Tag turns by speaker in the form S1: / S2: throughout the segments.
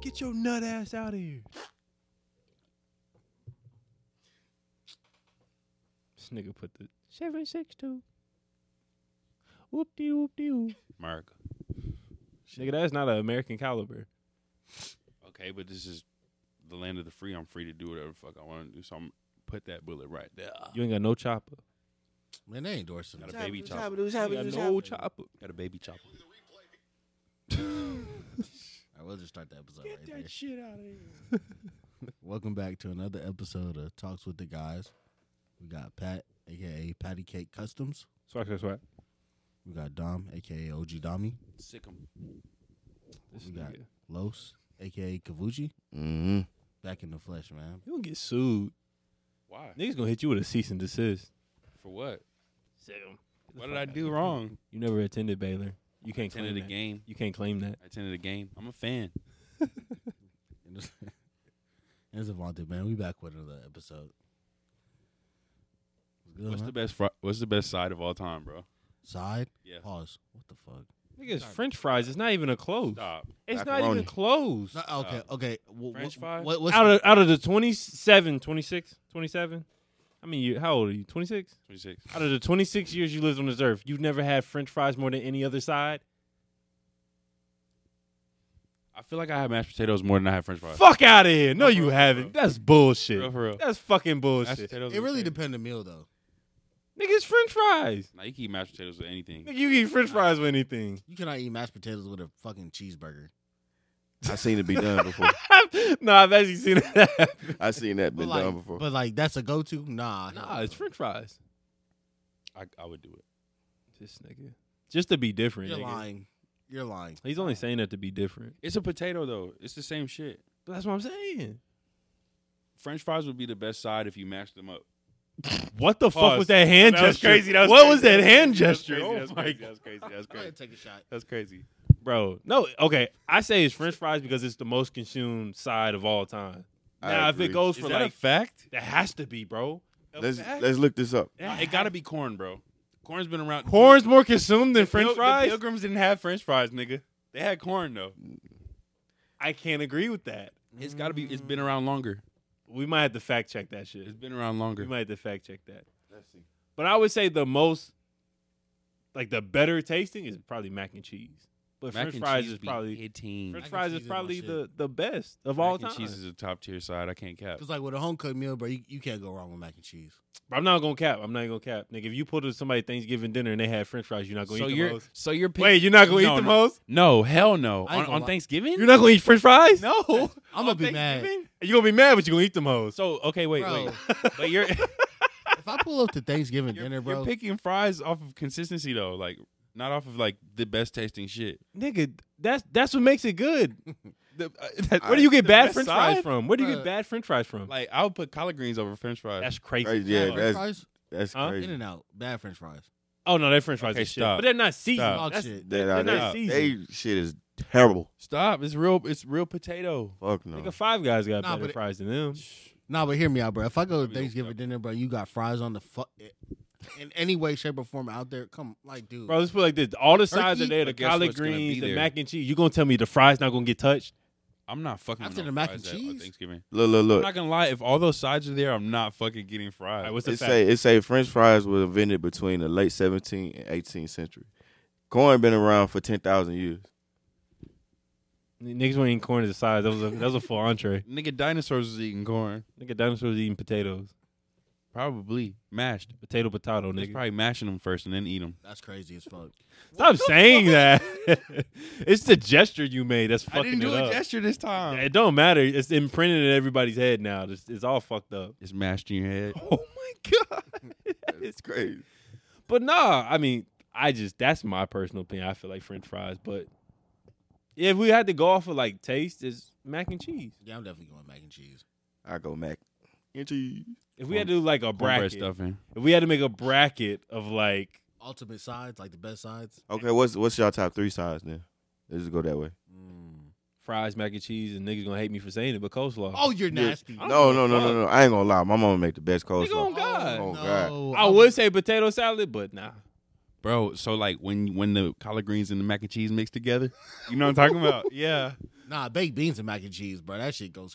S1: Get your nut ass out of here. This nigga put the seven six two. Whoop dee whoop dee whoop.
S2: America.
S1: Nigga, that's not an American caliber.
S2: Okay, but this is the land of the free. I'm free to do whatever the fuck I want to do. So I'm put that bullet right there.
S1: You ain't got no chopper.
S3: Man, they ain't doing
S2: Got a
S3: something.
S2: baby chopper.
S4: You
S1: You ain't got no chopper.
S2: Got a baby chopper.
S3: I will just start the episode right there.
S1: shit out of here.
S3: Welcome back to another episode of Talks with the Guys. We got Pat, aka Patty Cake Customs.
S1: Swat, swat, swat.
S3: We got Dom, aka OG Dommy.
S2: Sick 'em.
S1: This
S3: We got-
S1: nigga.
S3: Los, aka Kavuchi.
S4: Mm-hmm.
S3: Back in the flesh, man.
S1: You gonna get sued.
S2: Why?
S1: Niggas gonna hit you with a cease and desist.
S2: For what?
S1: the
S2: What
S1: fuck
S2: did I
S1: out of
S2: do
S1: here.
S2: wrong?
S1: You never attended Baylor. You can't claim
S2: Attended a
S1: that.
S2: game.
S1: You can't claim that.
S2: I attended a game. I'm a fan.
S3: And it's- and it's Avante, man. We back with another episode. What's good,
S2: What's
S3: man?
S2: the best? Fr- what's the best side of all time, bro?
S3: Side?
S2: Yeah.
S3: Pause. What the fuck?
S1: Nigga, it's French fries. It's not even a close.
S2: Stop.
S1: It's not
S2: Macaroni.
S1: even close.
S3: No, okay, okay. Wha- wha-
S2: Uh, French fries?
S3: What, what's
S1: out of out of the 27, 26, 27. I mean, you, how old are you? 26?
S2: 26.
S1: Out of the 26 years you lived on this earth, you've never had french fries more than any other side?
S2: I feel like I have mashed potatoes more than I have French fries.
S1: Fuck out of here. No,
S2: For
S1: you
S2: real, for
S1: haven't.
S2: real.
S1: That's
S2: For
S1: bullshit.
S2: real, for real.
S1: That's fucking
S2: Mashed
S1: bullshit. Nigga,
S2: potatoes.
S3: it really
S2: depends.
S3: depend on meal though.
S1: it's french fries.
S2: Now you can eat mashed potatoes with anything.
S1: Nigga, you eat french fries with anything.
S3: You cannot eat mashed potatoes with a fucking cheeseburger.
S4: I seen it be done before.
S1: nah, I've actually seen that happen.
S4: I seen that
S3: But
S4: been
S3: like,
S4: done before.
S3: but like that's a go-to. Nah,
S1: Nah, it's french fries.
S2: I, I would do it.
S1: This nigga. Just to be different.
S3: You're
S1: nigga.
S3: lying. You're lying.
S1: He's only saying that to be different.
S2: It's a potato though. It's the same shit.
S1: But that's what I'm saying.
S2: French fries would be the best side if you mashed them up.
S1: What the fuck
S2: Pause.
S1: was that hand
S2: That was
S1: gesture?
S2: crazy, that was
S1: what
S2: crazy,
S1: was that hand
S2: That's
S1: gesture?
S2: crazy,
S1: Oh
S2: that's
S1: my
S2: crazy, that's crazy. That's
S3: Go
S2: crazy.
S3: ahead, take a shot.
S2: That's crazy.
S1: Bro, no, okay. I say it's French fries because it's the most consumed side of all time.
S4: I
S1: now, if it
S4: agree.
S1: goes
S2: Is
S1: for
S2: that
S1: like,
S2: a fact?
S1: that has to be, bro. A
S4: Let's
S1: fact?
S4: let's look this up.
S2: Nah, it gotta be corn, bro. Corn's been around.
S1: Corn's more consumed than
S2: The Pil-
S1: French fries.
S2: The pilgrims didn't have French fries, nigga. They had corn though.
S1: I can't agree with that.
S2: It's gotta be. It's been around longer.
S1: We might have to fact check that shit.
S2: It's been around
S1: We
S2: longer.
S1: might have to fact check that.
S4: Let's see.
S1: But I would say the most, like the better tasting is probably mac and cheese. But
S2: Mac
S1: French
S2: and
S1: fries
S2: cheese
S1: is
S2: be
S1: probably
S2: hitting.
S1: French
S3: and
S1: fries
S3: cheese
S1: is
S3: is my
S1: probably
S3: shit.
S1: the the best of all
S2: Mac
S1: time.
S2: and cheese is a top tier side. I can't cap.
S3: Cause like with a home cooked meal, bro, you, you can't go wrong with mac and cheese.
S1: But I'm not gonna cap. I'm not gonna cap. Nigga, if you pulled up to somebody Thanksgiving dinner and they had French fries, you're not gonna
S2: So
S1: eat
S2: you're
S1: the most.
S2: so you're pick-
S1: Wait, you're not gonna
S2: No,
S1: eat the
S2: no.
S1: most?
S2: No, hell no.
S3: I ain't
S2: On,
S3: gonna
S2: on
S3: lie.
S2: Thanksgiving?
S1: You're not gonna eat French fries?
S2: no.
S3: I'm
S1: Oh,
S3: gonna be mad.
S1: You're gonna be mad, but you're gonna eat the most.
S2: So okay, wait,
S3: Bro.
S2: wait. But you're
S3: If I pull up to Thanksgiving
S2: you're,
S3: dinner, bro,
S2: you're picking fries off of consistency though, like not off of like the best tasting shit.
S1: Nigga, that's that's what makes it good.
S2: The, uh,
S1: Where do you get
S2: the
S1: bad
S2: best
S1: French
S2: side?
S1: fries from? Where do you
S3: Bruh.
S1: get bad French fries from?
S2: Like I would put collard greens over French fries.
S1: that's crazy.
S4: Right, yeah,
S3: French
S4: that's
S3: fries,
S4: that's
S1: Huh?
S3: In
S4: crazy.
S3: and Out, bad French fries.
S1: Oh no, that French fries
S2: Okay,
S1: is shit.
S2: stop.
S1: But they're not seasoned.
S3: Dog
S1: That's-
S3: shit.
S4: That,
S1: they're not
S4: that, they shit is terrible.
S2: Stop. It's real. It's real potato.
S4: Fuck no.
S1: Nigga, Five Guys got
S3: Nah, but
S1: better
S3: it-
S1: fries than them.
S3: Nah, but hear me out, bro. If I go
S2: Let
S3: to
S2: me open
S3: Thanksgiving
S2: up.
S3: dinner, bro, you got fries on the fuck in any way, shape, or form out there. Come, like, dude,
S1: Bro, let's put it like this: all the sides
S3: Turkey?
S1: are there, the
S2: But guess
S1: collard
S2: what's gonna
S1: greens,
S2: be
S1: the
S2: there?
S1: mac and cheese. You gonna tell me the fries not gonna get touched?
S2: I'm not fucking.
S3: After
S2: with
S3: the
S2: no
S3: mac
S2: fries
S3: and
S2: at- on
S3: cheese?
S2: Thanksgiving.
S4: Look, look,
S2: I'm
S4: look.
S2: not gonna lie. If all those sides are there, I'm not fucking getting fries.
S1: All right, what's the
S4: It
S1: fact?
S4: say it say French fries was invented between the late 17th and 18th century. Corn been around for 10,000 years.
S1: Niggas weren't eating corn as a side. That was a that was a full entree.
S2: Nigga, dinosaurs was eating corn.
S1: Nigga, dinosaurs eating potatoes,
S2: Probably mashed.
S1: potato, potato.
S2: They're
S1: Nigga,
S2: probably mashing them first and then eat them.
S3: that's crazy as fuck.
S1: stop saying that. it's the gesture you made that's fucking
S2: I didn't do
S1: it
S2: a
S1: up.
S2: gesture this time.
S1: It don't matter. It's imprinted in everybody's head now. It's, it's all fucked up.
S2: It's mashed in your head.
S1: Oh my god, That is-
S4: It's crazy.
S1: but nah, I mean, I just that's my personal opinion. I feel like French fries, but if we had to go off of like taste, is mac and cheese.
S3: Yeah, I'm definitely going mac and cheese.
S4: I go mac and cheese.
S1: If we had to do like a
S2: Cornbread
S1: bracket,
S2: stuffing.
S1: if we had to make a bracket of like
S3: Ultimate sides, like the best sides.
S4: Okay, what's what's y'all top three sides then? Let's just go that way.
S3: Mm.
S1: fries, mac and cheese, and niggas gonna hate me for saying it, but coleslaw.
S3: Oh, you're nasty.
S1: I don't
S4: No,
S1: give
S4: no,
S1: a
S4: no,
S1: fuck.
S4: no, no. I ain't
S3: Oh,
S4: gonna lie. My mama make the best
S1: Nigga,
S4: coleslaw.
S1: on God.
S4: Oh,
S3: no.
S1: I would say potato salad, but nah.
S2: Bro, so like when when the collard greens and the mac and cheese mix together, you know what I'm talking about? Yeah,
S3: Nah, baked beans and mac and cheese, bro. That shit goes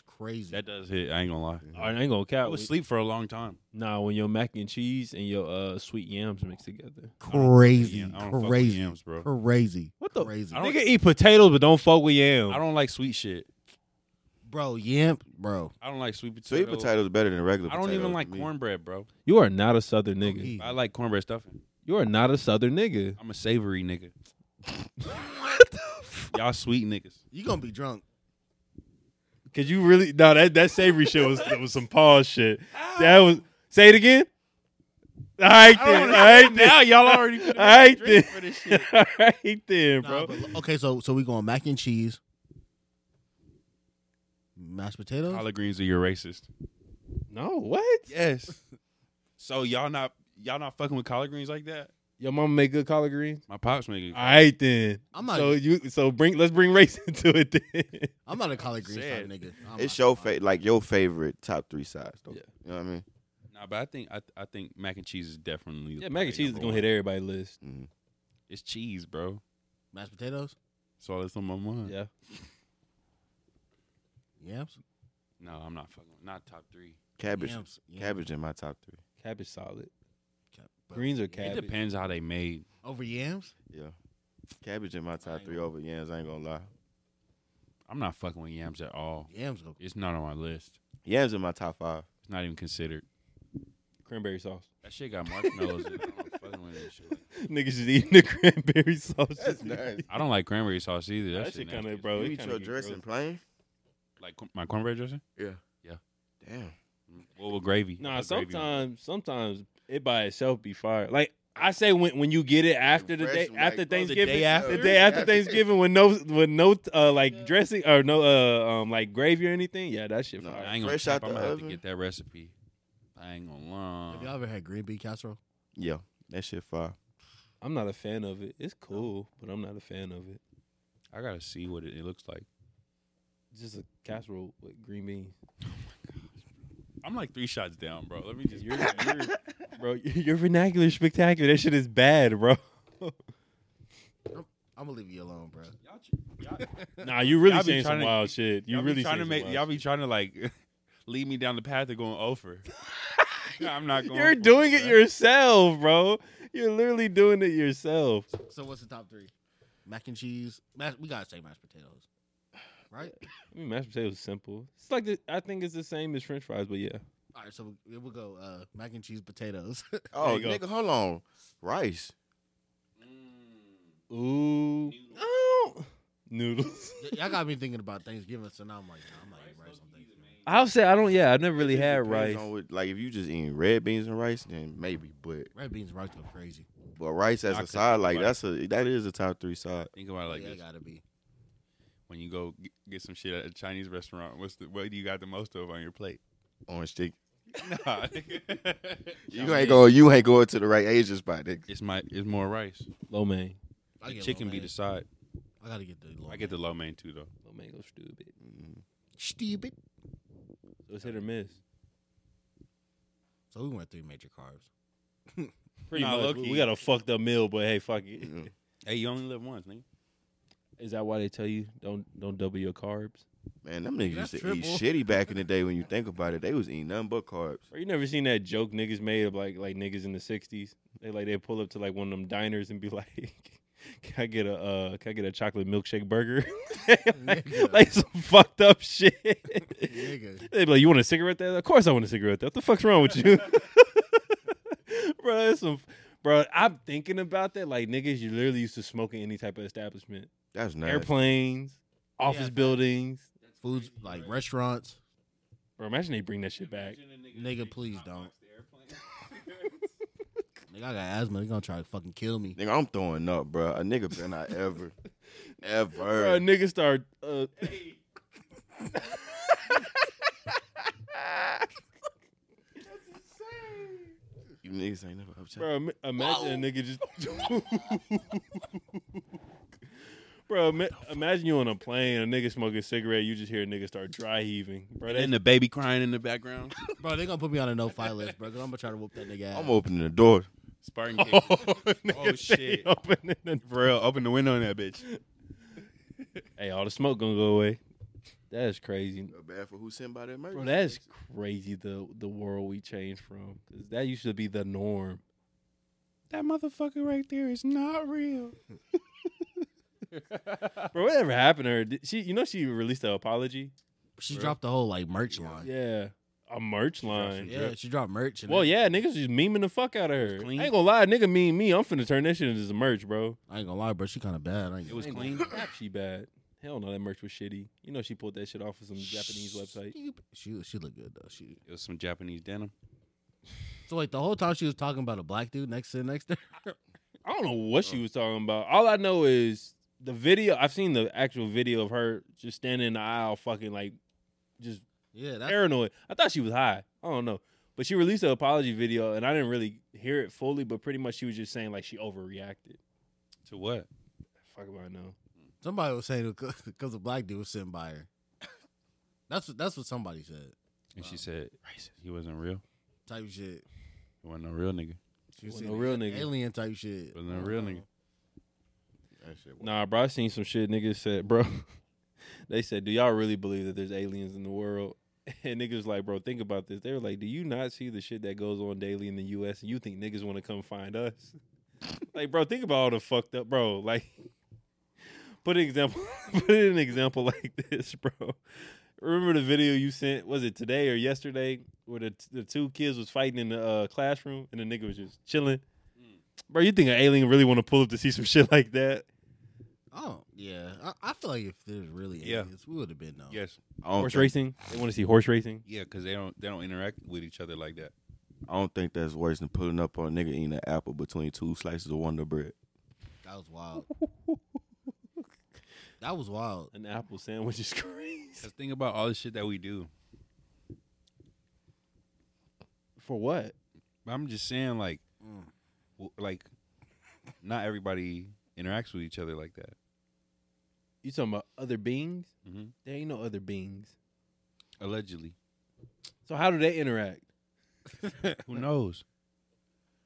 S3: crazy.
S2: that does hit. I ain't gonna lie.
S1: I ain't gonna
S2: I
S1: count.
S2: was asleep for a long time.
S1: Nah, when your mac and cheese and your uh sweet yams mixed together.
S3: crazy,
S2: Yeah, I don't fuck with
S3: crazy,
S2: yams, bro.
S3: crazy.
S1: What the-
S3: crazy,
S2: I don't-
S1: Nigga eat potatoes, but don't fuck with yams.
S2: I don't like sweet shit.
S3: bro? Yamp, bro.
S2: I don't like sweet potatoes.
S4: Sweet potatoes are better than regular.
S2: I don't even
S4: potatoes
S2: like
S4: to me.
S2: cornbread, bro.
S1: You are not a southern nigga.
S3: Eat.
S2: I like cornbread stuffing.
S1: You are not a southern nigga.
S2: I'm a savory nigga. Y'all sweet niggas.
S3: You gonna be drunk?
S1: Cause you really no that that savory shit was that was some pause shit. That was say it again. All right then, all right then,
S2: Now y'all already finna make
S1: all right then,
S2: me drink for this shit.
S1: all right then,
S3: Nah,
S1: bro.
S3: but- okay, so so we going mac and cheese, mashed potatoes.
S2: Collard greens are your racist.
S1: No, what?
S2: Yes. So y'all not y'all not fucking with collard greens like that?
S1: Your mama make good collard greens.
S2: My pops making.
S1: All right then.
S3: I'm not-
S1: So you so bring let's bring race into it then.
S3: I'm not a collard green type
S2: Said.
S3: nigga. I'm not-
S4: It's your fa- like your favorite top three sides. Though.
S1: Yeah.
S4: You know what I mean?
S2: Nah, but I think I, I think mac and cheese is definitely.
S1: Yeah, mac and
S2: like
S1: cheese is
S2: number
S1: gonna
S2: one.
S1: hit everybody's list.
S4: Mhm.
S2: It's cheese, bro.
S3: mashed potatoes.
S2: That's all that's on my mind.
S1: Yeah.
S3: Yams,
S2: No, I'm not fucking. Not top three.
S4: Cabbage,
S3: Yams. Yams.
S4: cabbage in my top three.
S1: Cabbage solid.
S3: Ca- bro.
S1: Greens or
S2: It
S1: cabbage.
S2: depends how they made.
S3: over yams.
S4: Yeah, cabbage in my top three over yams. I ain't gonna lie.
S2: I'm not fucking with yams at all.
S3: Yams go.
S2: It's not on my list.
S4: Yams in my top five.
S2: It's not even considered.
S1: Cranberry sauce.
S2: That shit got marshmallows. in it. I'm not fucking with that shit.
S1: Niggas just eating the cranberry sauce.
S4: That's nice.
S2: I don't like cranberry sauce either. That,
S1: That shit
S2: nasty
S1: kinda,
S2: as
S1: bro.
S2: fuck.
S4: You
S1: it
S4: eat
S1: kinda
S4: your
S1: get
S4: dressing plain?
S2: Like co- my cornbread dressing.
S4: Yeah.
S2: Yeah.
S4: Damn.
S2: Well, with gravy.
S1: Nah,
S2: With gravy.
S1: sometimes sometimes it by itself be fire. Like I say, when when you get it after the day
S4: Fresh, like,
S1: after
S4: bro, the
S1: Thanksgiving,
S2: day after?
S1: the day after Thanksgiving, with no with no uh, like dressing or no uh um like gravy or anything, yeah, that shit
S4: Nah,
S1: fire.
S2: I ain't gonna
S4: Fresh
S2: cap,
S4: out the
S2: I'm gonna have
S4: oven.
S2: to get that recipe. I ain't gonna lie.
S3: Have y'all ever had green bean casserole?
S4: Yeah, that shit fire.
S1: I'm not a fan of it. It's cool, but I'm not a fan of it.
S2: I gotta see what it, it looks like.
S1: It's
S4: Mm.
S1: just a casserole with green beans,
S2: I'm like three shots down, bro. Let me just.
S1: You're- bro. Your vernacular is spectacular. That shit is bad, bro.
S3: I'm gonna leave you alone, bro.
S1: Nah, you really
S2: Y'all be
S1: saying some
S2: tryna-
S1: wild shit. You
S2: y'all
S1: really
S2: be trying
S1: saying
S2: to
S1: some
S2: make
S1: wild
S2: y'all be trying to like lead me down the path of going over. I'm not going.
S1: You're
S2: for
S1: doing it
S2: bro.
S1: yourself, bro. You're literally doing it yourself.
S3: So what's the top three? Mac and cheese. Mash, we gotta say mashed potatoes, right?
S1: I mean, mashed potatoes is simple. It's like the, I think it's the same as French fries, but yeah.
S3: All right, so we'll, we'll go uh, mac and cheese potatoes.
S4: Oh,
S1: you go.
S4: nigga, hold on. Rice.
S1: Ooh, Oh. noodles.
S3: Y- y'all got me thinking about Thanksgiving, so now I'm like, nah, I'm not eating rice on Thanksgiving.
S1: I'll say I don't. Yeah, I've never really
S4: It
S1: had
S4: depends
S1: rice.
S4: on what- like if you just eating red beans and rice, then maybe. But
S3: Red beans and rice go crazy.
S4: but rice as
S2: I
S4: a
S2: could
S4: side,
S2: think
S4: like
S2: about
S4: that's a that is a top three side.
S2: Think about it like
S3: yeah,
S2: this:
S3: gotta be.
S2: when you go g- get some shit at a Chinese restaurant, what's the what do you got the most of on your plate?
S4: Orange chicken.
S2: Nah,
S4: You ain't going. You ain't going to the right Asian spot. Nigga.
S2: It's my it's more rice.
S1: Lo mein,
S3: I
S2: The
S3: get
S2: chicken
S3: lo
S2: be
S3: mein.
S2: the side.
S3: I gotta get the. lo
S2: I get the
S3: mein.
S2: lo mein too though.
S1: lo mein goes stupid.
S4: Mhm.
S3: stupid.
S1: So it's hit or miss.
S3: So we went three major carbs.
S1: Pretty
S2: Nah,
S1: much.
S2: low-key.
S1: We, we got a fucked up meal, but hey, fuck it. Is
S4: Yeah.
S2: Hey, you only live once, nigga.
S1: that why they tell you don't don't double your carbs?
S4: Man, them niggas
S3: That's
S4: used to eat
S3: triple.
S4: shitty back in the day. When you think about it, they was eating nothing but carbs.
S1: Or you never seen that joke niggas made of like like niggas in the '60s? They like they pull up to like one of them diners and be like, "Can I get a uh, can I get a chocolate milkshake burger?" like,
S3: Nigga.
S1: like some fucked up shit.
S3: Nigga.
S1: They be like, "You want a cigarette?" There, of course I want a cigarette. There, what the fuck's wrong with you, bro? That's some, bro. I'm thinking about that. Like niggas, you literally used to smoke in any type of establishment,
S4: That's nice.
S1: airplanes, office
S3: fact.
S1: buildings.
S3: Foods like restaurants.
S1: Bro, imagine they bring that shit back.
S3: Nigga, please don't. Nigga, I got asthma. They gonna try to fucking kill me.
S4: Nigga, I'm throwing up, bro. A nigga better not ever,
S1: Bro,
S4: ever.
S1: niggas start. Uh,
S4: You niggas ain't never up
S1: Bro, ima- imagine a nigga just. Bro, ima- imagine you on a plane, a nigga smoking a cigarette, you just hear a nigga start dry heaving. Bro,
S2: And
S1: that,
S2: then the baby crying in the background.
S3: Bro, they gonna put me on a no fly list, bro. i I'm gonna try to whoop that nigga ass.
S4: I'm opening the door.
S2: Spartan
S1: Oh,
S2: cake.
S1: nigga said he
S2: shit.
S1: opened it and-
S2: For real, open the window in that bitch.
S1: hey, all the smoke gonna go away. That is crazy.
S4: Bad for who's sent by that
S1: Bro, that is crazy the the world we changed from. 'Cause that used to be the norm.
S2: That motherfucker right there is not real.
S1: Bro, whatever happened to her? Did She, you know, she released an apology.
S3: She
S2: Bro.
S3: dropped the whole like merch line. Yeah,
S1: Yeah, a merch line.
S2: dropped drip.
S3: she dropped merch. And
S1: Well,
S3: everything.
S1: yeah, niggas just memeing the fuck out of her.
S2: was
S1: I
S2: clean.
S1: ain't gonna lie, nigga, mean me. I'm finna turn that shit into some merch, bro.
S3: I ain't gonna lie, bro. She kind of bad. I ain't
S2: It was
S1: I ain't
S2: clean.
S1: gonna cap she bad. Hell no, that merch was shitty. You know, she pulled that shit off of some Japanese website.
S3: She she looked good though. She
S2: It was some Japanese denim.
S3: so like the whole time she was talking about a black dude next to next to her.
S1: I don't know what she was talking about. All I know is the video. I've seen the actual video of her just standing in the aisle, fucking like just
S3: Yeah, that's
S1: paranoid. I thought she was high. I don't know. But she released an apology video, and I didn't really hear it fully, but pretty much she was just saying like she overreacted.
S2: To what?
S1: Fuck if I know.
S3: somebody was saying because a black dude was sitting by her. That's what that's what somebody said.
S2: And
S3: Wow.
S2: she said he wasn't real.
S3: Type shit.
S2: He wasn't a real nigga.
S3: She
S1: Wasn't
S3: saying
S1: no real nigga.
S3: Alien type shit.
S2: Wasn't a real nigga.
S1: Nah, bro, I seen some shit niggas said, bro. they said, Do y'all really believe that there's aliens in the world? And niggas like, bro, think about this. They were like, Do you not see the shit that goes on daily in the US and you think niggas wanna come find us? like, bro, think about all the fucked up bro. Like put an example put in an example like this, bro. Remember the video you sent? Was it today or yesterday, where the the two kids was fighting in the uh, classroom and the nigga was just chilling? Bro, you think an alien really want to pull up to see some shit like that?
S3: Oh yeah, I, I feel like if there's really
S2: Yeah.
S3: aliens, we would have been known.
S2: Yes.
S4: I don't,
S1: horse
S4: think,
S1: racing. They want to see horse racing.
S2: Yeah, because they don't they don't interact with each other like that.
S4: I don't think that's worse than pulling up on a nigga eating an apple between two slices of Wonder Bread.
S3: that was wild. that was wild.
S1: An apple sandwich is crazy.
S2: Just think about all the shit that we do.
S1: For what?
S2: But I'm just saying, like,
S3: Mm.
S2: w- like, not everybody interacts with each other like that.
S1: You talking about other beings?
S2: Mm-hmm.
S1: There ain't no other beings.
S2: Allegedly,
S1: So how do they interact,
S2: who knows?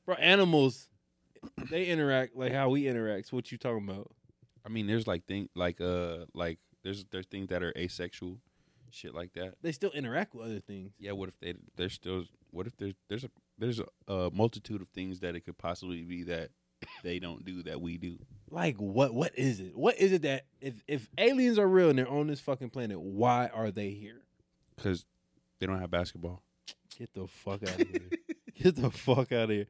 S1: bro? Animals, they interact like how we interact. So what you talking about?
S2: I mean, there's like thing like uh like there's there's things that are asexual, shit like that.
S1: They still interact with other things.
S2: Yeah, what if they there's still what if there's there's a there's a, a multitude of things that it could possibly be that they don't do that we do.
S1: Like what? What is it? What is it that if if aliens are real and they're on this fucking planet, why are they here?
S2: because they don't have basketball.
S1: Get the fuck out of here. Get the fuck out of here.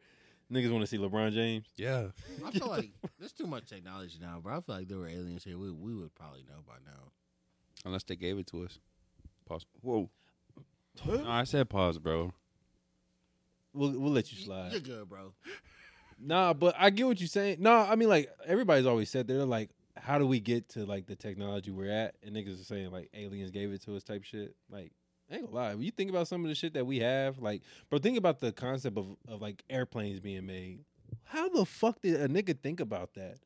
S1: Niggas want to see LeBron James.
S2: Yeah,
S3: I feel like there's too much technology now, bro. I feel like there were aliens here. We we would probably know by now.
S2: unless they gave it to us. Pause.
S4: Whoa.
S2: No, I said pause, bro.
S1: We'll we'll let you
S3: You-
S1: slide.
S3: You're good, bro.
S1: Nah, but I get what you're saying. Nah, I mean like everybody's always said they're like, how do we get to like the technology we're at? And niggas are saying like aliens gave it to us type shit. Like, I ain't gonna lie. When you think about some of the shit that we have, like, bro, think about the concept of, of like airplanes being made. How the fuck did a nigga think about that?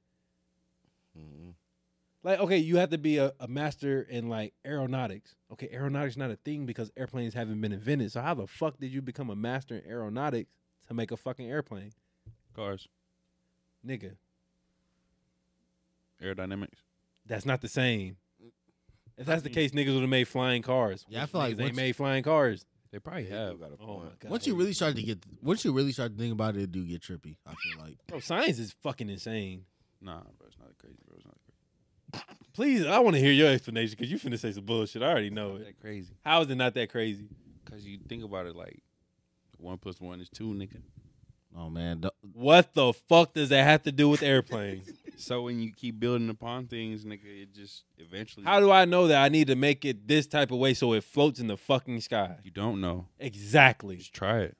S4: Mhm.
S1: Like, okay, you have to be a, a master in like aeronautics. Okay, aeronautics not a thing because airplanes haven't been invented. So how the fuck did you become a master in aeronautics to make a fucking airplane?
S2: Cars,
S1: Nigga.
S2: aerodynamics.
S1: That's not the same. If that's the case, niggas would have made flying cars.
S3: Yeah, I
S1: Which
S3: feel like
S1: niggas ain't
S3: once-
S1: made flying cars.
S2: They probably
S4: Yeah,
S2: have.
S4: you got a
S1: Oh my
S4: point.
S1: god!
S3: Once you really start to get, once you really start to think about it, it do get trippy. I feel like
S1: bro, science is fucking insane.
S2: Nah, bro, it's not crazy, bro. It's not crazy.
S1: Please, I want to hear your explanation because you finna say some bullshit. I already know
S2: Not
S1: it.
S2: that crazy.
S1: How is it not that crazy?
S2: Cause you think about it, like one plus one is two, nigga.
S3: Oh man, the-
S1: What the fuck does that have to do with airplanes?
S2: So when you keep building upon things, nigga, it just eventually.
S1: How do I know that I need to make it this type of way so it floats in the fucking sky?
S2: you don't know?
S1: Exactly,
S2: Just try it.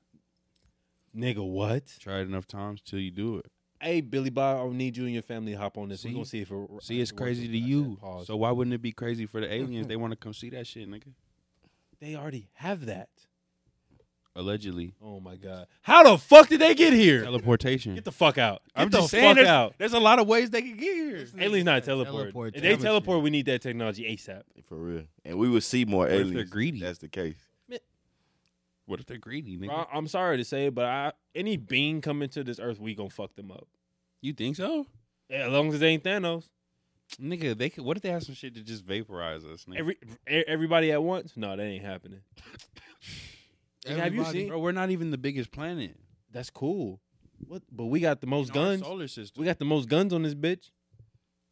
S1: nigga. What?
S2: Try it enough times till you do it.
S1: Hey, Billy Bob, I need you and your family to hop on this.
S2: See?
S1: We're gonna see if it.
S2: See, it's
S1: it works
S2: crazy
S1: or
S2: to
S1: not. I
S2: you.
S1: said pause.
S2: So why wouldn't it be crazy for the aliens? they want to come see that shit, nigga.
S1: they already have that.
S2: Allegedly,
S1: Oh my god! How the fuck did they get here?
S2: teleportation.
S1: Get the fuck out! Get
S2: I'm
S1: the
S2: just saying
S1: fuck
S2: there's,
S1: out!
S2: there's a lot of ways they can get here.
S1: Aliens not teleport.
S3: Teleport
S1: if they
S3: technology.
S1: teleport, we need that technology ASAP.
S4: For real. And we would see more
S2: if
S4: aliens.
S2: they're greedy?
S4: That's the case.
S2: What if they're greedy, nigga?
S1: I, am sorry to say, but I, any being coming to this earth, we gonna fuck them up.
S2: You think so,
S1: Yeah, as long as they ain't Thanos.
S2: nigga? They could. What if they have some shit to just vaporize us, nigga?
S1: Every e- everybody at once? No, that ain't happening. Nigga, have you
S3: Everybody-
S1: seen-
S2: Bro, we're not even the biggest planet.
S1: That's cool. What? But we got the most
S2: In our
S1: guns.
S2: Solar system.
S1: We got the most guns on this bitch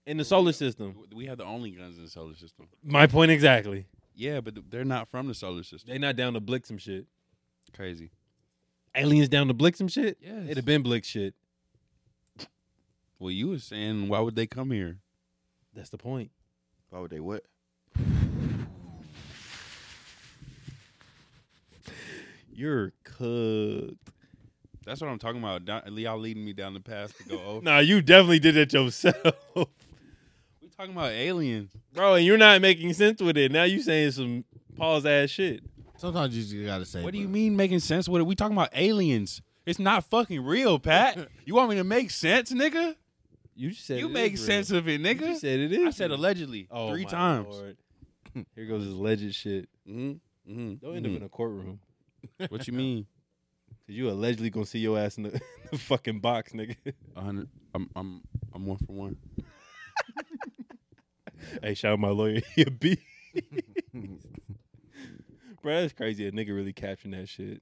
S1: in the solar system.
S2: We have the only guns in the solar system.
S1: My point exactly.
S2: Yeah, but th- they're not from the solar system.
S1: They not down to blick some shit.
S2: Crazy.
S1: Aliens down to blick some shit.
S2: Yes.
S1: It'd have been blick shit.
S2: Well, you were saying why would they come here?
S1: That's the point.
S4: Why would they what?
S1: You're cooked.
S2: That's what I'm talking about. Down, y'all leading me down the path to go over.
S1: Nah, you definitely did it yourself,
S2: We're talking about aliens.
S1: bro. And you're not making sense with it. Now you saying some pause ass shit.
S3: Sometimes you just gotta say.
S2: What do you
S3: bro.
S2: mean making sense with it? We talking about aliens. It's not fucking real, Pat. you want me to make sense, nigga?
S1: You just said
S2: you
S1: it
S2: make
S1: is real.
S2: sense of
S1: You
S2: it, nigga.
S1: just said it is.
S2: I said
S1: real.
S2: allegedly
S1: Oh,
S2: three
S1: my
S2: times.
S1: Lord. Here goes this legend shit.
S2: Mm-hmm. Mm-hmm.
S1: Don't end up in a courtroom
S2: What you mean?
S1: because you allegedly gonna see your ass in the, the fucking box, nigga.
S2: A hundred. I'm I'm I'm one for one.
S1: hey, shout out my lawyer, he a B. Bro, that's crazy. A nigga really captured that shit.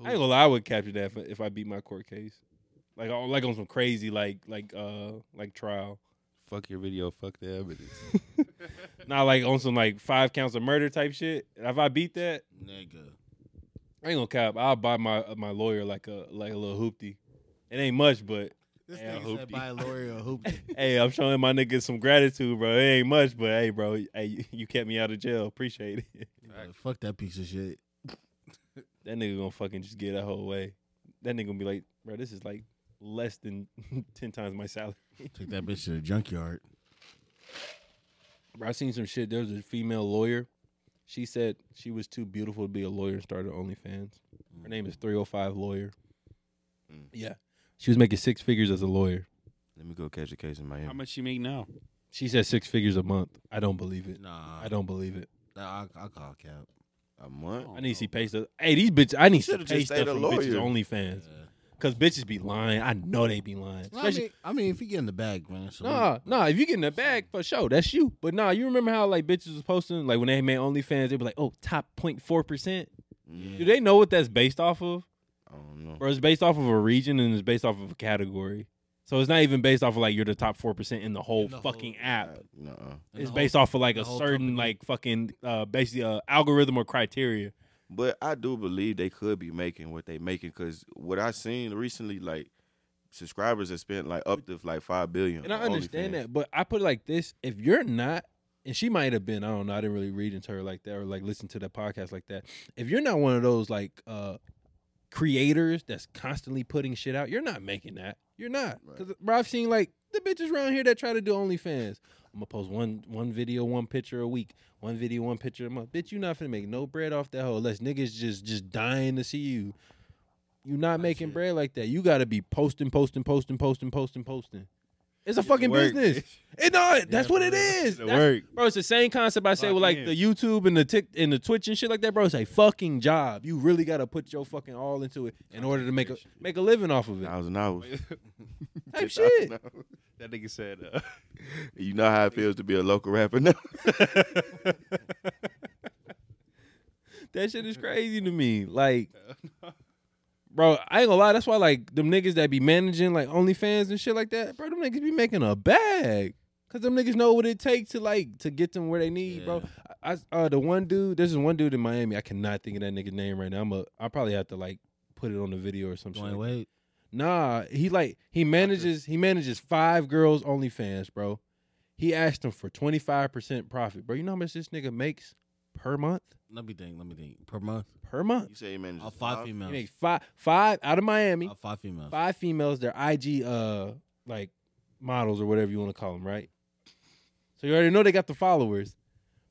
S1: I ain't gonna lie, I would capture that if, if I beat my court case, like on like on some crazy like like uh like trial,
S2: Fuck your video. Fuck the evidence.
S1: not like on some like five counts of murder type shit. If I beat that,
S3: Nigga.
S1: I ain't gonna cap. I'll buy my uh, my lawyer like a like a little hoopty. It ain't much, but
S3: This
S1: Yeah,
S3: nigga
S1: hoopty.
S3: said by Lori or hoopty.
S1: hey, I'm showing my niggas some gratitude, bro. It ain't much, but hey, bro, hey, you- you kept me out of jail. Appreciate it.
S3: Like, Fuck that piece of shit.
S1: That nigga gonna fucking just get a whole way. That nigga gonna be like, bro, this is like less than ten times my salary.
S3: Take that bitch to the junkyard.
S1: Bro, I seen some shit. There was a female lawyer. She said she was too beautiful to be a lawyer and started OnlyFans. Her name is 305 Lawyer.
S4: Mm.
S1: Yeah. She was making six figures as a lawyer.
S4: Let me go catch a case in
S2: How
S4: Miami.
S2: much you make now?
S1: She said six figures a month. I don't believe it.
S3: Nah,
S1: I don't believe it.
S3: Nah, I'll, I'll call cap.
S4: A month?
S1: I need to see pay stuff. Hey, these bitches, I need to
S4: Should've
S1: pay
S4: just
S1: stuff
S4: stayed a
S1: from bitches
S4: lawyer.
S1: OnlyFans. Because bitches be lying. I know they be lying.
S3: Well, I,
S1: Especially,
S3: mean, I mean, if you get in the bag, man. So
S1: Nah, nah. If you get in the bag for sure, that's you. But nah, you remember how like bitches was posting like when they made OnlyFans, they be like, oh, top 04 percent. Do they know what that's based off of?
S4: I don't know.
S1: Or it's based off of a region and it's based off of a category. So it's not even based off of like you're the top four percent in the whole
S3: the whole-
S1: fucking app.
S4: No.
S1: It's based off of like
S3: the
S1: a
S3: whole
S1: certain
S3: company.
S1: like fucking uh basically uh, algorithm or criteria.
S4: But I do believe they could be making what they making because what I seen recently, like subscribers have spent like up to like five billion.
S1: And I
S4: on
S1: understand
S4: OnlyFans.
S1: that, but I put it like this: if you're not, and she might have been, I don't know, I didn't really read into her like that or like listen to the podcast like that. If you're not one of those like uh creators that's constantly putting shit out, you're not making that. You're not.
S4: Right.
S1: Because bro, I've seen like the bitches around here that try to do OnlyFans. I'm gonna post one one video, one picture a week, one video, one picture a month. Bitch, you not finna make no bread off that hoe unless niggas just just dying to see you. You not making
S4: it.
S1: bread like that. You gotta be posting, posting, posting, posting, posting, posting. It's a fucking
S2: work,
S1: business. It no, that's
S2: Yeah,
S1: what
S2: for
S1: it
S2: real.
S1: is.
S2: It's a
S1: That's-
S2: work.
S1: bro. It's the same concept I say
S2: Lock
S1: with like
S2: in.
S1: the YouTube and the tick and the Twitch and shit like that, bro. It's a fucking job. You really gotta put your fucking all into it in order to make a make a living off of it.
S4: Thousand hours.
S1: Type shit.
S2: that nigga said. Uh,
S4: You know how it feels to be a local rapper now.
S1: That shit is crazy to me. Like, bro, I ain't gonna lie. That's why like them niggas that be managing like OnlyFans and shit like that, bro. Them niggas be making a bag. Cause them niggas know what it takes to like to get them where they need, bro. I I- uh the one dude, there's this one dude in Miami. I cannot think of that nigga's name right now. I'm a I probably have to like put it on the video or some shit.
S3: Dwayne
S1: like
S3: Wade.
S1: Nah, he like he manages he manages five girls OnlyFans, bro. He asked them for twenty five percent profit, bro. You know how much this nigga makes per month?
S3: Let me think. Let me think. Per month,
S1: Per month,
S4: You say you manage
S3: all five
S1: he
S3: females.
S1: makes five five out of Miami,
S3: All five females.
S1: five females. They're IG uh like models or whatever you want to call them, right? So you already know they got the followers.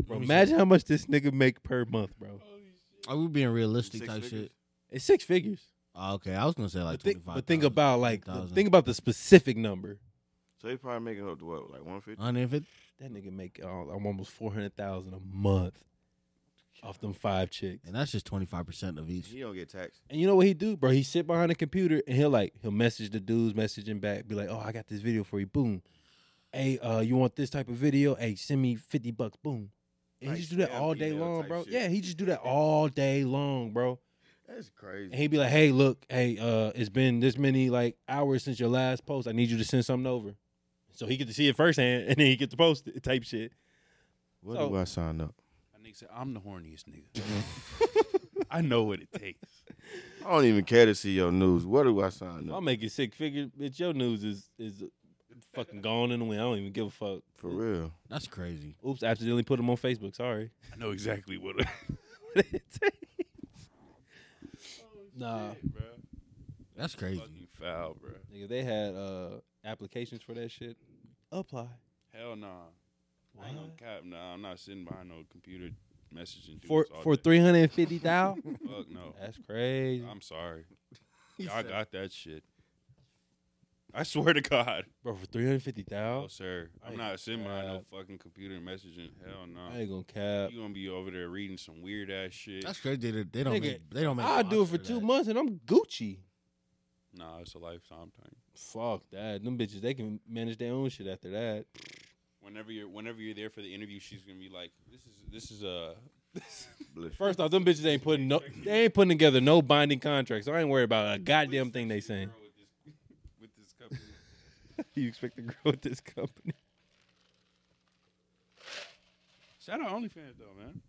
S1: Bro,
S3: Let me
S1: imagine how much this nigga make per month, bro.
S3: see. Are we being realistic
S4: Six
S3: type
S4: figures?
S3: shit?
S1: It's six figures.
S3: Oh, okay, I was gonna say like
S1: but, think,
S3: twenty five.
S1: but think about like the, think about the specific number.
S4: So they probably making up to what, like one fifty?
S3: Hundred fifty.
S1: That nigga make uh, I'm almost four hundred thousand a month. off them five chicks.
S3: and that's just twenty five percent of each.
S4: He don't get taxed.
S1: And you know what he do, bro? He sit behind a computer and he'll like he'll message the dudes messaging back, be like, "Oh, I got this video for you. Boom. Hey, uh, you want this type of video? Hey, send me fifty bucks. Boom." And
S4: Like
S1: he just do that
S4: spam
S1: all day
S4: email
S1: long,
S4: type
S1: bro.
S4: shit.
S1: Yeah, he just do that all day long, bro.
S4: That's crazy.
S1: And he'd be like, "Hey, look, hey, uh, it's been this many like hours since your last post. I need you to send something over." So he get to see it firsthand, and then he get to post it type shit.
S4: What
S1: So-
S4: do I sign up?
S2: That nigga said, I'm the horniest nigga. I know what it takes.
S4: I don't even care to see your news. What do I sign
S1: I'm
S4: up?
S1: making sick figures, bitch. Your news is is fucking gone in the wind. I don't even give a fuck.
S4: For real.
S3: That's crazy.
S1: Oops, accidentally put them on Facebook. Sorry.
S2: I know exactly what it Oh,
S1: Nah,
S2: bro.
S3: That's crazy.
S2: Fucking foul, bro.
S1: nigga, they had uh applications for that shit. Apply.
S2: Hell nah. I ain't gonna cap. Nah, I'm not sitting behind no computer messaging dudes
S1: For
S2: all
S1: for
S2: day.
S1: three hundred and fifty thousand.
S2: Fuck no.
S1: That's crazy,
S2: I'm sorry. Y'all got that shit. I swear to God.
S1: bro. For three hundred fifty
S2: No,
S1: thousand.
S2: sir.
S1: I
S2: I'm not sitting behind no
S1: cap.
S2: fucking computer messaging. Hell no.
S1: I ain't gonna cap.
S2: You gonna be over there reading some weird ass shit.
S3: That's crazy. They, they don't
S1: Nigga,
S3: make. They don't make.
S1: I'll do it
S3: lots
S1: for
S3: of
S1: two
S3: that.
S1: months and I'm Gucci.
S2: Nah, it's a lifetime thing.
S1: Fuck that. Them bitches, they can manage their own shit after that.
S2: Whenever you're whenever you're there for the interview, she's gonna be like, "This is this is a
S4: Bless.
S1: First off, them bitches ain't putting no, they ain't putting together no binding contracts. So I ain't worried about a goddamn thing they saying.
S2: With this, with this company.
S1: You expect to grow with this company?
S2: Shout out OnlyFans though, man.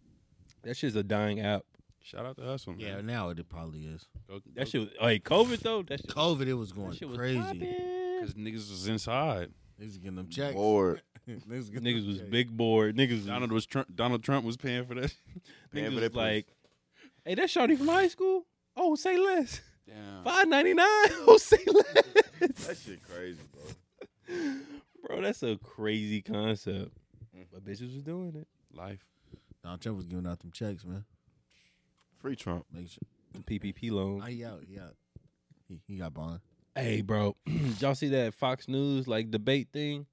S1: That shit's a dying app.
S2: Shout out to Hustle, man.
S3: Yeah, now it probably is.
S2: Go- go-
S1: That shit, was, hey, COVID though, that shit,
S3: COVID, it was
S1: that
S3: going
S1: shit was
S3: crazy.
S1: poppin'.
S2: Cause niggas was inside.
S3: Niggas getting them checks.
S4: Bored.
S3: Niggas, getting
S1: Niggas
S3: them
S1: was
S3: checks.
S1: big bored. Niggas was,
S2: Donald was Trump, Donald Trump was paying for that.
S4: Paying
S1: niggas
S4: for
S1: was
S4: their pussy.
S1: like, hey, that shorty from high school. Oh, say less.
S2: Damn.
S1: Five ninety nine. Oh, say
S4: That
S1: less.
S4: shit crazy, bro.
S1: Bro, that's a crazy concept. But bitches was doing it.
S2: Life.
S3: Donald Trump was giving out them checks, man.
S4: Free Trump.
S3: Make sure.
S1: The PPP loan.
S3: Oh, he out. He out. He, he got bond.
S1: Hey, bro, did y'all see that Fox News like debate thing?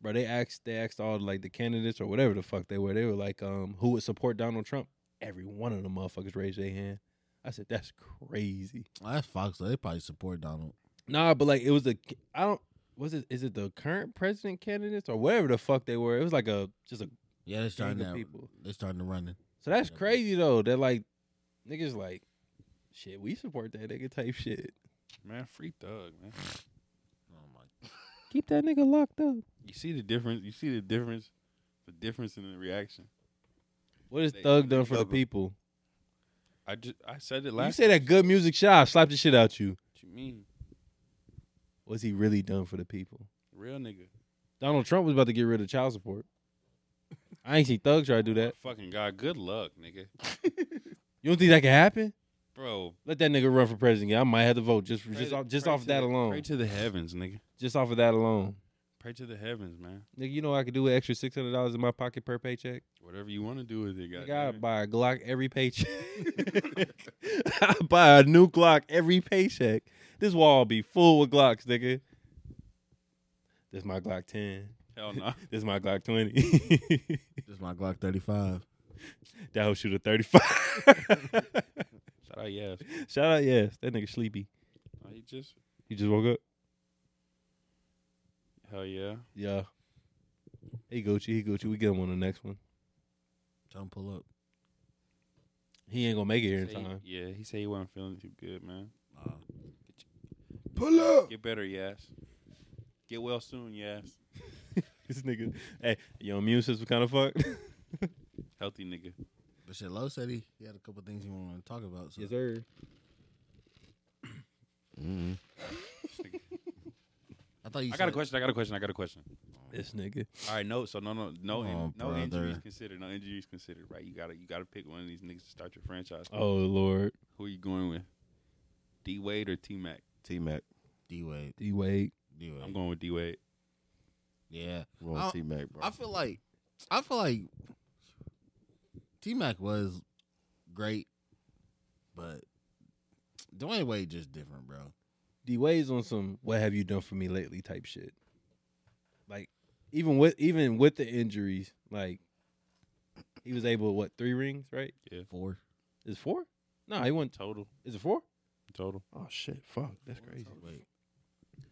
S1: Bro, they asked they asked all like the candidates or whatever the fuck they were. They were like, um, who would support Donald Trump? Every one of them motherfuckers raised their hand. I said, that's crazy.
S3: Oh, that's Fox. Though. They probably support Donald.
S1: Nah, but like it was the I don't was it is it the current president candidates or whatever the fuck they were? It was like a just a
S3: Yeah, they're starting
S1: gang
S3: to.
S1: of people.
S3: They're starting to run it.
S1: So that's
S3: Yeah.
S1: crazy though. They're like niggas like shit, we support that nigga type shit.
S2: Man, free thug, man.
S3: Oh my.
S1: Keep that nigga locked up.
S2: You see the difference. You see the difference. The difference in the reaction.
S1: What has
S2: They-
S1: Thug
S2: they
S1: done for the
S2: thug 'em.
S1: people?
S2: I just I said
S1: you
S2: it last.
S1: say that good music shot, slap the shit out you.
S2: What you mean,
S1: What's he really done for the people?
S2: real nigga?
S1: Donald Trump was about to get rid of child support. I ain't seen Thug try to do that.
S2: Fucking God, good luck, nigga.
S1: You don't think that can happen?
S2: Bro,
S1: Let that nigga run for president. Yeah, I might have to vote just
S2: pray
S1: just
S2: to-
S1: off, just
S2: pray
S1: off
S2: to
S1: that
S2: the-
S1: alone.
S2: Pray to the heavens, nigga.
S1: just off of that alone.
S2: Pray to the heavens, man.
S1: Nigga, you know I could do an extra six hundred dollars in my pocket per paycheck.
S2: Whatever you want to do with it,
S1: Nigga,
S2: goddamn
S1: I
S2: it.
S1: buy a Glock every paycheck. I buy a new Glock every paycheck. This wall be full with Glocks, nigga. This my Glock ten.
S2: Hell no.
S1: This my Glock twenty.
S3: This is my Glock 35.
S1: That whole shooter 35.
S2: Shout out, yes.
S1: Shout out, yes. That nigga sleepy.
S2: No, he just
S1: He just woke up.
S2: hell yeah.
S1: Yeah. He Gucci, he Gucci. We get him on the next one.
S3: Tell him pull up.
S1: He ain't gonna make it here in
S2: Say he-
S1: time.
S2: yeah, he said he wasn't feeling too good, man.
S3: Uh,
S4: Pull up.
S2: Get better, yes. Get well soon, yes.
S1: This nigga, hey, your immune system kind of fucked.
S2: Healthy nigga.
S3: but shit, Low said he, he had a couple things he wanted to talk about. So.
S1: sir.
S4: Mm-hmm.
S3: I thought you.
S2: I got a
S3: said-
S2: question. I got a question. I got a question.
S1: This nigga.
S2: All right, no. So no, no, no, in-
S3: Oh,
S2: no injuries
S3: brother.
S2: considered. No injuries considered. Right? You gotta, you gotta pick one of these niggas to start your franchise.
S1: Oh Lord.
S2: Who are you going with? D Wade or T Mac?
S4: T Mac.
S3: D Wade.
S1: D Wade.
S3: D
S2: I'm
S3: Wade.
S2: going with D Wade.
S3: Yeah.
S4: Wrong
S3: I-
S4: T Mac, bro.
S3: I feel like I feel like T Mac was great, but Dwayne Wade just different, bro.
S1: D Wade's on some what have you done for me lately type shit. Like even with even with the injuries, like He was able what three rings, right?
S3: Four.
S1: Is it four? No, he won.
S2: Total,
S1: Is it four?
S2: total.
S1: Oh shit! Fuck, that's crazy.
S3: Wait.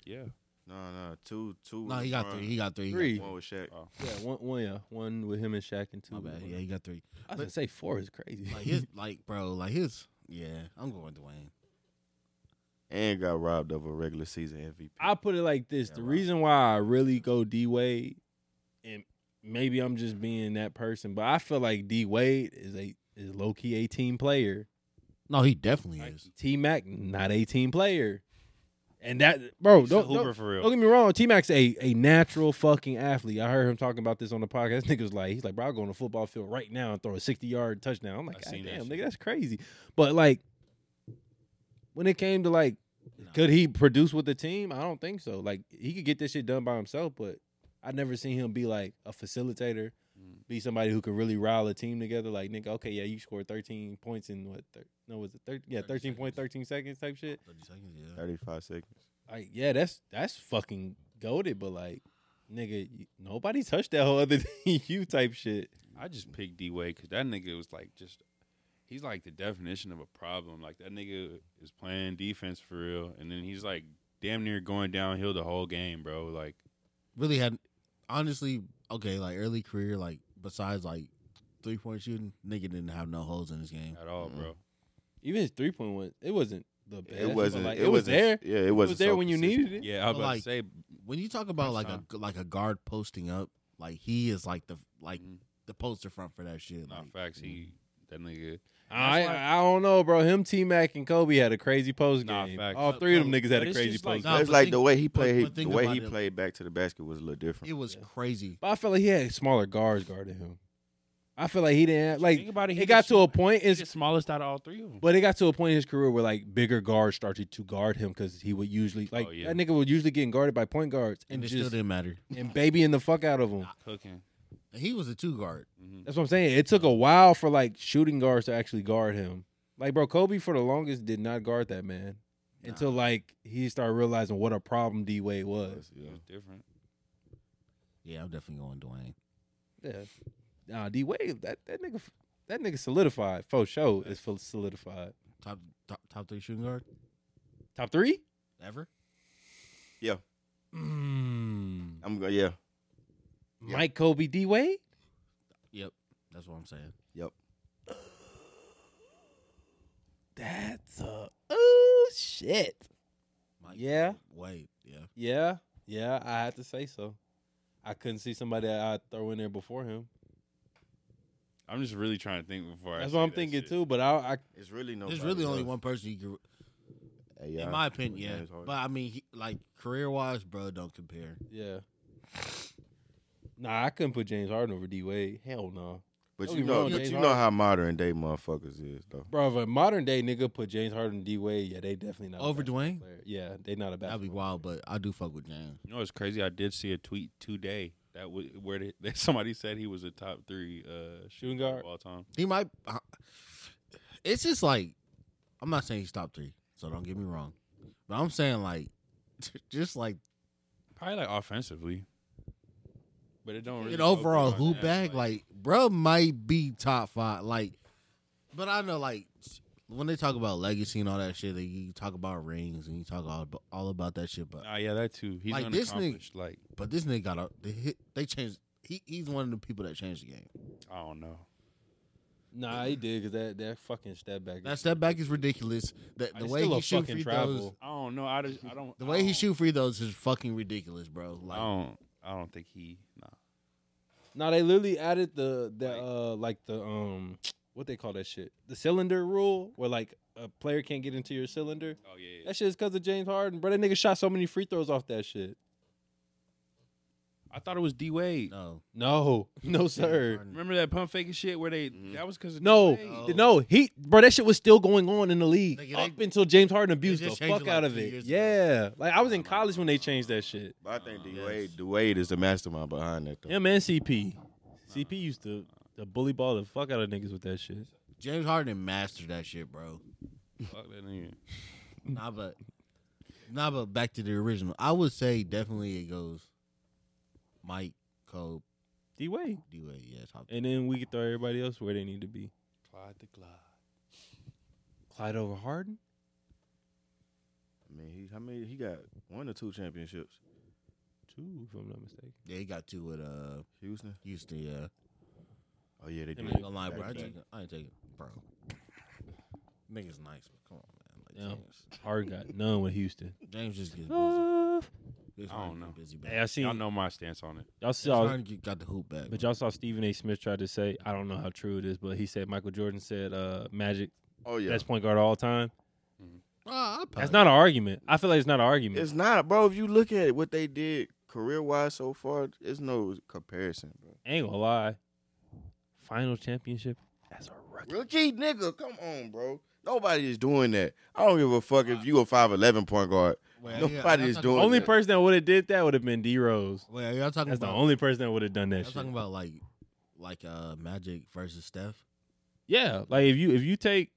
S2: Yeah,
S4: No, no, two, two.
S3: No,
S4: with
S3: he got
S4: LeBron,
S3: three. He got three. He got
S1: Three.
S4: One with Shaq.
S2: Oh.
S1: Yeah, one, one, yeah, one with him and Shaq and two.
S3: My
S1: with
S3: bad.
S1: LeBron.
S3: Yeah, he got three.
S1: I was gonna say four is crazy.
S3: Like his, like bro, like his. Yeah, I'm going Dwayne.
S4: And got robbed of a regular season MVP.
S1: I put it like this:
S3: Yeah,
S1: the
S3: right.
S1: reason why I really go D Wade, and maybe I'm just being that person, but I feel like D Wade is a is low key 18 player.
S3: No, he definitely is.
S1: T Mac not 18 player, and that bro
S2: He's a
S1: don't,
S2: Hooper
S1: don't
S2: for real.
S1: don't get me wrong. T Mac's a a natural fucking athlete. I heard him talking about this on the podcast. Nigga was like, he's like, bro, I go on the football field right now and throw a 60 yard touchdown. I'm like,
S2: I
S1: God
S2: seen that
S1: damn, nigga,
S2: shit.
S1: that's crazy. But like, when it came to like
S3: No.
S1: could he produce with the team? I don't think so. Like he could get this shit done by himself, but I never seen him be like a facilitator,
S2: Mm.
S1: be somebody who could really rile a team together. Like nigga, okay, yeah, you scored thirteen points in what? Thir- no, was it thirteen? Yeah,
S3: Thirty
S1: thirteen point
S3: seconds.
S1: thirteen seconds type shit.
S3: 30 seconds, yeah.
S4: Thirty-five seconds.
S1: Like yeah, that's that's fucking goaded. But like nigga, y- nobody touched that whole other than you type shit.
S2: I just picked D Wade because that nigga was like just. He's like the definition of a problem. Like that nigga is playing defense for real, and then he's like damn near going downhill the whole game, bro. Like
S3: Really had, honestly, okay, like early career, like besides like three point shooting, nigga didn't have no holes in his game.
S2: at all, bro.
S1: Even his three point one, it wasn't the best.
S4: it
S1: but,
S4: wasn't.
S1: like,
S4: it, was
S1: was there.
S4: Yeah, it,
S1: It was
S4: wasn't
S1: there
S4: so
S1: when you
S4: consistent.
S1: needed it.
S2: Yeah, I was
S3: But,
S2: about
S3: like,
S2: to say,
S3: When you talk about
S2: That's
S3: like a like a guard posting up, like he is like the like
S2: Mhm.
S3: the poster front for that shit.
S2: not
S3: like,
S2: facts. He that nigga.
S1: I
S2: That's why-
S1: I don't know, bro. Him, T Mac, and Kobe had a crazy post
S2: Nah,
S1: game.
S2: facts.
S1: All
S3: But,
S1: three of them
S3: bro,
S1: niggas had
S2: but
S1: a
S2: it's
S1: crazy
S2: just like-
S1: post.
S3: Nah,
S1: game.
S4: It's
S3: but
S4: like
S3: think-
S4: the way he
S3: but-
S4: played.
S3: but
S4: the
S3: think
S4: way
S3: about
S4: he
S3: it.
S4: played back to the basket was a little different.
S3: It was
S1: Yeah.
S3: crazy.
S1: But I feel like he had smaller guards guarding him. I feel like he didn't have, like.
S2: Think about
S1: It got to a point.
S2: He's
S1: Is
S2: the smallest out of all three of them.
S1: but it got to a point in his career where like bigger guards started to guard him because he would usually like
S2: Oh, yeah.
S1: that nigga was usually getting guarded by point guards
S3: And
S1: and
S3: it still
S1: just
S3: didn't matter.
S1: and babying the fuck out of him.
S2: Cooking.
S3: And he was a two guard.
S2: hmm
S1: That's what I'm saying. It took a while for like shooting guards to actually guard him. Like bro, Kobe for the longest did not guard that man
S3: Nah.
S1: until like he started realizing what a problem D Wade
S4: It
S1: was.
S4: was, yeah.
S2: It was different.
S3: Yeah, I'm definitely going Dwayne.
S1: Yeah. Nah, D Wade, that, that nigga that nigga solidified. For sure is full solidified.
S3: Top top, top three shooting guard
S1: Top three?
S3: ever.
S1: Mm.
S4: I'm. go- Yeah. Yeah.
S1: Mike Kobe D Wade?
S3: Yep, that's what I'm saying.
S1: That's a oh shit.
S3: Mike,
S1: Yeah.
S3: Wait. Yeah.
S1: Yeah, yeah, I have to say so. I couldn't see somebody that I'd throw in there before him.
S2: I'm just really trying to think before. I
S1: That's
S2: say
S1: what I'm
S2: that
S1: thinking
S2: shit.
S1: too, but I, I
S4: It's really no.
S3: There's really only one person you can, in my opinion. Yeah, but I mean, he, like career wise, bro, don't compare.
S1: yeah. Nah, I couldn't put James Harden over D Wade. Hell no.
S4: But
S1: don't
S4: you
S1: get me
S4: know,
S1: wrong,
S4: but
S1: James
S4: you know
S1: Harden-
S4: how modern day motherfuckers is though.
S1: Bro, if a modern day nigga put James Harden and D Wade, yeah, they definitely not a
S3: Over
S1: basketball
S3: Dwayne?
S1: player. Yeah, they not a
S3: That'd be
S1: basketball.
S3: wild, but I do fuck with James.
S2: You know, it's crazy. I did see a tweet today that w- where they, that somebody said he was a top three uh,
S1: Shooting
S2: shooting
S1: guard?
S2: guard of all time.
S3: He might. I- It's just like I'm not saying he's top three, so don't get me wrong, but I'm saying like just like
S2: Probably like offensively, but it don't. Really
S3: an
S2: go
S3: overall
S2: beyond
S3: hoop
S2: that,
S3: bag, like bro, might be top five. Like, but I know like when they talk about legacy and all that shit, they you talk about rings and you talk all about, all about that shit, but
S2: Nah, yeah, that too. He's
S3: Like,
S2: like
S3: this nigga-
S2: Like
S3: But this nigga got a they, hit, they changed. He he's one of the people that changed the game.
S2: I don't know.
S1: Nah, he did because that, that fucking step back. is-
S3: That step back is ridiculous. The, the
S1: It's
S3: way
S1: still
S3: he
S1: a
S3: shoot
S1: fucking
S3: free
S1: travel.
S3: throws,
S2: I don't know. I just I don't.
S3: the
S2: I
S3: way he
S2: don't-
S3: shoot free throws is fucking ridiculous, bro.
S2: I
S3: Like
S2: don't. I don't think he. Nah.
S1: Nah, they literally added the the uh like the um what they call that shit the cylinder rule where like a player can't get into your cylinder.
S2: Oh yeah. yeah.
S1: That shit is because of James Harden, bro. That nigga shot so many free throws off that shit.
S2: I thought it was D Wade.
S3: no,
S1: No, no sir.
S2: Remember that pump faking shit where they
S4: Mhm.
S2: that was because
S1: No,
S3: Oh.
S1: no, he, bro, that shit was still going on in the league
S3: Nigga, they-
S1: up until James Harden abused
S3: they
S1: the
S3: just changed
S1: fuck
S3: it like
S1: out of
S3: two
S1: it.
S3: years ago.
S1: Yeah, like I was in
S3: Oh,
S1: college
S3: my
S1: when they
S3: God.
S1: changed that shit.
S4: But I think
S3: Uh,
S4: D
S3: yes.
S4: Wade, D Wade is the mastermind behind that. Though.
S1: Him and CP, CP used to the bully ball the fuck out of niggas with that shit.
S3: James Harden mastered that shit, bro.
S2: Fuck that nigga.
S3: Nah, but nah, but back to the original. I would say definitely it goes Mike, Kobe,
S1: D Wade.
S3: D Wade, yeah, top
S1: And then we could throw everybody else where they need to be.
S2: Clyde the Glide.
S1: Clyde over Harden?
S4: I mean, he, I mean, he got one or two championships.
S1: Two, if I'm not mistaken.
S3: Yeah, he got two with uh
S4: Houston.
S3: Houston. Yeah,
S4: Oh yeah, they
S1: I
S4: did.
S1: mean,
S3: I ain't gonna lie, bro. I
S1: Back-to-back.
S3: ain't taking, I ain't taking, bro. Niggas nice, but come on, man. Like
S1: Yeah.
S3: James,
S1: Harden got none with Houston.
S3: James just gets busy.
S1: Uh,
S3: This
S2: I don't
S3: Harden get
S2: know.
S3: Busy back.
S1: hey, I
S2: Y'all
S1: seen
S2: know my stance on it.
S1: y'all
S3: This
S1: saw
S3: Harden get- got the hoop back.
S1: but y'all saw Stephen A. Smith tried to say, I don't know how true it is, but he said Michael Jordan said uh Magic
S4: Oh yeah.
S1: best point guard of all time.
S3: Ah, I
S1: That's
S3: probably-
S1: not an argument. I feel like it's not an argument.
S4: It's not, bro. If you look at what they did career wise so far, it's no comparison, bro.
S1: ain't gonna lie. Final championship as a rookie.
S4: Rookie nigga, come on, bro. Nobody is doing that. I don't give a fuck if you a five eleven point guard.
S3: Wait,
S4: Nobody
S3: y'all
S4: is
S3: talking-
S4: doing
S1: Only
S4: that.
S1: person that would have did that would have been D Rose.
S3: Wait, are y'all talking
S1: That's the
S3: about?
S1: only person that would have done that
S3: y'all
S1: shit.
S3: talking about like, like uh, Magic versus Steph.
S1: Yeah, like if you if you take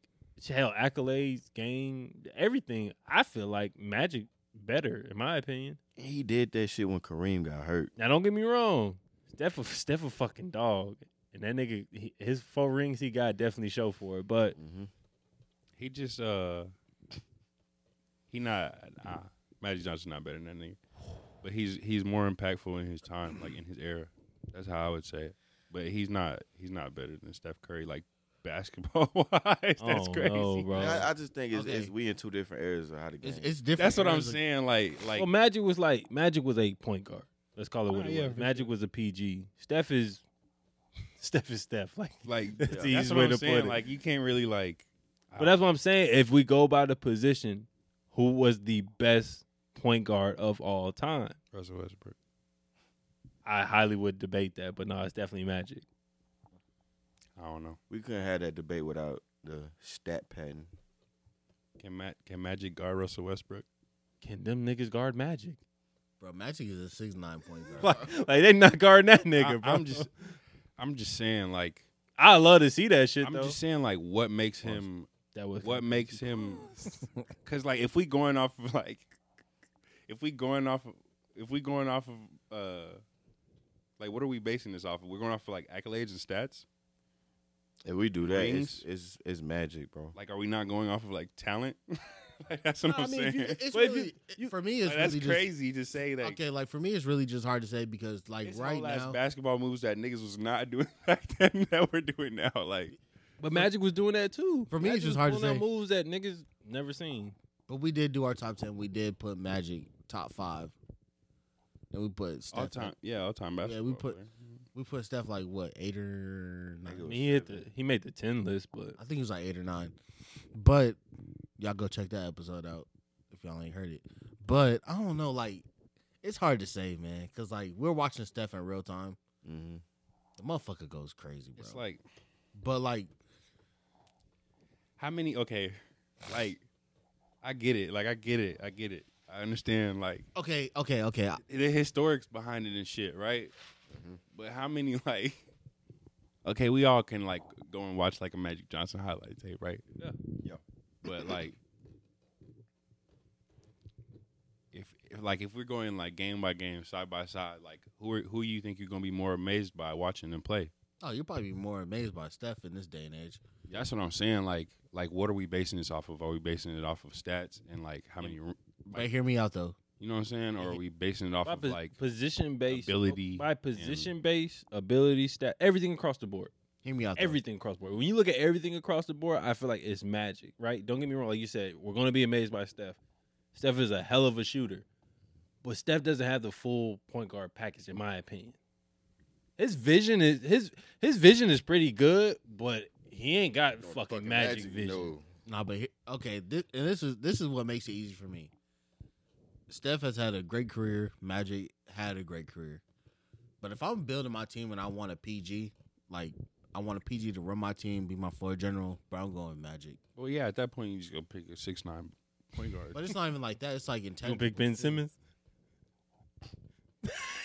S1: hell accolades, game, everything, I feel like Magic better in my opinion.
S4: He did that shit when Kareem got hurt.
S1: Now don't get me wrong, Steph a, Steph a fucking dog, and that nigga he, his four rings he got definitely show for it. But
S2: Mm.
S4: hmm
S2: He just uh, he not nah. Magic Johnson not better than that nigga, but he's he's more impactful in his time, like in his era. That's how I would say it. But he's not he's not better than Steph Curry, like basketball wise. That's
S1: oh,
S2: crazy.
S1: no, bro.
S4: I, I just think it's, it's
S3: Okay.
S4: we in two different areas of how the game.
S3: It's, it's different.
S2: That's what I'm
S3: There's a-
S2: saying. Like like
S1: well, Magic was like Magic was a point guard. Let's call it what
S2: Oh,
S1: it
S2: yeah,
S1: was.
S2: for
S1: Magic was a PG. Steph is Steph is Steph. Like,
S2: like
S1: That's
S2: that's
S1: the easy
S2: what
S1: way
S2: I'm
S1: to put
S2: saying.
S1: it.
S2: Like you can't really like. Ah.
S1: but that's what I'm saying. If we go by the position, who was the best point guard of all time?
S2: Russell Westbrook.
S1: I highly would debate that, but no, it's definitely Magic.
S2: I don't know.
S4: we couldn't have that debate without the stat pattern.
S2: Can Matt can Magic guard Russell Westbrook?
S1: Can them niggas guard Magic?
S3: Bro, Magic is a six nine point guard.
S1: Like, like they not guarding that
S2: I-
S1: nigga, bro.
S2: I'm just I'm just saying like
S1: I love to see that shit
S2: I'm
S1: though.
S2: just saying like what makes him
S1: that was
S2: what makes him cuz like if we going off of like if we going off of, if we going off of uh like what are we basing this off of? We're going off of like accolades and stats?
S4: If we do that,
S2: Rings?
S4: it's, it's it's magic, bro.
S2: Like are we not going off of like talent? like that's what
S3: I
S2: I'm
S3: mean,
S2: saying.
S3: if you, it's
S1: But if
S3: really,
S1: you-
S3: for me, it's
S2: Like, that's
S3: really
S2: crazy to say that
S3: Just, okay, like for me, it's really just hard to say because like
S2: It's
S3: right
S2: whole ass
S3: now,
S2: basketball moves that niggas was not doing back then that we're doing now. Like
S1: But Magic was doing that too.
S3: For me, it's
S1: Magic was
S3: just hard to
S1: pulling out
S3: say.
S1: moves that niggas never seen.
S3: but we did do our top ten. We did put Magic top five, and we put Steph.
S2: all time, yeah, all time basketball.
S3: we put-
S2: player.
S3: We put Steph like what eight or
S1: I
S3: nine?
S1: mean, he hit the he made the ten list, but
S3: I think it was like eight or nine. But y'all go check that episode out if y'all ain't heard it. But I don't know, like it's hard to say, man, because like we're watching Steph in real time.
S4: hmm
S3: The motherfucker goes crazy, bro.
S2: It's like
S3: but like
S2: how many? Okay, like I get it. Like I get it. I get it. I understand. Like
S3: okay, okay, okay. I-
S2: the historics behind it and shit, right? But how many like? Okay, we all can like go and watch like a Magic Johnson highlight tape, right?
S1: Yeah.
S4: Yeah.
S2: But like, if, if like if we're going like game by game, side by side, like who are, who you think you're gonna be more amazed by watching them play?
S3: Oh, you'll probably be more amazed by Steph in this day and age.
S2: That's what I'm saying. Like, like what are we basing this off of? Are we basing it off of stats and like how many?
S3: But hear me out though.
S2: You know what I'm saying? Or are we basing it off
S1: by
S2: of like?
S1: position based
S2: ability
S1: by
S2: and-
S1: position based ability stat everything across the board.
S3: Hear me out. Though.
S1: everything across the board. When you look at everything across the board, I feel like it's magic, right? Don't get me wrong. Like you said, we're going to be amazed by Steph. Steph is a hell of a shooter, but Steph doesn't have the full point guard package, in my opinion. His vision is his his vision is pretty good, but he ain't got fucking, magic, vision.
S3: Nah, but he- okay, this, and this is this is what makes it easy for me. Steph has had a great career. Magic had a great career. But if I'm building my team and I want a PG, like I want a PG to run my team, be my floor general, but I'm going Magic.
S2: Well, yeah. At that point, you just go pick a six nine point guard.
S3: But it's not even like that. It's like
S1: You gonna
S3: intent.
S1: pick Ben Simmons?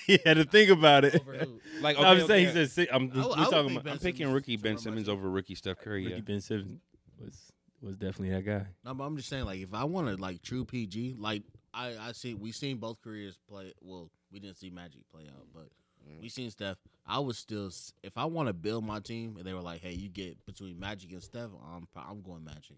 S1: he had to think about it.
S3: Over who?
S2: like,
S1: I'm just saying he said si- I'm,
S3: I would-
S1: we're
S3: I would
S1: talking
S3: pick
S1: about
S3: Ben
S2: I'm picking
S3: Simmons
S2: rookie
S3: to
S2: Ben
S3: run my
S2: Simmons
S3: team.
S2: over rookie Steph Curry.
S1: Ricky
S2: Yeah.
S1: Ben Simmons was was definitely that guy.
S3: No, but I'm just saying, like, if I want to, like, true PG, like, I, I see, we seen both careers play. Well, we didn't see Magic play out, but
S2: Mm.
S3: We seen Steph. I would still, s- if I want to build my team, and they were like, "Hey, you get between Magic and Steph," I'm pro- I'm going Magic.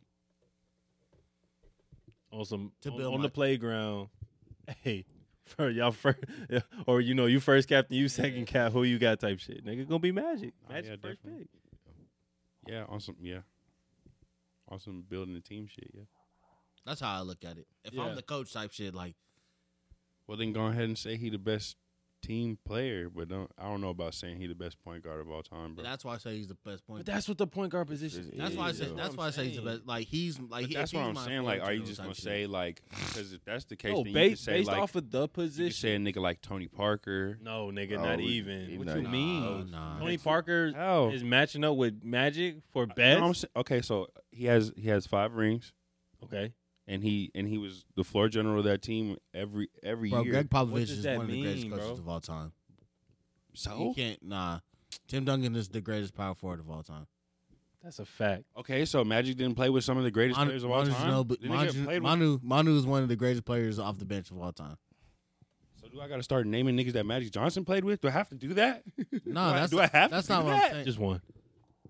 S1: on some
S3: To
S1: on,
S3: build
S1: on
S3: my-
S1: the playground. Hey, for y'all first, or you know, you first captain, you second cap. Who you got? Type shit, nigga. Gonna be Magic.
S2: Oh,
S1: Magic
S2: yeah,
S1: first pick.
S2: definitely. Yeah, on some yeah. On some building the team shit, yeah.
S3: That's how I look at it. If
S2: Yeah.
S3: I'm the coach type shit, like
S2: Well then go ahead and say he the best team player, but don't I don't know about saying he the best point guard of all time, bro.
S3: that's why I say he's the best point.
S1: But that's what the point guard position.
S3: that's
S4: That's
S3: why I
S4: is,
S3: say
S4: though.
S3: that's why I say he's the best. Like he's like
S2: But
S3: he-
S2: that's
S3: if
S2: what
S3: he's
S2: I'm
S3: my
S2: saying. Like,
S3: floor
S2: are you
S3: general
S2: just
S3: type
S2: gonna
S3: shit.
S2: say like because if that's the case,
S1: Oh,
S2: then you could
S1: based,
S2: say
S1: based
S2: like
S1: off of the
S2: you could say
S1: position.
S2: a nigga like Tony Parker.
S1: No, nigga,
S4: No,
S1: not
S4: we-
S1: even.
S4: he
S1: What
S4: not
S1: you
S4: even.
S3: Nah,
S1: mean?
S3: nah.
S1: Tony Parker
S2: How?
S1: is matching up with Magic for
S2: You know
S1: best.
S2: what I'm saying? okay, so he has he has five rings,
S1: okay,
S2: and he and he was the floor general of that team every every
S3: Bro,
S2: year.
S3: Greg
S1: What
S3: Popovich
S1: does
S3: is
S1: that
S3: one of the greatest
S1: mean,
S3: coaches
S1: bro?
S3: of all time. You
S2: so
S3: can't nah. Tim Duncan is the greatest power forward of all time.
S1: that's a fact.
S2: okay, so Magic didn't play with some of the greatest
S3: Manu,
S2: players of all
S3: Manu's
S2: time.
S3: no- but
S2: Didn't he get
S3: Manu-
S2: played with-
S3: Manu, Manu is one of the greatest players off the bench of all time.
S2: So do I got to start naming niggas that Magic Johnson played with? Do I have to do that?
S3: No, that's
S2: do I have
S3: that's
S2: to
S3: not
S2: do
S3: what
S2: that?
S3: I'm saying.
S1: Just one.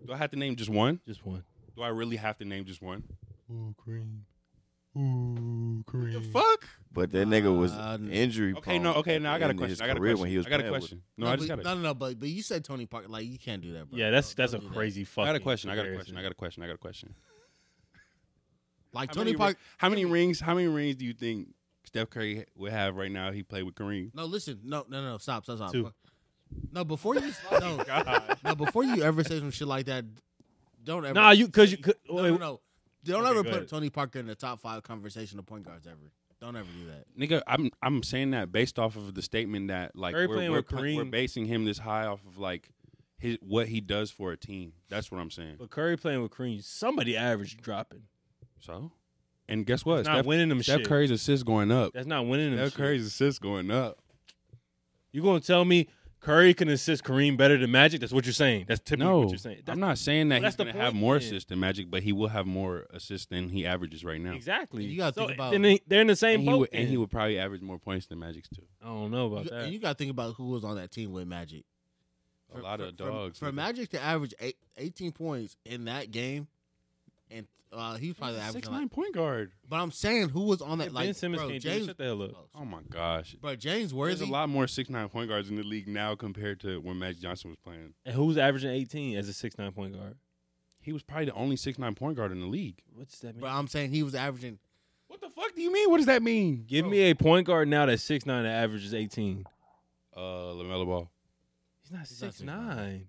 S2: Do I have to name just one?
S1: Just one.
S2: Do I really have to name just one?
S1: Ooh, cream. Ooh, cream.
S2: The fuck?
S4: But that nigga was
S3: Uh,
S4: injury.
S2: Okay, no,
S4: prone
S2: okay, now I got a
S4: in his
S2: question. I got a
S4: career
S2: question.
S4: When he was
S2: I got a
S4: playing with him.
S2: question. No, I just
S3: but-
S2: got a
S3: no, no, no, but but you said Tony Parker, like you can't do that, bro.
S1: Yeah, that's
S3: Don't-
S1: that's a
S3: don't do that.
S1: crazy
S2: I
S1: fucking.
S2: got a question. I got a question. I got a question. I got a question.
S3: Like
S2: How
S3: Tony
S2: many,
S3: Parker.
S2: ri- how many rings? How many rings do you think Steph Curry would have right now? if He played with Kareem.
S3: No, listen, no, no, no, stop, stop, stop.
S1: Two.
S3: No, before you, no,
S2: God.
S3: no, before you ever say some shit like that, don't ever.
S1: Nah, you cause you could.
S3: No, no, no. Don't
S1: Okay,
S3: ever
S1: go
S3: put
S1: ahead.
S3: Tony Parker in the top five conversation of point guards ever. Don't ever do that.
S2: Nigga, I'm I'm saying that based off of the statement that like
S1: Curry
S2: we're
S1: playing
S2: we're,
S1: with
S2: pl- we're
S1: Kareem.
S2: basing him this high off of like his what he does for a team. That's what I'm saying.
S1: But Curry playing with Kareem, somebody average dropping.
S2: So, and guess what?
S1: That's not
S2: Steph,
S1: winning them
S2: Steph
S1: shit.
S2: Curry's assists going up.
S1: That's not winning them.
S2: Steph
S1: shit.
S2: Curry's assists going up.
S1: You gonna tell me Curry can assist Kareem better than Magic? That's what you're saying. That's typically
S2: No,
S1: what you're saying. That's
S2: I'm not saying
S1: Well,
S2: that
S1: that's
S2: he's
S1: the
S2: gonna have
S1: point
S2: more
S1: then.
S2: assists than Magic, but he will have more assists than he averages right now.
S1: exactly.
S3: You gotta think about-
S1: then they- they're in the same
S2: And he,
S1: boat.
S2: would, and
S1: then.
S2: he would probably average more points than Magic's too.
S1: I don't know about
S3: You-
S1: that.
S3: and you got to think about who was on that team with Magic.
S2: A lot of dogs.
S3: For,
S2: nigga.
S3: Magic to average eight, 18 points in that game, and uh, he's probably
S2: He's a
S3: averaging.
S2: six
S3: Like,
S2: nine point guard.
S3: but I'm saying who was on that.
S1: Yeah,
S3: like
S1: ben Simmons
S3: bro,
S1: can't do
S3: James,
S1: shut the hell up.
S2: Oh my gosh.
S3: bro, James
S2: There's
S3: Worthy.
S2: a lot more six nine point guards in the league now compared to when Magic Johnson was playing.
S1: And who's averaging 18 as a six nine point guard?
S2: He was probably the only six nine point guard in the league.
S1: What's that mean?
S3: But I'm saying he was averaging.
S2: What the fuck do you mean? What does that mean?
S1: Give me a point guard now that's six nine that averages 18.
S2: Uh, Lamelo Ball.
S1: He's not
S3: He's not
S1: six nine.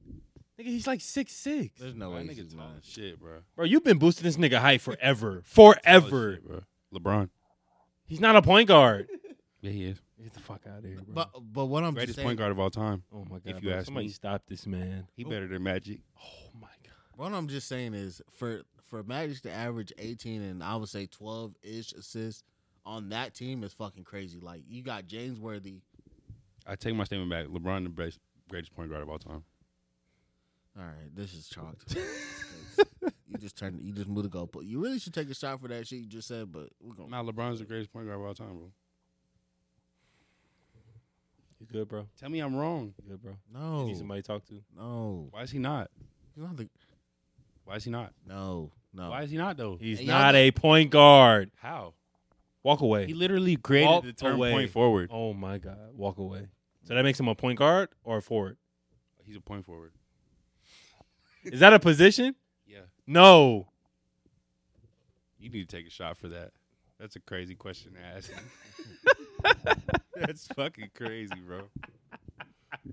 S1: Nigga, he's like six six.
S3: There's no
S2: That
S3: way.
S2: nigga
S3: he's
S2: tall
S3: not.
S2: as shit, bro.
S1: Bro, you've been boosting this nigga height forever.
S2: Tall as
S1: Forever.
S2: Oh, shit, bro. LeBron.
S1: He's not a point guard.
S2: Yeah, he is.
S1: Get the fuck out of here, bro.
S3: But but what I'm just
S2: Greatest
S3: saying,
S2: point guard of all time.
S1: oh my god.
S2: if you
S1: bro,
S2: ask
S1: somebody
S2: me.
S1: stop this man.
S2: He better than Magic.
S1: Oh my god.
S3: what I'm just saying is for for Magic to average 18 and I would say 12 ish assists on that team is fucking crazy. Like you got James Worthy.
S2: I take my statement back. LeBron the best, greatest point guard of all time.
S3: All right, this is chalked. you just turned. You just moved the goalpost. You really should take a shot for that shit you just said, but we're gonna.
S2: Nah, LeBron's the greatest point guard of all time, bro.
S1: You good, bro?
S2: Tell me I'm wrong.
S1: You good, bro? You
S3: No,
S1: need somebody to talk to?
S3: no,
S2: Why is he not?
S3: He's not the-
S2: Why is he not?
S3: no, no.
S2: Why is he not though?
S1: He's
S3: And y'all
S1: not
S3: know-
S1: a point guard.
S2: How?
S1: Walk
S2: He
S1: away.
S2: literally created
S1: Walk
S2: the term
S1: away.
S2: point forward.
S1: Oh my god. Walk away. So that makes him a point guard or a forward?
S2: He's a point forward.
S1: Is that a position?
S2: Yeah.
S1: No.
S2: You need to take a shot for that. That's a crazy question to ask. That's fucking crazy, bro.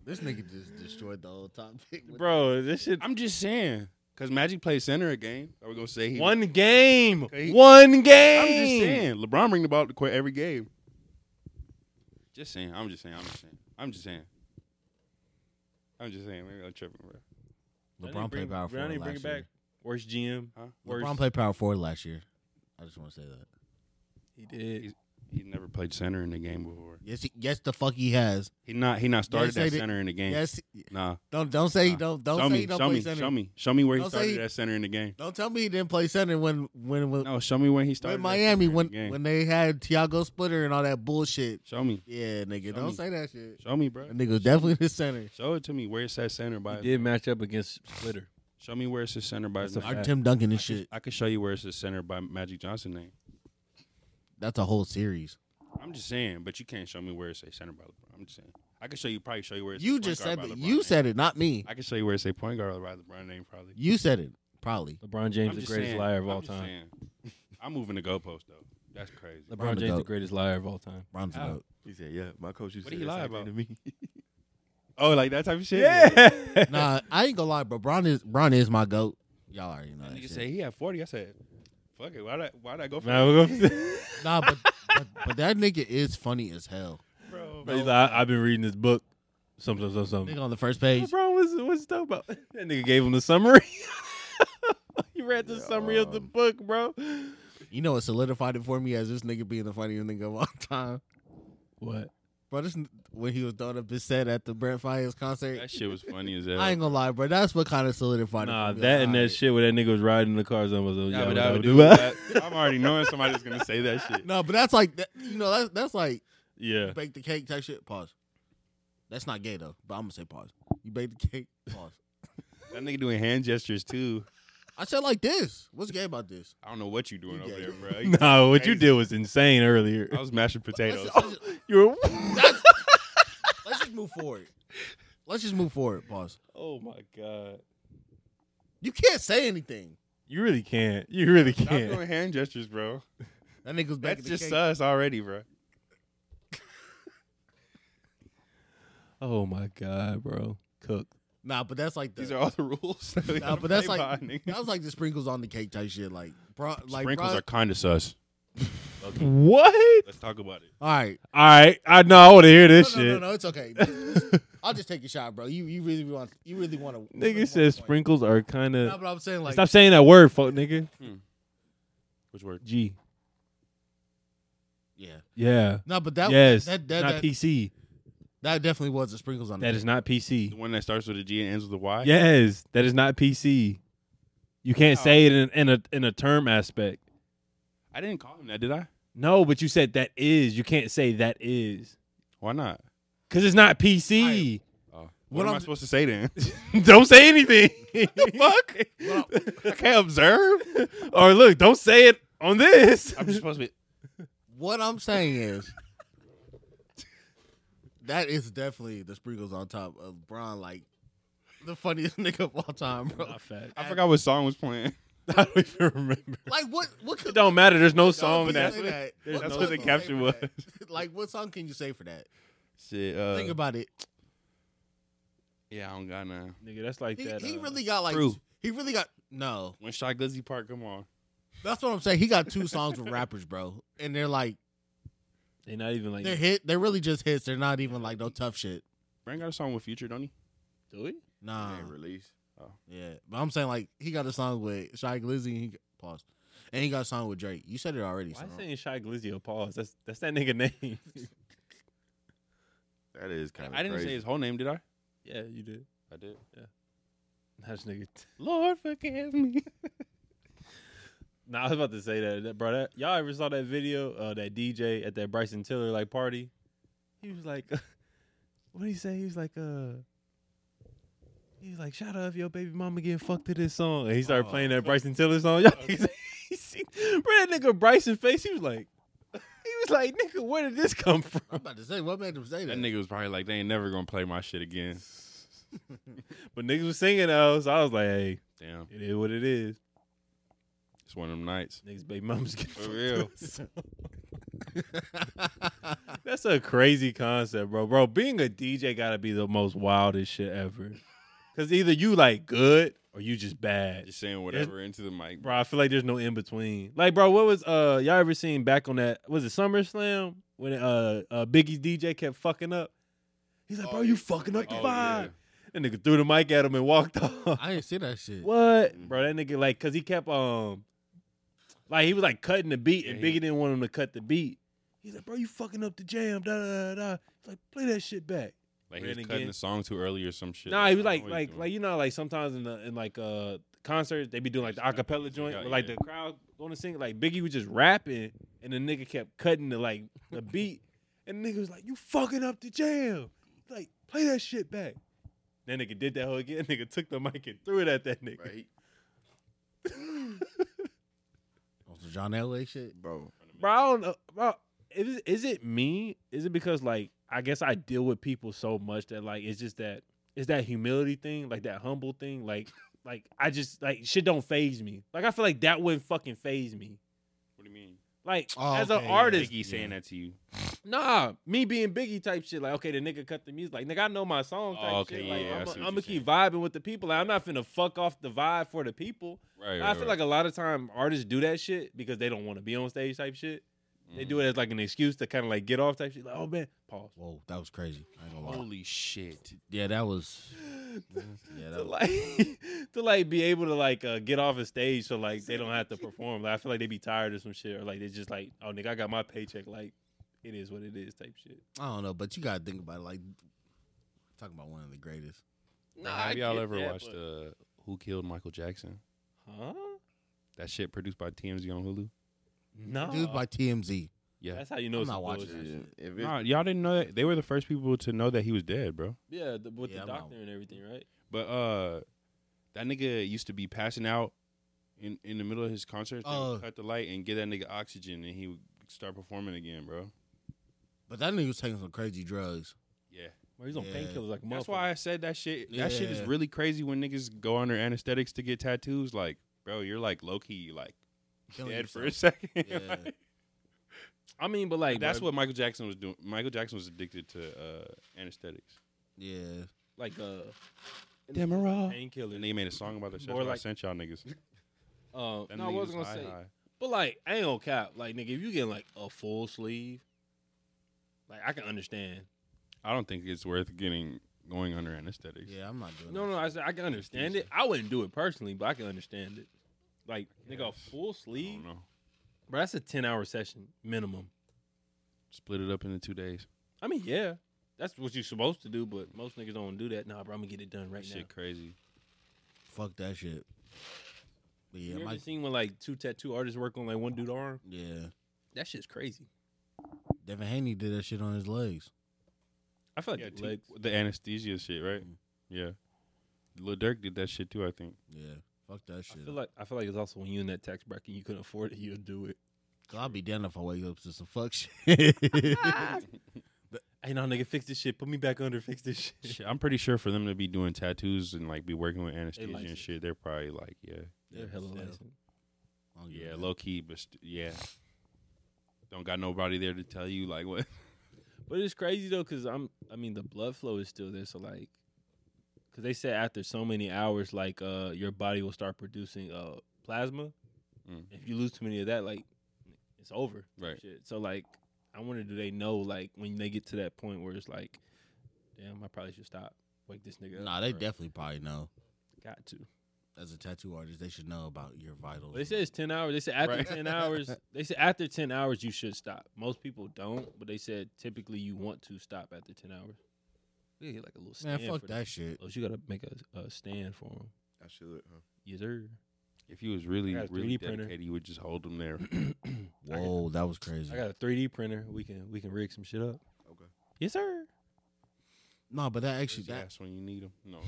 S3: This nigga just destroyed the whole topic,
S1: Bro, this shit
S2: I'm just saying, cause Magic played center a game. Are we gonna say he?
S1: one game.
S2: Okay, he-
S1: One game.
S2: I'm just saying, LeBron bring the ball to court every game. Just saying. I'm just saying. I'm just saying. I'm just saying. I'm just saying. Maybe I'm tripping, bro.
S1: I need to
S3: LeBron
S1: bring-
S3: played power
S1: I need
S3: forward
S1: to bring
S3: last
S1: it back.
S3: year.
S1: Worst GM.
S2: Huh?
S1: Worst.
S3: LeBron played power forward last year. I just want to say that.
S1: He did.
S2: He never played center in the game before.
S3: Yes, he, yes, the fuck he has.
S2: He not he not started
S3: Yes, they
S2: at
S3: did.
S2: center in the game.
S3: Yes,
S2: Nah.
S3: don't don't say
S2: Nah.
S3: don't don't
S2: show
S3: say
S2: me,
S3: he don't
S2: show
S3: play
S2: me,
S3: center.
S2: show me, show me where he
S3: Don't say
S2: started
S3: he-
S2: at center in the game.
S3: Don't tell me he didn't play center when when when,
S2: No, show me when he started.
S3: when
S2: at
S3: Miami
S2: center in
S3: when
S2: the game.
S3: when they had Tiago Splitter and all that bullshit.
S2: show me,
S3: Yeah, nigga,
S2: Show
S3: don't
S2: me.
S3: say that shit.
S2: show me, bro.
S3: That nigga was definitely the center.
S2: Show it to me where it's at center by.
S1: He did match up against Splitter.
S2: Show me where it's at center by.
S1: That's
S2: his
S1: a
S2: name.
S3: Our
S1: fact.
S3: Tim Duncan and shit.
S2: I could show you where it's at center by Magic Johnson name.
S3: That's a whole series.
S2: I'm just saying, but you can't show me where it's at center by LeBron. I'm just saying. I could show you probably show you where it's
S3: You
S2: point
S3: just
S2: guard
S3: said
S2: by
S3: it.
S2: LeBron
S3: You
S2: name.
S3: said it, not me.
S2: I could show you where it's a point guard by LeBron name probably.
S3: You said it, probably.
S1: LeBron James,
S2: I'm
S1: the
S2: just
S1: greatest
S2: saying,
S1: liar of
S2: I'm
S1: all
S2: just
S1: time.
S2: saying. I'm moving the goalpost though. That's crazy.
S1: LeBron
S3: the
S1: James, the
S3: GOAT.
S1: greatest liar of all time.
S3: Bron's
S2: How?
S3: about
S4: He said, "Yeah, my coach used
S2: What
S4: to
S2: he
S4: say the
S2: lie
S4: same thing
S2: about?
S4: to me."
S2: Oh, like that type of shit.
S3: Nah, I ain't gonna lie, bro. Bron is Bron is my goat. Y'all already know that
S2: Nigga
S3: shit.
S2: say he had 40. I said, fuck it. Why did I, why did I go for
S1: Nah, we're gonna-
S3: Nah, but, but but that nigga is funny as hell.
S2: that, bro?
S1: He's like, I, I've been reading this book. Something, something, something.
S3: Nigga on the first page.
S1: LeBron was what's he talking about? That nigga gave him the summary. he read the summary of the
S4: Um,
S1: book, bro.
S3: You know, it solidified it for me as this nigga being the funniest nigga of all time.
S1: What?
S3: Bro, this when he was throwing up his set at the Brent Fires concert.
S2: That shit was funny as hell.
S3: I ain't gonna lie, bro. That's what kind of solidified
S1: Nah,
S3: it. for me.
S1: that
S3: Like,
S1: and that
S3: alright.
S1: shit where that nigga was riding the car. Something was like,
S2: Yeah, but
S1: yeah,
S2: that
S1: what
S2: would
S1: I
S2: do
S1: would do.
S2: that. I'm already knowing somebody's gonna say that shit.
S3: No, but that's like that, you know that's that's like
S1: Yeah.
S3: bake the cake type shit. Pause. That's not gay though, but I'm gonna say pause. You bake the cake. Pause.
S2: That nigga doing hand gestures too.
S3: I said like this. What's gay about this?
S2: I don't know what you doing
S3: You
S2: over
S3: gay.
S2: there, bro. You-
S1: No, what you
S2: Crazy.
S1: did was insane earlier.
S3: Uh,
S2: I was mashing potatoes.
S3: Let's, let's,
S1: You were.
S3: let's just move forward. Let's just move forward. Pause.
S1: oh my god.
S3: You can't say anything.
S1: You really can't. You really
S2: Stop
S1: can't.
S2: doing hand gestures, bro.
S3: That nigga's back.
S2: That's just sus already, bro.
S1: Oh my god, bro. Cook.
S3: Nah, but that's like the.
S2: These are all the rules. that we
S3: Nah,
S2: gotta
S3: but that's
S2: play
S3: like-
S2: by, nigga.
S3: that was like the sprinkles on the cake type shit. Like, bro, like
S2: sprinkles
S3: bro,
S2: are kind of sus. Okay,
S1: What?
S2: Let's talk about it.
S3: All right.
S1: All right. I know. I want to hear
S3: No,
S1: this
S3: no,
S1: shit.
S3: no, no, it's okay. Just- just- I'll just take a shot, bro. You you really want you really want to.
S1: Nigga says sprinkles are kind
S3: No,
S1: of.
S3: but I'm saying like
S1: Stop saying that word, fuck nigga.
S2: Which word?
S1: G.
S3: yeah.
S1: Yeah.
S3: No, but that
S1: yes.
S3: that that,
S1: not
S3: that,
S1: PC.
S3: that definitely was the sprinkles on the
S1: That
S3: cake.
S1: is not
S2: The
S1: PC.
S2: one that starts with a G and ends with a Y.
S1: Yes. That is not PC. You can't
S2: Wow.
S1: say it in, in a in a term aspect.
S2: I didn't call him that, did I?
S1: No, but you said that is. You can't say that is
S2: Why not?
S1: because it's not PC.
S2: Oh. What,
S3: What
S2: am i
S3: I'm-
S2: supposed to say then?
S1: don't say anything. fuck.
S2: I can't observe.
S1: or look, don't say it on this.
S2: I'm just supposed to be.
S3: What I'm saying is that is definitely the sprinkles on top of Bron, like the funniest nigga of all time, bro.
S2: I forgot what song was playing.
S1: I don't even remember.
S3: Like what? What
S1: It
S3: could
S1: don't matter. There's no
S3: what
S1: song
S3: could you
S1: that.
S3: say that?
S1: there's
S2: no
S3: song
S2: what the
S3: can you say
S2: caption
S3: for that? like what song can you say for that?
S2: Shit. Uh,
S3: Think about it.
S2: yeah, I don't got none.
S1: Nigga, that's like
S3: He,
S1: that.
S3: he
S1: uh,
S3: really got like
S2: Prue.
S3: he really got no.
S2: When Shy Glizzy Park, come on.
S3: That's what I'm saying. He got two songs with rappers, bro, and they're like
S1: They not even like.
S3: they're hit. They're really just hits. They're not even like no tough shit.
S2: Brand got a song with Future, don't he?
S1: Do we?
S3: Nah,
S4: Ain't released.
S3: Yeah, but I'm saying like he got a song with Shy Glizzy. And he pause, and he got a song with Drake. You said it already.
S1: Why
S3: so-
S1: saying Shy Glizzy? Pause. That's that's that nigga name.
S4: That is kind of.
S2: I didn't say his whole name, did I?
S1: yeah, you did.
S2: I did.
S1: That's nigga.
S2: Lord forgive me.
S1: Nah, I was about to say that, that bro. That, y'all ever saw that video? Uh, that DJ at that Bryson Tiller like party. He was like, what did he say? He was like, uh. He was like, shout out if your baby mama getting fucked to this song. And he started
S3: Oh.
S1: playing that Bryson Tiller song. Y'all, he see, bro, that nigga Bryson face, he was like, he was like, nigga, where did this come
S3: I'm
S1: from?
S3: about to say what made him say that.
S2: That nigga was probably like, they ain't never gonna play my shit again.
S1: But niggas was singing those. I was like, hey,
S2: Damn,
S1: it is what it is.
S2: it's one of them nights.
S1: Niggas baby mama's getting
S2: For
S1: fucked to
S2: real.
S1: this song. That's a crazy concept, bro. Bro, being a DJ gotta be the most wildest shit ever. Cause either you like good or you just bad.
S2: Just saying whatever into the mic.
S1: Bro, I feel like there's no in between. Like, bro, what was uh y'all ever seen back on that was it SummerSlam when uh, uh Biggie's DJ kept fucking up? He's like,
S4: Oh,
S1: bro, you
S4: yeah.
S1: fucking up the
S2: Oh,
S1: vibe.
S2: yeah.
S1: And nigga threw the mic at him and walked off.
S3: I didn't see that shit.
S1: What,
S2: Mm-hmm.
S4: Mhm.
S1: bro? That nigga like, cause he kept um, like he was like cutting the beat,
S2: Yeah,
S1: and
S2: he-
S1: Biggie didn't want him to cut the beat. He's like, bro, you fucking up the jam. Da da da. da. He's like, play that shit back.
S2: Like he was
S1: Ran
S2: cutting
S1: again.
S2: the song too early or some shit.
S1: Nah, he was
S2: I
S1: like,
S2: don't know what he's
S1: like,
S2: doing.
S1: like you know, like sometimes in the in like uh concerts they be doing like the
S2: Just
S1: acapella joint,
S2: yeah,
S1: where, like
S2: yeah.
S1: the crowd going to sing. Like Biggie was just rapping, and the nigga kept cutting the like the beat, and the nigga was like, "You fucking up the jam. Like play that shit back." That nigga did that whole again. Nigga took the mic and threw it at that nigga.
S4: Right,
S3: On some John Elway shit.
S4: bro.
S1: bro. I don't know, bro. Is is it me? Is it because like I guess I deal with people so much that like it's just that it's that humility thing, like that humble thing, like like I just like shit don't phase me. Like I feel like that wouldn't fucking phase me.
S2: what do you mean?
S1: Like
S3: Oh,
S1: as
S3: okay,
S1: an
S3: yeah.
S1: artist,
S2: Biggie saying that to you?
S1: nah, me being Biggie type shit. Like okay, the nigga cut the music. Like nigga, I know my song. Type
S2: Oh, okay,
S1: shit.
S2: yeah,
S1: Like,
S2: yeah, I
S1: I'm,
S2: see what
S1: I'm
S2: you're
S1: gonna keep vibing with the people. Like, I'm not finna fuck off the vibe for the people.
S2: Right.
S1: I feel like a lot of time artists do that shit because they don't want to be on stage type shit.
S2: Mm.
S3: Mm-hmm.
S1: They do it as like an excuse to kind of like get off type shit. Like, oh man, pause.
S3: Whoa, that was crazy. I ain't gonna lie.
S2: Holy shit!
S3: Yeah, that was. Mm-hmm.
S1: to
S3: Yeah, that was.
S1: like to like be able to like uh, get off a stage so like they don't have to perform. Like I feel like they be tired of some shit or like they just like, oh nigga, I got my paycheck. Like it is what it is type shit.
S3: I don't know, but you gotta think about it. Like talking about one of the greatest.
S2: Like, have y'all ever watched uh, Who Killed Michael Jackson?
S1: Huh?
S3: Mm-hmm.
S2: That shit produced by TMZ on Hulu.
S1: No.
S3: Dude by TMZ.
S2: Yeah.
S1: That's how you know.
S3: I'm
S1: it's
S3: not
S1: some
S3: watching
S1: bullshit.
S4: Yeah, If
S2: Nah,
S4: it's,
S2: y'all didn't know that they were the first people to know that he was dead, bro.
S1: Yeah, the, with
S3: Yeah,
S1: the
S3: I'm
S1: doctor
S3: out.
S1: and everything, right?
S2: But uh, that nigga used to be passing out in in the middle of his concerts. They would
S3: Oh.
S2: cut the light and get that nigga oxygen, and he would start performing again, bro.
S3: But that nigga was taking some crazy drugs.
S2: Yeah.
S1: Well, he's on
S3: Yeah.
S1: painkillers like a
S2: That's
S1: motherfucker.
S2: why I said that shit. That shit is
S3: Yeah.
S2: really crazy when niggas go under anesthetics to get tattoos. Like, bro, you're like low key, like
S3: Killing
S2: dead for a
S3: yourself.
S2: second.
S3: Yeah.
S2: Like,
S1: I mean, but like
S2: that's
S1: bro,
S2: what Michael Jackson was doing. Michael Jackson was addicted to uh, anesthetics.
S3: Yeah.
S1: like uh
S2: Demerol.
S1: painkillers.
S2: And they made a song about that shit.
S1: Or
S2: That's why I
S1: like-
S2: sent y'all niggas.
S1: Uh,
S2: That
S1: no, I
S2: nigga
S1: was gonna
S2: high,
S1: say,
S2: high.
S1: but like, I ain't gonna cap. Like, nigga, if you get like a full sleeve, like I can understand.
S2: I don't think it's worth getting going under anesthetics.
S3: Yeah, I'm not doing
S1: No,
S3: that
S1: no,
S3: shit.
S1: I said I can understand it. I wouldn't do it personally, but I can understand it. Like, nigga, a
S2: Yes.
S1: full
S2: I
S1: sleeve,
S2: don't know.
S1: bro. That's a ten hour session minimum.
S2: Split it up into two days.
S1: I mean, yeah, that's what you're supposed to do, but most niggas don't do that. Nah, bro, I'm gonna get it done right
S2: That shit
S1: now.
S2: crazy.
S3: Fuck that shit. But yeah,
S1: you
S3: my,
S1: ever seen when like two tattoo artists work on like one dude arm?
S3: yeah.
S1: That shit's crazy.
S3: Devin Haney did that shit on his legs.
S1: I feel like
S2: Yeah,
S1: the
S2: two-
S1: legs.
S2: the anesthesia shit, right?
S3: Mhm.
S2: Yeah. Lil Durk did that shit too, I think.
S3: Yeah. Fuck that
S1: I
S3: shit.
S1: feel like I feel like it's also when you in that tax bracket, you couldn't afford it, you'll do it.
S3: Cause I'll be damned if I wake up to some fuck shit.
S1: Hey, no, nigga, fix this shit. Put me back under. Fix this shit.
S2: Shit, I'm pretty sure for them to be doing tattoos and like be working with anesthesia and
S1: licensed.
S2: shit, they're probably like, yeah,
S1: They're
S3: Yeah,
S1: hella
S3: still.
S1: licensed.
S3: I don't give a
S2: yeah,
S3: damn.
S2: low key, but st- yeah, don't got nobody there to tell you like what.
S1: But it's crazy though, cause I'm. I mean, the blood flow is still there. So like, cause they said after so many hours, like, uh, your body will start producing uh plasma.
S2: Mm.
S1: If you lose too many of that, like, it's over.
S2: Right.
S1: Shit. So like, I wonder, do they know like when they get to that point where it's like, damn, I probably should stop. Wake this nigga. up,
S3: Nah, they
S1: or
S3: definitely probably know.
S1: got to.
S3: As a tattoo artist, they should know about your vitals.
S1: Well, they said it's ten hours. They said after
S2: Right.
S1: ten hours. They said after ten hours you should stop. Most people don't, but they said typically you want to stop after ten hours. We gotta get like a little
S3: man,
S1: stand
S3: fuck
S1: for
S3: that shit.
S1: Those you gotta make a, a stand for them.
S4: I should. Huh?
S1: Yes, sir.
S2: If you was really
S1: I got a
S2: really
S1: 3D printer.
S2: dedicated, you would just hold them there.
S3: Whoa, that was crazy.
S1: I got a three D printer. We can we can rig some shit up.
S4: Okay.
S1: Yes, sir.
S3: No, but that actually,
S2: Where's your
S3: that,
S2: ass when you need them. No,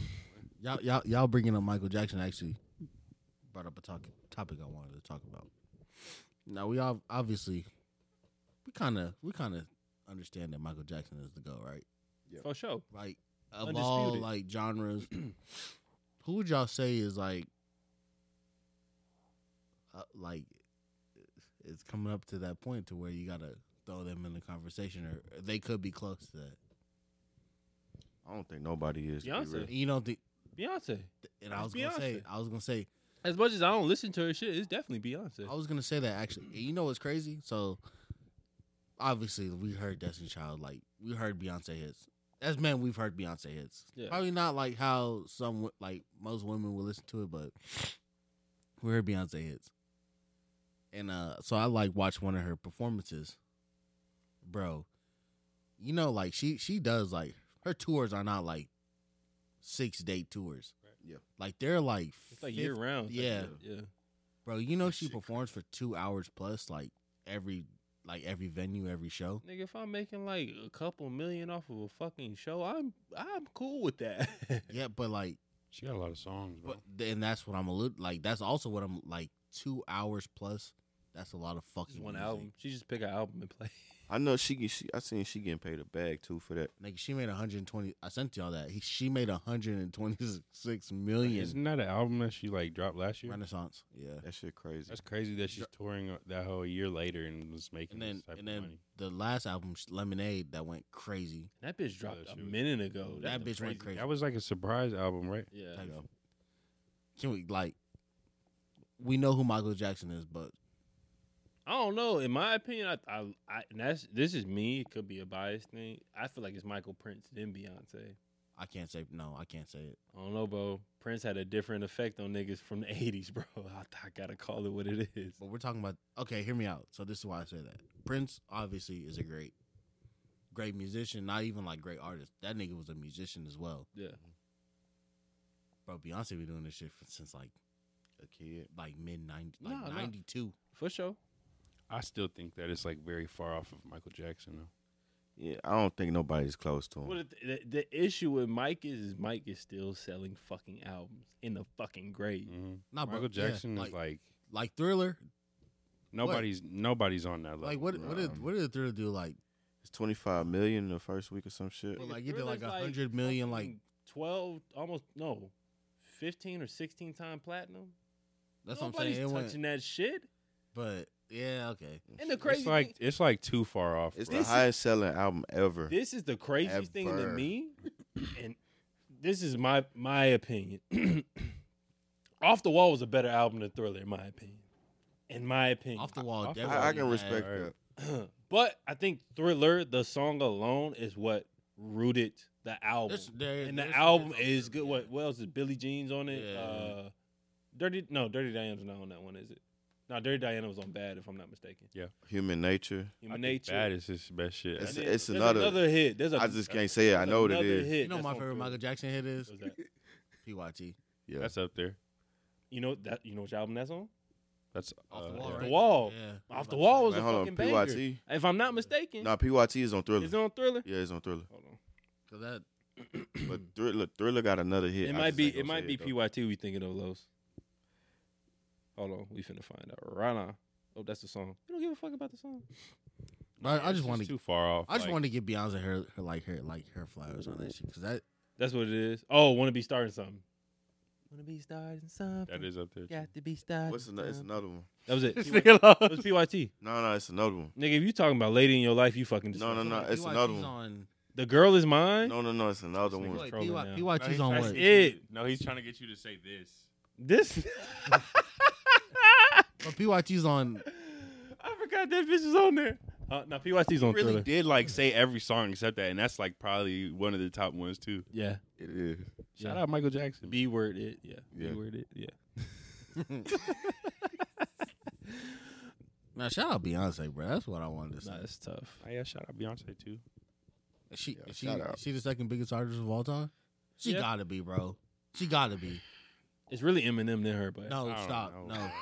S3: y'all, y'all, y'all bringing up Michael Jackson actually brought up a talk, topic I wanted to talk about. Now we all obviously we kind of we kind of understand that Michael Jackson is the go, right?
S4: Yeah.
S1: For sure.
S3: Like of all
S1: Undisputed.
S3: like genres, who would y'all say is like uh, like it's coming up to that point to where you gotta throw them in the conversation, or they could be close to that.
S4: I don't think nobody is. to be
S1: Beyonce.
S4: real.
S3: You don't think?
S1: Beyonce.
S3: And I was
S1: It's
S3: gonna say,
S1: Beyonce.
S3: I was gonna say,
S1: As much as I don't listen to her shit, it's definitely Beyonce.
S3: I was gonna say that actually. You know what's crazy? So obviously we heard Destiny Child, like we heard Beyonce hits. As men, we've heard Beyonce hits.
S1: Yeah.
S3: Probably not like how some wo- like most women will listen to it, but we heard Beyonce hits. And uh so I like watched one of her performances bro, you know, like she she does like her tours are not like six day tours.
S4: Yeah.
S3: Like they're like,
S1: It's like year
S3: 50
S1: round. It's like,
S3: yeah.
S1: yeah.
S3: bro. You know
S4: Like
S3: she
S4: six.
S3: performs for two hours plus, like every like every venue, every show.
S1: Nigga, if I'm making like a couple million off of a fucking show, I'm I'm cool with that.
S3: Yeah, but like,
S2: She got a lot of songs, bro.
S3: but and that's what I'm alluding. Like that's also what I'm like two hours plus. That's a lot of
S1: Just
S3: fucking
S1: one
S3: music.
S1: album. She just pick an album and play.
S4: I know she get. She, I seen she getting paid a bag too for that.
S3: Like she made 120. I sent y'all that. He, she made 126
S2: Isn't
S3: million.
S2: that an album that she like dropped last year?
S3: Renaissance. Yeah.
S4: That shit crazy.
S2: That's crazy that she's touring uh, that whole year later and was making
S3: And then
S2: this type
S3: and
S2: of
S3: then
S2: money.
S3: the last album Lemonade that went crazy.
S1: That bitch dropped a
S2: she was-
S1: minute ago.
S3: That
S1: That's
S3: bitch went
S1: crazy.
S3: crazy.
S2: That was like a surprise album, right?
S1: Yeah.
S3: Like, Can we like? We know who Michael Jackson is, but
S1: I don't know. In my opinion, I, I, I and that's this is me. It could be a biased thing. I feel like it's Michael Prince then Beyonce.
S3: I can't say no. I can't say it.
S1: I don't know, bro. Prince had a different effect on niggas from the '80s, bro. I, I gotta call it what it is.
S3: But we're talking about okay. Hear me out. So this is why I say that Prince obviously is a great, great musician. Not even like great artist. That nigga was a musician as well.
S1: Yeah,
S3: Bro, Beyonce been doing this shit for, since like
S4: a kid.
S3: like mid 90, like
S1: No, no.
S3: 92.
S1: for sure.
S2: I still think that it's like very far off of Michael Jackson. Though.
S4: Yeah, I don't think nobody's close
S3: Oh.
S4: to him.
S1: Well, the, the, the issue with Mike is, is Mike is still selling fucking albums in the fucking grave.
S2: Mhm.
S3: Nah, bro,
S2: Michael
S3: uh, yeah,
S2: Jackson
S3: like,
S2: is like
S3: like Thriller.
S2: nobody's nobody's on that level.
S3: Like what? What did
S2: bro.
S3: what did Thriller do? Like,
S4: it's twenty five million in the first week or some shit.
S3: Well,
S1: Nigga,
S3: like, you did,
S1: Thriller's,
S3: like, 100 million,
S1: fucking
S3: like-
S1: twelve, almost no, fifteen or sixteen time platinum.
S3: that's what I'm
S1: Nobody's
S3: saying. It went,
S1: touching that shit.
S3: but yeah, okay.
S1: And the crazy
S2: It's like
S1: thing,
S2: it's like too far off.
S4: It's
S2: bro.
S4: the
S1: This is-
S4: highest selling album ever.
S1: this is the craziest thing to
S4: Ever.
S1: me, and this is my my opinion. Off the Wall was a better album than Thriller, in my opinion. In my opinion,
S3: Off the wall.
S2: Off the
S3: definitely
S4: I, I can
S3: had-
S4: respect
S2: Alright.
S4: that.
S1: but I think Thriller, the song alone, is what rooted the album.
S3: There's- there-
S1: and the
S3: there's-
S1: album
S3: there's-
S1: is good. What, what else is Billy Jean's on it?
S3: Yeah.
S1: Uh, Dirty no, Dirty Diana's not on that one, is it? No, Dirty Diana was on Bad, if I'm not mistaken.
S4: Human nature.
S2: I
S1: Human
S2: think
S1: Nature.
S2: Bad is his best shit.
S1: And
S4: It's-
S1: then there's
S4: another-
S1: hit. There's a,
S4: I just can't say it. I know what it
S1: another
S4: is.
S1: hit
S3: You know
S1: that's
S3: my
S1: on
S3: favorite
S1: Thriller.
S3: Michael Jackson hit is
S1: What's that?
S3: PYT.
S4: Yeah,
S2: That's up there.
S1: You know that. You know which album that's on?
S2: That's
S3: Off
S2: uh,
S3: the wall.
S2: yeah.
S1: Off
S3: right?
S1: the Wall.
S3: Yeah.
S1: Off the Wall was
S4: Man,
S1: a
S4: hold
S1: fucking banger.
S4: on. PYT.
S1: If I'm not mistaken,
S4: Nah, PYT is on Thriller.
S1: is it on Thriller?
S4: yeah, it's on Thriller.
S1: Hold on.
S3: Cause that
S4: But Thriller, Thriller got another hit.
S1: it
S4: I
S1: might
S4: just
S1: be.
S4: ain't
S1: It
S4: gonna
S1: might be
S4: say though.
S1: PYT. We thinking of Los. Hold on, we finna find out right now. Oh, that's the song. You don't give a fuck about the song.
S3: But I- I
S2: It's
S3: just wanna-
S2: too far off.
S3: I just
S2: like,
S3: want to give Beyonce her, her like her like her flowers on that shit. Cause that
S1: That's what it is. Oh, wanna be starting something. Wanna be starting something.
S2: that is up there. too.
S1: Got to be starting.
S4: What's another? It's
S1: something.
S4: another one.
S1: That was it.
S2: This
S1: It
S2: nigga lost.
S1: was PYT.
S4: No, no, it's another one.
S1: Nigga, if you talking about lady in your life, you fucking.
S4: No, no,
S1: disgusting.
S4: no, it's
S3: PYT's
S4: another one.
S3: on.
S1: The girl is mine.
S4: No, no, no, it's
S1: This
S4: another
S1: nigga-
S4: one.
S3: Wait,
S1: trolling
S3: PY-
S1: now.
S2: No,
S3: PYT's
S2: he's
S3: on
S2: trying
S3: what?
S2: to get you-
S1: It.
S2: No, he's trying to get you to say this.
S1: This.
S3: But PYT's on.
S1: I forgot that bitch was on there. Uh, no, PYT's on
S2: really
S1: Thriller.
S2: did like say every song except that, and that's like probably one of the top ones too.
S1: Yeah.
S4: It is.
S1: Shout
S2: Shout out Michael Jackson.
S1: B word it. Yeah.
S4: Yeah.
S1: B word it. Yeah.
S3: Now shout out Beyonce, bro. That's what I wanted to say.
S1: Nah, that's tough.
S2: Oh, yeah, shout out Beyonce too.
S3: Is She
S4: Yeah,
S3: is she
S4: shout out.
S3: is she the second biggest artist of all time. She
S1: Yeah.
S3: gotta be, bro. She gotta be.
S1: It's really Eminem than her, but
S3: No,
S2: I don't
S3: Oh, stop.
S2: know,
S3: No.
S2: man.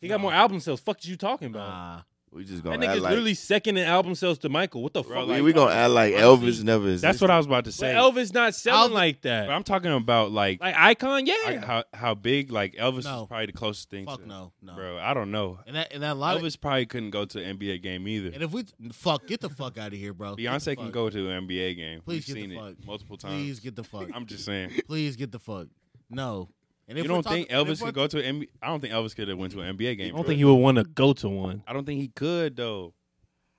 S1: he got more album sales. Fuck is you talking about?
S3: Nah.
S4: We just
S1: that
S4: gonna act
S1: nigga's
S4: like
S1: literally second in album sales to Michael. What the
S2: Bro,
S1: fuck?
S4: we,
S2: like-
S4: we gonna act like
S2: honestly,
S4: Elvis never existed.
S2: That's what I was about to say.
S1: But Elvis not selling
S3: Elvis-
S1: like that.
S2: But I'm talking about like,
S1: like Icon, yeah.
S2: like, how how big like Elvis
S3: No.
S2: is probably the closest thing.
S3: Fuck
S2: to,
S3: no. No.
S2: bro. I don't know.
S3: And that and that lot of,
S2: Elvis probably couldn't go to an NBA game either.
S3: and if we fuck get the fuck out of here, bro. Get the
S2: Beyonce can
S3: fuck.
S2: go to an NBA game. We've
S3: Please get the
S2: seen it
S3: fuck.
S2: multiple times.
S3: Please get the fuck.
S2: I'm just saying.
S3: Please get the fuck. No. And
S2: you
S3: we're
S2: don't think
S3: talking- and if
S2: Elvis
S3: we're-
S2: could go to an NBA? I don't think Elvis could have went to an NBA game.
S1: I don't
S2: bro.
S1: think he would want to go to one.
S2: I don't think he could though,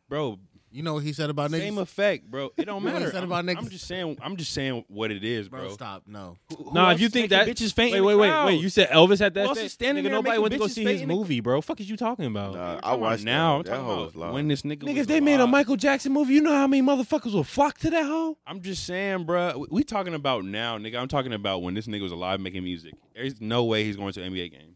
S2: bro.
S3: You know what he said about niggas?
S2: Same effect, bro. It don't
S3: You know what he
S2: matter.
S3: said
S2: I'm,
S3: about niggas?
S2: I'm just saying. I'm just saying what it is,
S3: bro,
S2: bro.
S3: stop. No.
S2: Who- who
S1: Nah,
S2: else
S1: if you
S2: is
S1: think that
S2: making bitches faint,
S1: wait,
S2: in the
S1: wait, wait,
S2: crowd?
S1: wait. You said Elvis had
S2: Who
S1: that.
S2: else
S1: Fat,
S2: is standing
S1: nigga,
S2: there
S1: nobody
S2: making
S1: went to go
S2: bitches
S1: see his
S2: faint in the-
S1: movie, bro. Fuck is you talking about?
S4: Nah,
S2: I'm
S4: I
S2: talking about
S4: watched
S2: now.
S4: That, that
S2: I'm
S4: hoe
S2: talking
S4: was
S2: about
S4: live.
S2: when this nigga.
S1: Nigga,
S2: was
S1: if they made a
S2: alive.
S1: Michael Jackson movie, you know how many motherfuckers will flock to that hoe?
S2: I'm just saying, bro. We, we talking about now, nigga. I'm talking about when this nigga was alive making music. There's no way he's going to an NBA game.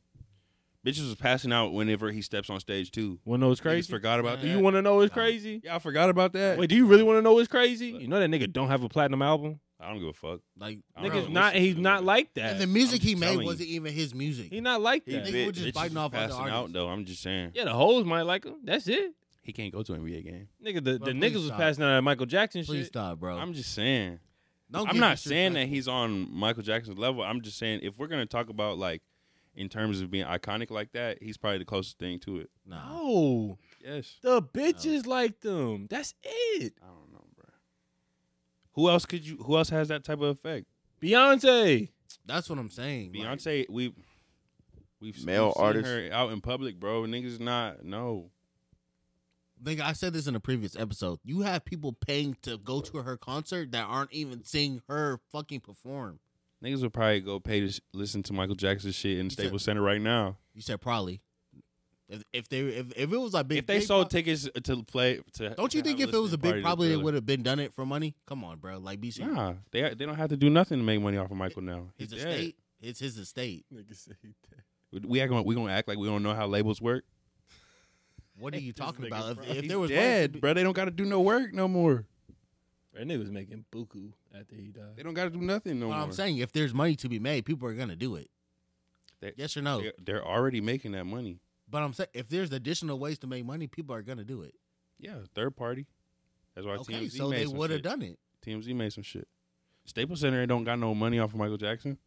S2: Bitches was passing out whenever he steps on stage too.
S1: Wanna know what's
S2: Crazy.
S1: crazy?
S2: forgot about
S3: Yeah.
S1: Do
S2: that.
S1: you want to know what's
S3: Nah.
S1: crazy?
S2: Y'all forgot about that.
S1: Wait, do you really want to know what's crazy? You know that nigga don't have a platinum album.
S2: I don't give a fuck.
S3: Like
S2: I don't
S1: Nigga's
S2: know.
S1: not. He's not like that.
S3: and the music
S2: I'm
S3: he
S2: just
S3: made
S2: telling you.
S3: wasn't even his music.
S1: He not like
S4: He
S1: that.
S4: big.
S3: Nigga was just
S2: Bitches
S3: biting
S2: was
S3: off other
S2: passing out
S3: artists.
S2: though. I'm just saying.
S1: Yeah, the hoes might like him. That's it.
S2: He can't go to an NBA game.
S1: Nigga, the,
S3: Bro,
S1: the
S3: please
S1: niggas was
S3: stop.
S1: passing out at Michael Jackson
S3: Please
S1: shit.
S3: stop, bro.
S2: I'm just saying.
S3: Oh. Don't
S2: I'm
S3: get
S2: not saying that
S3: disrespectful.
S2: he's on Michael Jackson's level. I'm just saying if we're gonna talk about like in terms of being iconic like that, he's probably the closest thing to it.
S3: Nah.
S1: No,
S2: Yes.
S1: the bitches like them. That's it.
S2: I don't know, bro. Who else could you? Who else has that type of effect?
S1: Beyonce.
S3: That's what I'm saying. like-
S2: Beyonce, we we've
S4: Male
S2: we've seen
S4: artists.
S2: her out in public, bro. Niggas not no.
S3: Nigga, I said this in a previous episode. You have people paying to go to her concert that aren't even seeing her fucking perform.
S2: Niggas would probably go pay to s- listen to Michael Jackson shit in
S3: said-
S2: Staples Center right now.
S3: You said probably. If, if they if, if it was like big,
S2: if they
S3: big
S2: sold
S3: pro-
S2: tickets to play, to
S3: don't you
S2: have
S3: think
S2: a
S3: if it was
S2: listening
S3: a big,
S2: party to
S3: probably they
S2: Thriller?
S3: would have been done it for money? Come on, bro. Like BC,
S2: Nah, they they don't have to do nothing to make money off of Michael now. He's
S3: his
S2: dead.
S3: estate, it's his estate.
S1: Nigga say that.
S2: We- We are gonna we gonna act like we don't know how labels work.
S3: What are you
S1: This
S3: talking
S1: nigga,
S3: about?
S1: bro.
S3: If, if
S2: He's
S3: there was money to
S2: dead,
S3: be-
S2: bro. They don't got to do no work no more.
S1: That nigga was making buku after he
S2: They
S1: died.
S2: don't got to do nothing no
S3: what
S2: more.
S3: I'm saying, if there's money to be made, people are gonna do it.
S2: They-
S3: yes or no?
S2: They're, they're already making that money.
S3: But I'm saying, if there's additional ways to make money, people are gonna do it.
S2: Yeah, third party. That's why
S3: Okay,
S2: TMZ
S3: so
S2: made
S3: they
S2: some
S3: would have
S2: shit.
S3: done it.
S2: TMZ made some shit. Staples Center don't got no money off of Michael Jackson.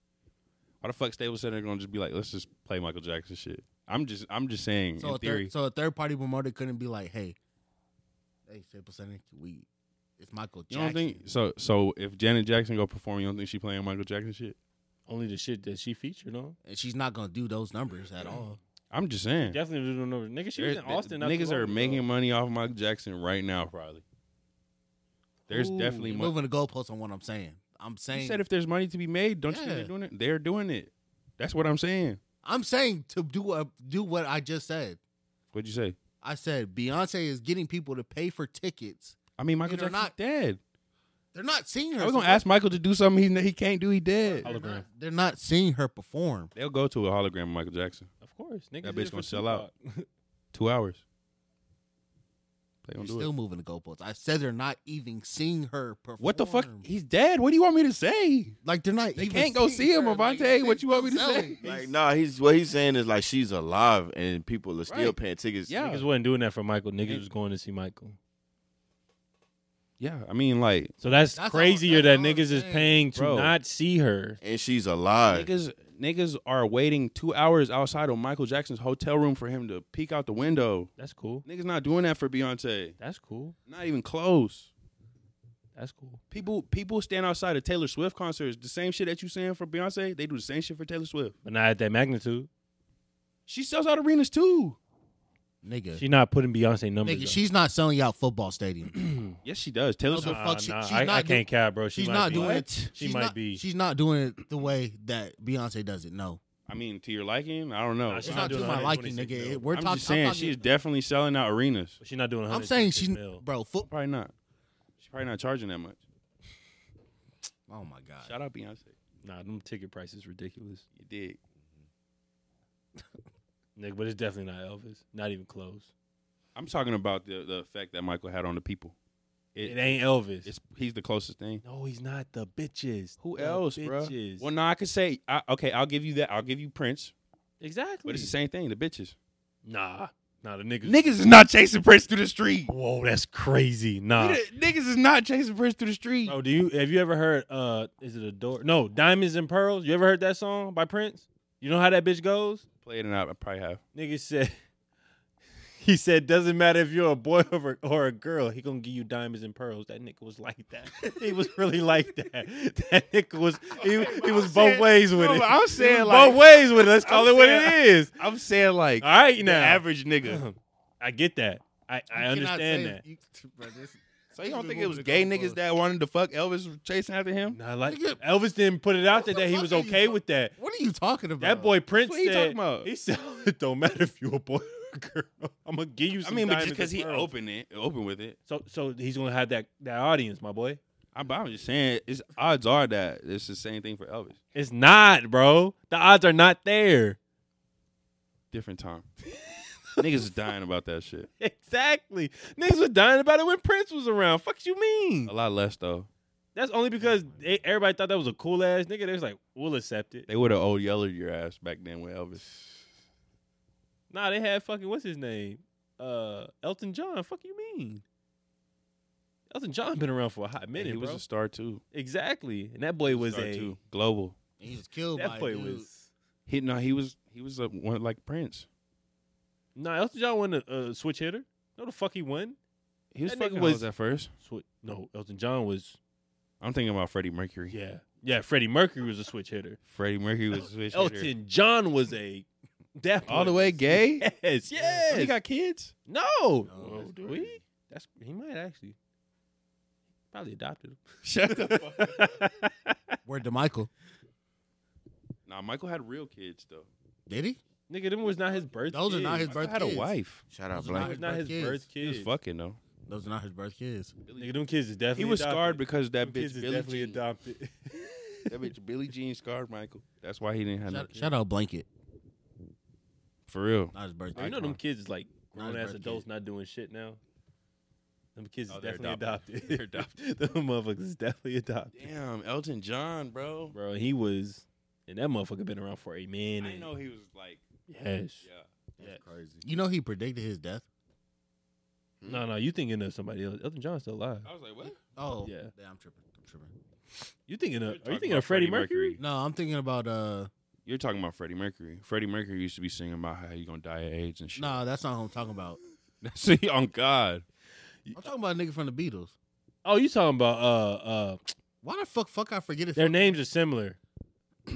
S2: Why the fuck Staples Center gonna just be like, let's just play Michael Jackson shit? I'm just I'm just saying
S3: So
S2: in
S3: a
S2: theory.
S3: third, so a third party promoter couldn't be like, hey, hey, Staples Center, we, it's Michael
S2: you
S3: Jackson.
S2: don't think so? So if Janet Jackson go perform, you don't think she playing Michael Jackson shit?
S1: Only the shit that she featured on.
S3: and she's not gonna do those numbers at all.
S2: I'm just saying.
S1: Definitely didn't know. Nigga, she was in
S2: There-
S1: Austin. not too
S2: niggas
S1: long
S2: are
S1: ago.
S2: making money off of Michael Jackson right now, probably. There's
S1: Ooh,
S2: definitely
S3: You're
S2: money.
S3: moving the goalposts on what I'm saying. I'm saying,
S2: You said if there's money to be made, don't you think
S3: Yeah.
S2: they're doing it? They're doing it. That's what I'm saying.
S3: I'm saying to do a, do what I just said.
S2: What'd you say?
S3: I said Beyonce is getting people to pay for tickets.
S2: I mean, Michael
S3: they're
S2: Jackson's
S3: not-
S2: dead.
S3: They're not seeing her.
S2: I was
S3: so
S2: gonna ask Michael to do something he he can't do. He dead.
S3: They're
S1: Hologram.
S3: not, they're not seeing her perform.
S2: Oh, They'll go to a hologram of Michael Jackson.
S1: Of course, nigga.
S2: That bitch gonna sell out. Two hours. They
S3: You're
S2: don't do
S3: still
S2: it.
S3: moving the goalposts. I said they're not even seeing her perform.
S2: What the fuck? He's dead. What do you want me to say?
S3: Like they're not.
S2: They
S3: even
S2: can't go
S3: seeing
S2: see him,
S3: her. Like,
S2: Avante. What
S3: they
S2: you want me to
S3: still
S2: say?
S3: selling.
S4: Like, nah, he's what he's saying is like she's alive and people are still
S2: Right.
S4: paying tickets.
S2: Yeah.
S1: Niggas wasn't doing that for Michael.
S2: Yeah.
S1: Niggas was going to see Michael.
S2: Yeah, I mean, like,
S1: So that's,
S3: That's all-
S1: crazier
S3: that's
S1: that
S3: all I'm
S1: niggas is
S3: saying.
S1: paying to
S2: Bro.
S1: not see her.
S4: And she's alive.
S2: niggas, niggas are waiting two hours outside of Michael Jackson's hotel room for him to peek out the window.
S1: That's cool.
S2: Niggas not doing that for Beyonce.
S1: That's cool.
S2: Not even close.
S1: That's cool.
S2: People, people stand outside of Taylor Swift concerts. The same shit that you saying for Beyonce, they do the same shit for Taylor Swift.
S1: But not at that magnitude.
S2: She sells out arenas too.
S3: Nigga,
S1: She not putting Beyonce numbers.
S3: nigga,
S1: up.
S3: she's not selling out football stadiums.
S2: Yes, she does. Taylor
S3: No,
S2: Swift.
S3: the fuck she- she's
S1: I,
S3: not
S1: I can't cap, bro. She
S3: she's
S1: might
S3: not
S1: be.
S3: doing
S1: What?
S3: it.
S1: She
S3: she's
S1: might
S3: not-
S1: be.
S3: She's not doing it the way that Beyonce does it. No,
S2: I mean, to your liking, I don't know.
S1: Nah,
S3: it's
S1: She's
S3: not
S1: not
S3: to
S1: doing
S3: my liking,
S1: 126
S3: nigga.
S1: mil.
S3: We're
S2: I'm
S3: talk-
S2: just saying
S3: I'm
S2: she
S3: talking-
S2: is definitely selling out arenas.
S1: She's not doing.
S3: I'm saying she's
S1: 126 mil.
S3: bro. Foot.
S2: Probably not. She's probably not charging that much.
S3: Oh my god.
S2: Shout out Beyonce.
S1: Nah, them ticket prices ridiculous,
S2: You dig?
S1: nigga. But it's definitely not Elvis. Not even close.
S2: I'm talking about the the effect that Michael had on the people.
S1: It,
S2: It,
S1: ain't Elvis.
S2: it's he's the closest thing.
S1: no, he's not the bitches.
S2: Who
S1: The
S2: else, bro?
S1: bitches.
S2: Well, no, I could say I, okay. I'll give you that. I'll give you Prince,
S1: Exactly.
S2: but it's the same thing. The bitches.
S1: Nah, nah. The niggas.
S2: Niggas is not chasing Prince through the street.
S1: Whoa, that's crazy. Nah.
S2: Niggas is not chasing Prince through the street.
S1: Bro, do you have you ever heard? Uh, is it a door? No, diamonds and pearls. You ever heard that song by Prince? You know how that bitch goes?
S2: Play it and I, I probably have.
S1: Nigga said, he said, doesn't matter if you're a boy or a, or a girl, he gonna give you diamonds and pearls. That nigga was like that. he was really like that. That nigga was he, he was both
S2: I'm saying-
S1: ways with
S2: no,
S1: it.
S2: but I'm
S1: He was
S2: saying,
S1: both
S2: like-
S1: ways with it. Let's
S2: I'm
S1: call it what it
S2: saying-
S1: is.
S2: I'm saying like
S1: All right, now
S2: nigga.
S1: I get that. I, I
S3: You cannot
S1: understand
S3: say-
S1: that.
S3: you- bro, this-
S2: So you don't think it was gay niggas that wanted to fuck Elvis chasing after him?
S1: Nah, like
S3: Nigga,
S1: Elvis didn't put it out there
S3: what the
S1: that he
S3: fuck
S1: was
S3: are you
S1: okay
S3: talk-
S1: with that.
S3: What are you talking about?
S1: That boy Prince
S2: What you
S1: said,
S2: talking about?
S1: he said, it don't matter if you a boy or a girl. I'm gonna give you
S2: I
S1: some.
S2: mean, but just
S1: diamonds
S2: because
S1: and
S2: he
S1: pearls."
S2: opened it, open with it.
S1: So so he's gonna have that that audience, my boy.
S2: I'm, but I'm just saying, it's odds are that it's the same thing for Elvis.
S1: It's not, bro. The odds are not there.
S2: different time. Niggas is dying about that shit.
S1: Exactly. Niggas was dying about it when Prince was around. Fuck you mean?
S2: A lot less though.
S1: That's only because they, everybody thought that was a cool ass nigga. They was like, we'll accept it.
S2: They would have old yelled your ass back then with Elvis.
S1: Nah, they had fucking what's his name? Uh, Elton John. Fuck you mean? Elton John been around for a hot minute,
S2: he was
S1: bro.
S2: a star too.
S1: exactly, and that boy was
S2: Star
S1: a
S2: too. global.
S3: And he was killed by
S1: that
S3: a
S1: boy
S3: dude.
S1: was.
S2: He no, he was he was a, one like Prince.
S1: Nah, Elton John wasn't a, a switch hitter. No, the fuck he won.
S2: He was
S1: That nigga
S2: fucking
S1: was-
S2: was at first.
S1: Swi no, Elton John was.
S2: I'm thinking about Freddie Mercury.
S1: Yeah, yeah. Freddie Mercury was a switch hitter.
S2: Freddie Mercury was a switch hitter.
S1: Elton John was a. That
S2: all
S1: boy
S2: the way
S1: was-
S2: gay. Oh,
S1: Yes, yes.
S2: He got kids.
S1: no.
S3: No, that's
S1: do
S3: crazy.
S1: we? That's he might actually. Probably adopted him.
S2: Shut the fuck.
S3: Word to Michael.
S2: Nah, Michael had real kids though.
S3: Did he?
S1: Nigga, them was not his birth.
S3: Those are not
S1: kids.
S3: his
S2: Michael
S3: birth
S2: had
S3: kids.
S2: a wife.
S4: Shout out
S3: Those are
S1: Them
S3: not
S4: Blank.
S1: was not his
S3: Kids.
S1: birth
S2: He
S1: kids.
S2: was fucking though.
S3: Those are not his birth kids.
S1: Nigga, them kids is definitely.
S2: He was
S1: adopted.
S2: scarred because
S1: Them
S2: that bitch
S1: kids is
S2: Billy
S1: definitely
S2: Jean.
S1: adopted.
S2: That bitch Billy Jean scarred Michael. That's why he didn't have no
S3: Shout,
S2: kids.
S3: shout out Blanket.
S2: For real.
S3: Not his birth
S1: you
S3: kids.
S1: know, them kids is like
S3: Not his
S1: grown ass
S3: birth
S1: adults not doing shit now. Them kids is
S2: Oh, they're
S1: definitely adopted.
S2: adopted. They're adopted.
S1: them motherfuckers is definitely adopted.
S2: Damn, Elton John, bro.
S1: Bro, he was, and that motherfucker been around for a minute.
S2: I know he was like,
S1: Yes.
S2: yeah.
S1: Yes.
S4: Crazy.
S3: You know he predicted his death.
S1: No, no, you thinking of somebody else? Elton John's still alive.
S2: I was like, what?
S3: Oh,
S1: Yeah.
S3: Damn, I'm tripping. I'm tripping.
S1: You thinking
S2: You're
S1: of? Are you
S2: talking
S1: thinking of
S2: about
S1: Freddie
S2: Freddie
S1: Mercury?
S2: Mercury.
S3: No, I'm thinking about uh.
S2: You're talking about Freddie Mercury. Freddie Mercury used to be singing about how you gonna die of AIDS and shit.
S3: Nah, that's not what I'm talking about.
S2: See, on God.
S3: I'm talking about a nigga from the Beatles.
S1: Oh, you talking about? Uh, uh,
S3: Why the fuck fuck I forget it?
S1: their names are similar.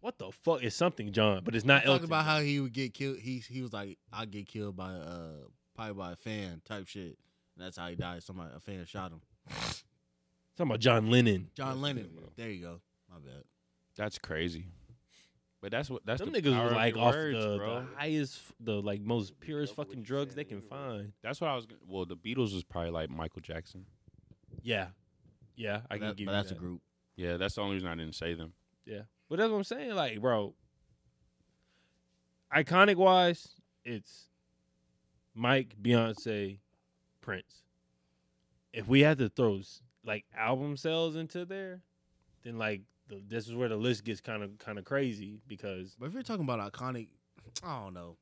S1: what the fuck is something John? But it's not
S3: talking
S1: Elton.
S3: about how he would get killed. He he was like, I get killed by uh probably by a fan type shit. And that's how he died. Somebody a fan shot him.
S1: talking about John Lennon.
S3: John Lennon.
S2: bro.
S3: There you go. My bad.
S2: That's crazy. But that's what that's
S1: Them
S2: the
S1: niggas
S2: power
S1: was
S2: of
S1: like
S2: your
S1: off
S2: words,
S1: the,
S2: bro.
S1: the highest, the like most purest
S2: Double what
S1: fucking
S2: you
S1: drugs
S2: said
S1: they can
S2: anyway.
S1: find.
S2: That's what I was. Gonna, well, the Beatles was probably like Michael Jackson.
S1: Yeah, yeah, I
S3: But
S1: can
S3: that-
S1: give
S3: but
S1: you
S3: that's
S1: that.
S3: a group.
S2: Yeah, that's the only reason I didn't say them.
S1: Yeah, but that's what I'm saying. Like, bro, iconic wise, it's Mike, Beyonce, Prince. If we had to throw like album sales into there, then like the, this is where the list gets kind of kind of crazy because
S3: But if you're talking about iconic, I don't know.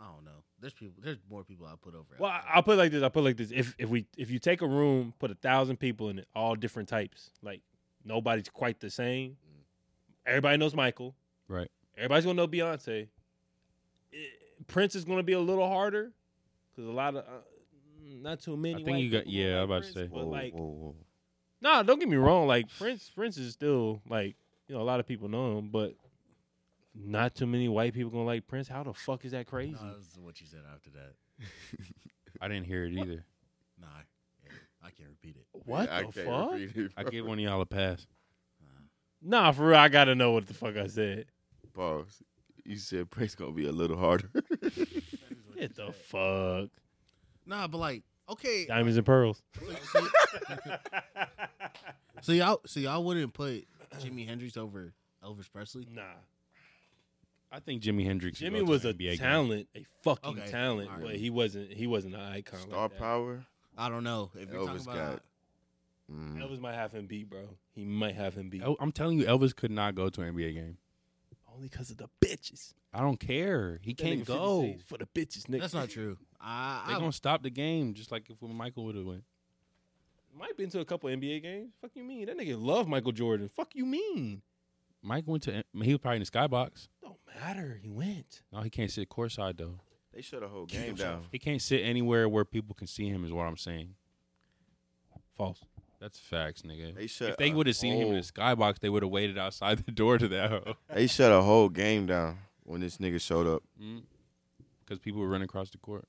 S3: I don't know. There's people. There's more people I put over.
S1: Well, I- I'll put it like this. I'll put it like this. If if we if you take a room, put a thousand people in it, all different types. Like nobody's quite the same. Everybody knows Michael.
S2: Right.
S1: Everybody's gonna know Beyonce. Eh, Prince is gonna be a little harder because a lot of uh, not too many.
S2: I think
S1: white
S2: you got-
S1: people gonna
S2: yeah, I was
S1: like
S2: about to
S1: Prince,
S2: say.
S1: But like,
S4: whoa, whoa.
S1: nah, don't get me wrong. Like Prince, Prince is still like you know a lot of people know him, but not too many white people gonna like Prince. How the fuck is that crazy?
S3: Nah, this is what you said after that.
S2: I didn't hear it either.
S3: Nah, yeah, I can't repeat it.
S1: what
S4: Yeah, I
S1: the
S4: can't
S1: fuck?
S4: repeat it,
S2: I
S4: bro.
S2: gave one of y'all a pass.
S1: Nah, for real, I gotta know what the fuck I said.
S4: Pause. You said Prince gonna be a little harder.
S1: Get the fuck.
S3: Nah, but like, okay.
S1: Diamonds and pearls.
S3: so- so y'all, so y'all wouldn't put Jimi Hendrix over Elvis Presley.
S1: nah.
S2: I think Jimmy Hendrix. should
S1: Jimmy
S2: go to
S1: was
S2: an
S1: a
S2: NBA game.
S1: talent, a fucking
S3: Okay,
S1: talent,
S3: alright.
S1: but he wasn't he wasn't an icon. like
S4: Star
S1: that.
S4: power.
S3: I don't know. If you're
S4: Elvis
S3: talking about,
S4: got- Mm.
S1: Elvis might have him beat, bro. He might have him beat.
S2: El- I'm telling you, Elvis could not go to an NBA game.
S1: Only because of the bitches.
S2: I don't care. He
S1: That
S2: can't
S1: nigga 50
S2: go.
S1: Cent for the bitches, nigga.
S3: that's not true. I,
S2: They're
S3: I
S2: gonna stop the game, just like if Michael would have went.
S1: Might been to a couple NBA games. Fuck you mean? That nigga love Michael Jordan. Fuck you mean?
S2: Mike went to. He was probably in the skybox.
S1: Don't matter. He went.
S2: No, he can't sit courtside though.
S4: They shut a whole game down.
S2: He can't sit anywhere where people can see him. Is what I'm saying.
S1: False.
S2: That's facts, nigga.
S4: They shut. Oh.
S2: if they
S4: a
S2: would have seen him in
S4: whole-
S2: the skybox, they would have waited outside the door to that. hoe.
S4: they shut a whole game down when this nigga showed up.
S2: Mm-hmm. Because people would run across the court.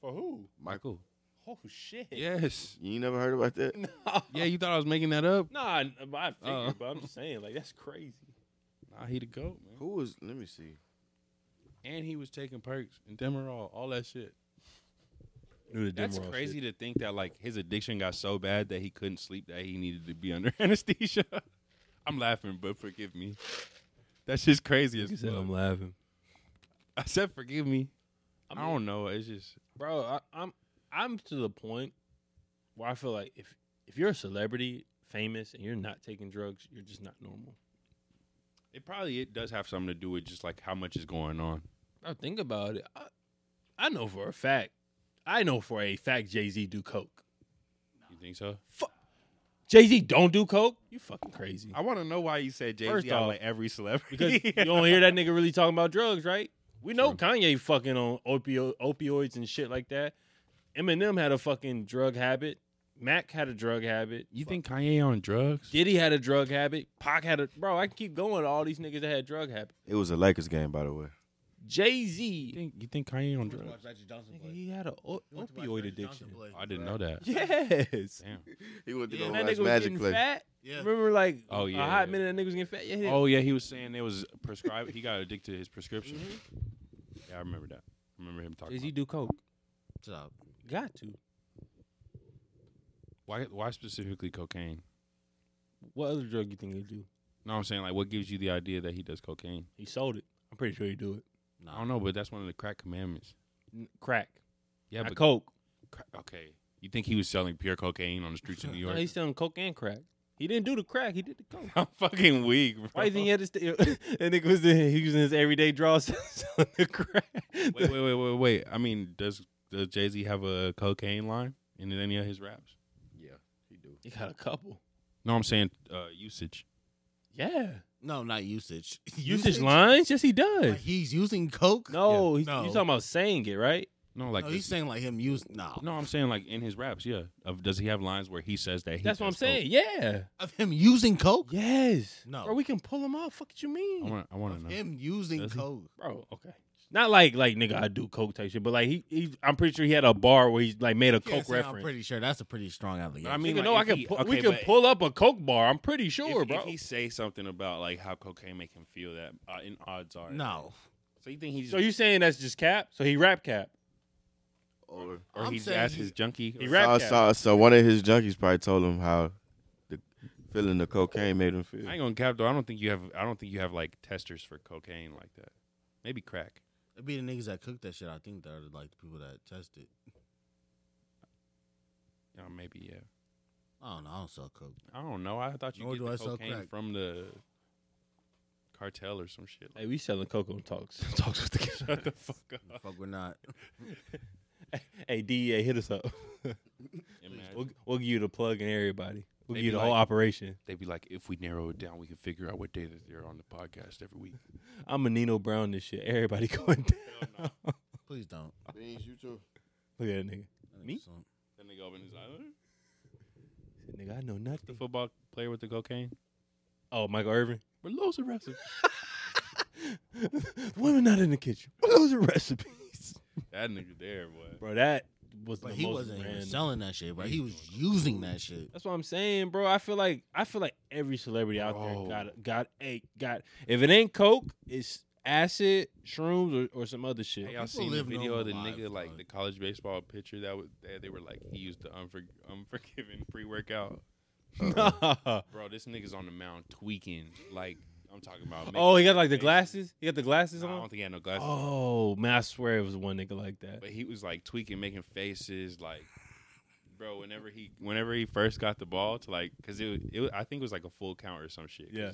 S1: For who?
S2: Michael.
S1: Oh shit.
S2: Yes.
S4: You ain't never heard about that?
S1: Nah.
S2: Yeah, you thought I was making that up?
S1: Nah, I, I figured,
S2: Oh.
S1: but I'm just saying, like that's crazy.
S2: Nah, he the goat, man.
S4: Who was? Let me see.
S2: And he was taking perks and Demerol, all that shit. That's
S1: Demerol
S2: crazy to think that like his addiction got so bad that he couldn't sleep that he needed to be under anesthesia. I'm laughing, but forgive me. That's just crazy as fuck.
S1: laughing.
S2: I said forgive me. I, don't know. It's just
S1: bro. I, I'm I'm to the point where I feel like if if you're a celebrity, famous, and you're not taking drugs, you're just not normal.
S2: it probably it does have something to do with just like how much is going on.
S1: I think about it. I, I know for a fact. I know for a fact Jay Z do coke.
S2: You think so?
S1: Jay Z don't do coke. You fucking crazy.
S2: I want to know why you said Jay
S1: First
S2: Z out
S1: off,
S2: like every celebrity
S1: Because you don't hear that nigga really talking about drugs, right? We know Kanye fucking on opio- opioids and shit like that. Eminem had a fucking drug habit. Mac had a drug habit.
S2: You
S1: Fuck.
S2: think Kanye on drugs?
S1: Diddy had a drug habit? Pac had a bro. I can keep going. to All these niggas that had drug habit.
S4: It was a Lakers game, by the way.
S1: Jay
S2: You
S1: Z.
S2: think you think Kanye on
S3: He went to
S2: drugs?
S3: watch Magic Johnson play.
S1: He had an
S3: He went to watch
S1: opioid
S3: Magic Johnson
S1: addiction.
S3: play.
S2: I didn't know that.
S1: Yes.
S2: Damn.
S4: He went to
S3: Yeah,
S1: And
S3: that
S4: go
S1: that nigga
S4: watch
S1: was
S4: Magic
S1: getting
S4: play.
S1: fat.
S3: Yeah.
S1: Remember, like
S2: Oh,
S1: a
S2: yeah,
S1: hot
S2: yeah.
S1: minute that nigga was getting fat. Yeah, yeah.
S2: Oh yeah, he was saying it was prescribed. he got addicted to his prescription.
S1: Mm-hmm.
S2: Yeah, I remember that. I remember him talking.
S1: Jay Z
S2: about
S1: do coke.
S3: Stop.
S1: Got to.
S2: that. Why? Why specifically cocaine?
S1: What other drug you think he do?
S2: No, I'm saying like, what gives you the idea that he does cocaine?
S1: He sold it. I'm pretty sure he do it.
S2: I don't know, but that's one of the crack commandments.
S1: N- Crack.
S2: Yeah,
S1: Not
S2: but
S1: coke.
S2: crack, okay. You think he was selling pure cocaine on the streets of New
S1: No,
S2: York?
S1: he's selling coke and crack. He didn't do the crack. He did the coke.
S2: I'm fucking weak, bro.
S1: Why you think he had to stay? and it was in, he was in his everyday draw selling the crack.
S2: wait, wait, wait, wait, wait. I mean, does does Jay Z have a cocaine line in any of his raps?
S4: Yeah, he do.
S1: He got a couple.
S2: No, I'm saying uh, usage.
S1: Yeah.
S3: No, not usage.
S1: Usage, lines? Yes, he does.
S3: Like he's using coke.
S1: no, he's,
S3: No.
S1: you talking about saying it, right?
S2: No, like
S3: no, he's saying like him use. No,
S2: no, I'm saying like in his raps. Yeah, of, does he have lines where he says that? He
S1: That's what I'm
S2: does coke?
S1: saying. Yeah.
S3: of him using coke.
S1: Yes.
S3: No.
S1: Bro, we can pull him off. Fuck what you mean?
S2: I want. I want to know.
S3: Him using
S2: Does he?
S3: coke.
S1: Bro, okay. Not like like nigga, I do coke type shit, but like he, he I'm pretty sure he had a bar where he's like made a
S3: Can't
S1: coke
S3: say I'm
S1: reference.
S3: pretty sure that's a pretty strong allegation.
S2: I
S1: I
S2: mean,
S1: mean,
S2: like,
S1: no,
S2: if
S1: I can
S2: he-
S1: pull,
S2: okay,
S1: we can
S2: but-
S1: pull up a coke bar. I'm pretty sure,
S2: if,
S1: bro.
S2: if he say something about like how cocaine make him feel that, uh, in odds are
S3: no,
S2: So you think he's
S1: so you saying that's just cap? So he rap cap.
S4: Or
S2: or
S3: I'm
S2: he's
S3: saying
S2: asked
S3: he-
S2: his junkie?
S1: He
S2: or-
S1: rap-
S4: so,
S1: cap.
S4: so, so one of his junkies probably told him how the feeling the cocaine made him feel.
S2: I ain't gonna cap though. I don't think you have. I don't think you have like testers for cocaine like that. Maybe crack.
S3: it'd be the niggas that cook that shit. I think that are like the people that test it.
S2: You know, Uh, maybe yeah.
S3: I don't know. I don't sell coke.
S2: I don't know. I thought you
S3: Nor
S2: get
S3: do
S2: the
S3: I sell
S2: cocaine
S3: crack.
S2: from the cartel or some shit. Like,
S1: Hey, we selling coke on talks. talks with the
S2: shut the fuck up.
S3: Fuck, we're not.
S1: Hey, DEA, hit us up.
S2: Imagine.
S1: we'll, we'll give you the plug and everybody. We'll
S2: They
S1: give you
S2: be
S1: the whole
S2: like-
S1: operation.
S2: They'd be like, if we narrow it down, we can figure out what day that they're on the podcast every week.
S1: I'm a Nino Brown this shit. Everybody going down.
S3: Please don't.
S4: Beans, you too.
S1: Look at that nigga.
S3: I think
S1: Me?
S3: so.
S2: Then they go his
S1: He said, nigga, I know
S2: The
S1: nothing.
S2: football player with the cocaine.
S1: Oh, Michael Irvin.
S2: We're loads of wrestlers.
S1: Women not in the kitchen. What are those recipes?
S2: that nigga there, boy.
S1: Bro, that was
S3: But
S1: the
S3: he
S1: most
S3: wasn't even
S1: random-
S3: selling that shit, bro. He was using that shit.
S1: That's what I'm saying, bro. I feel like I feel like every celebrity out
S2: Bro.
S1: there got got a got. If it ain't coke, it's acid, shrooms, or, or some other shit.
S2: Hey, y'all
S3: People
S2: seen the
S3: live
S2: video of the
S3: normal
S2: nigga
S3: lives,
S2: like
S3: dog.
S2: the college baseball pitcher that was that they were like he used the unfor- unforgiving pre workout.
S1: Nah.
S2: Bro, this nigga's on the mound tweaking like I'm talking about.
S1: Oh, he
S2: making
S1: got like the
S2: faces.
S1: glasses. He got the glasses
S2: Nah, I
S1: on.
S2: don't think he had no glasses.
S1: Oh man, I swear it was one nigga like that.
S2: But he was like tweaking, making faces, like, bro. Whenever he, whenever he first got the ball to like, cause it, it, was- I think it was like a full count or some shit. 'cause
S1: Yeah.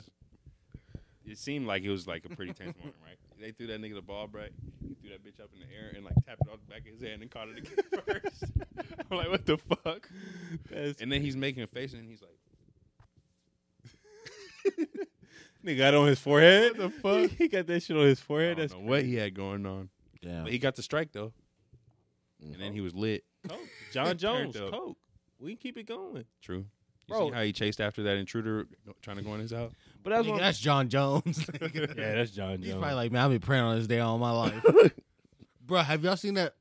S2: It seemed like it was like a pretty tense moment, right? They threw that nigga the ball, bro. He threw that bitch up in the air and like tapped it off the back of his hand and caught it again first. I'm like, what the fuck?
S1: That's-
S2: And then he's making a face and he's like,
S1: nigga got it on his forehead.
S2: What the fuck?
S1: he got that shit on his
S2: I
S1: forehead.
S2: don't
S1: That's
S2: know what he had going on,
S3: Damn.
S2: but he got the strike though, and
S1: Uh-huh.
S2: then he was lit.
S1: coke. John
S2: It turned
S1: Jones,
S2: up.
S1: coke. We can keep it going.
S2: True. You
S1: Bro.
S2: see how he chased after that intruder trying to go in his house?
S1: But that's
S3: Nigga,
S1: what.
S3: that's John Jones. Nigga.
S1: yeah, that's John
S3: He's
S1: Jones.
S3: probably like, man, I've been praying on this day all my life. bro, have y'all seen that?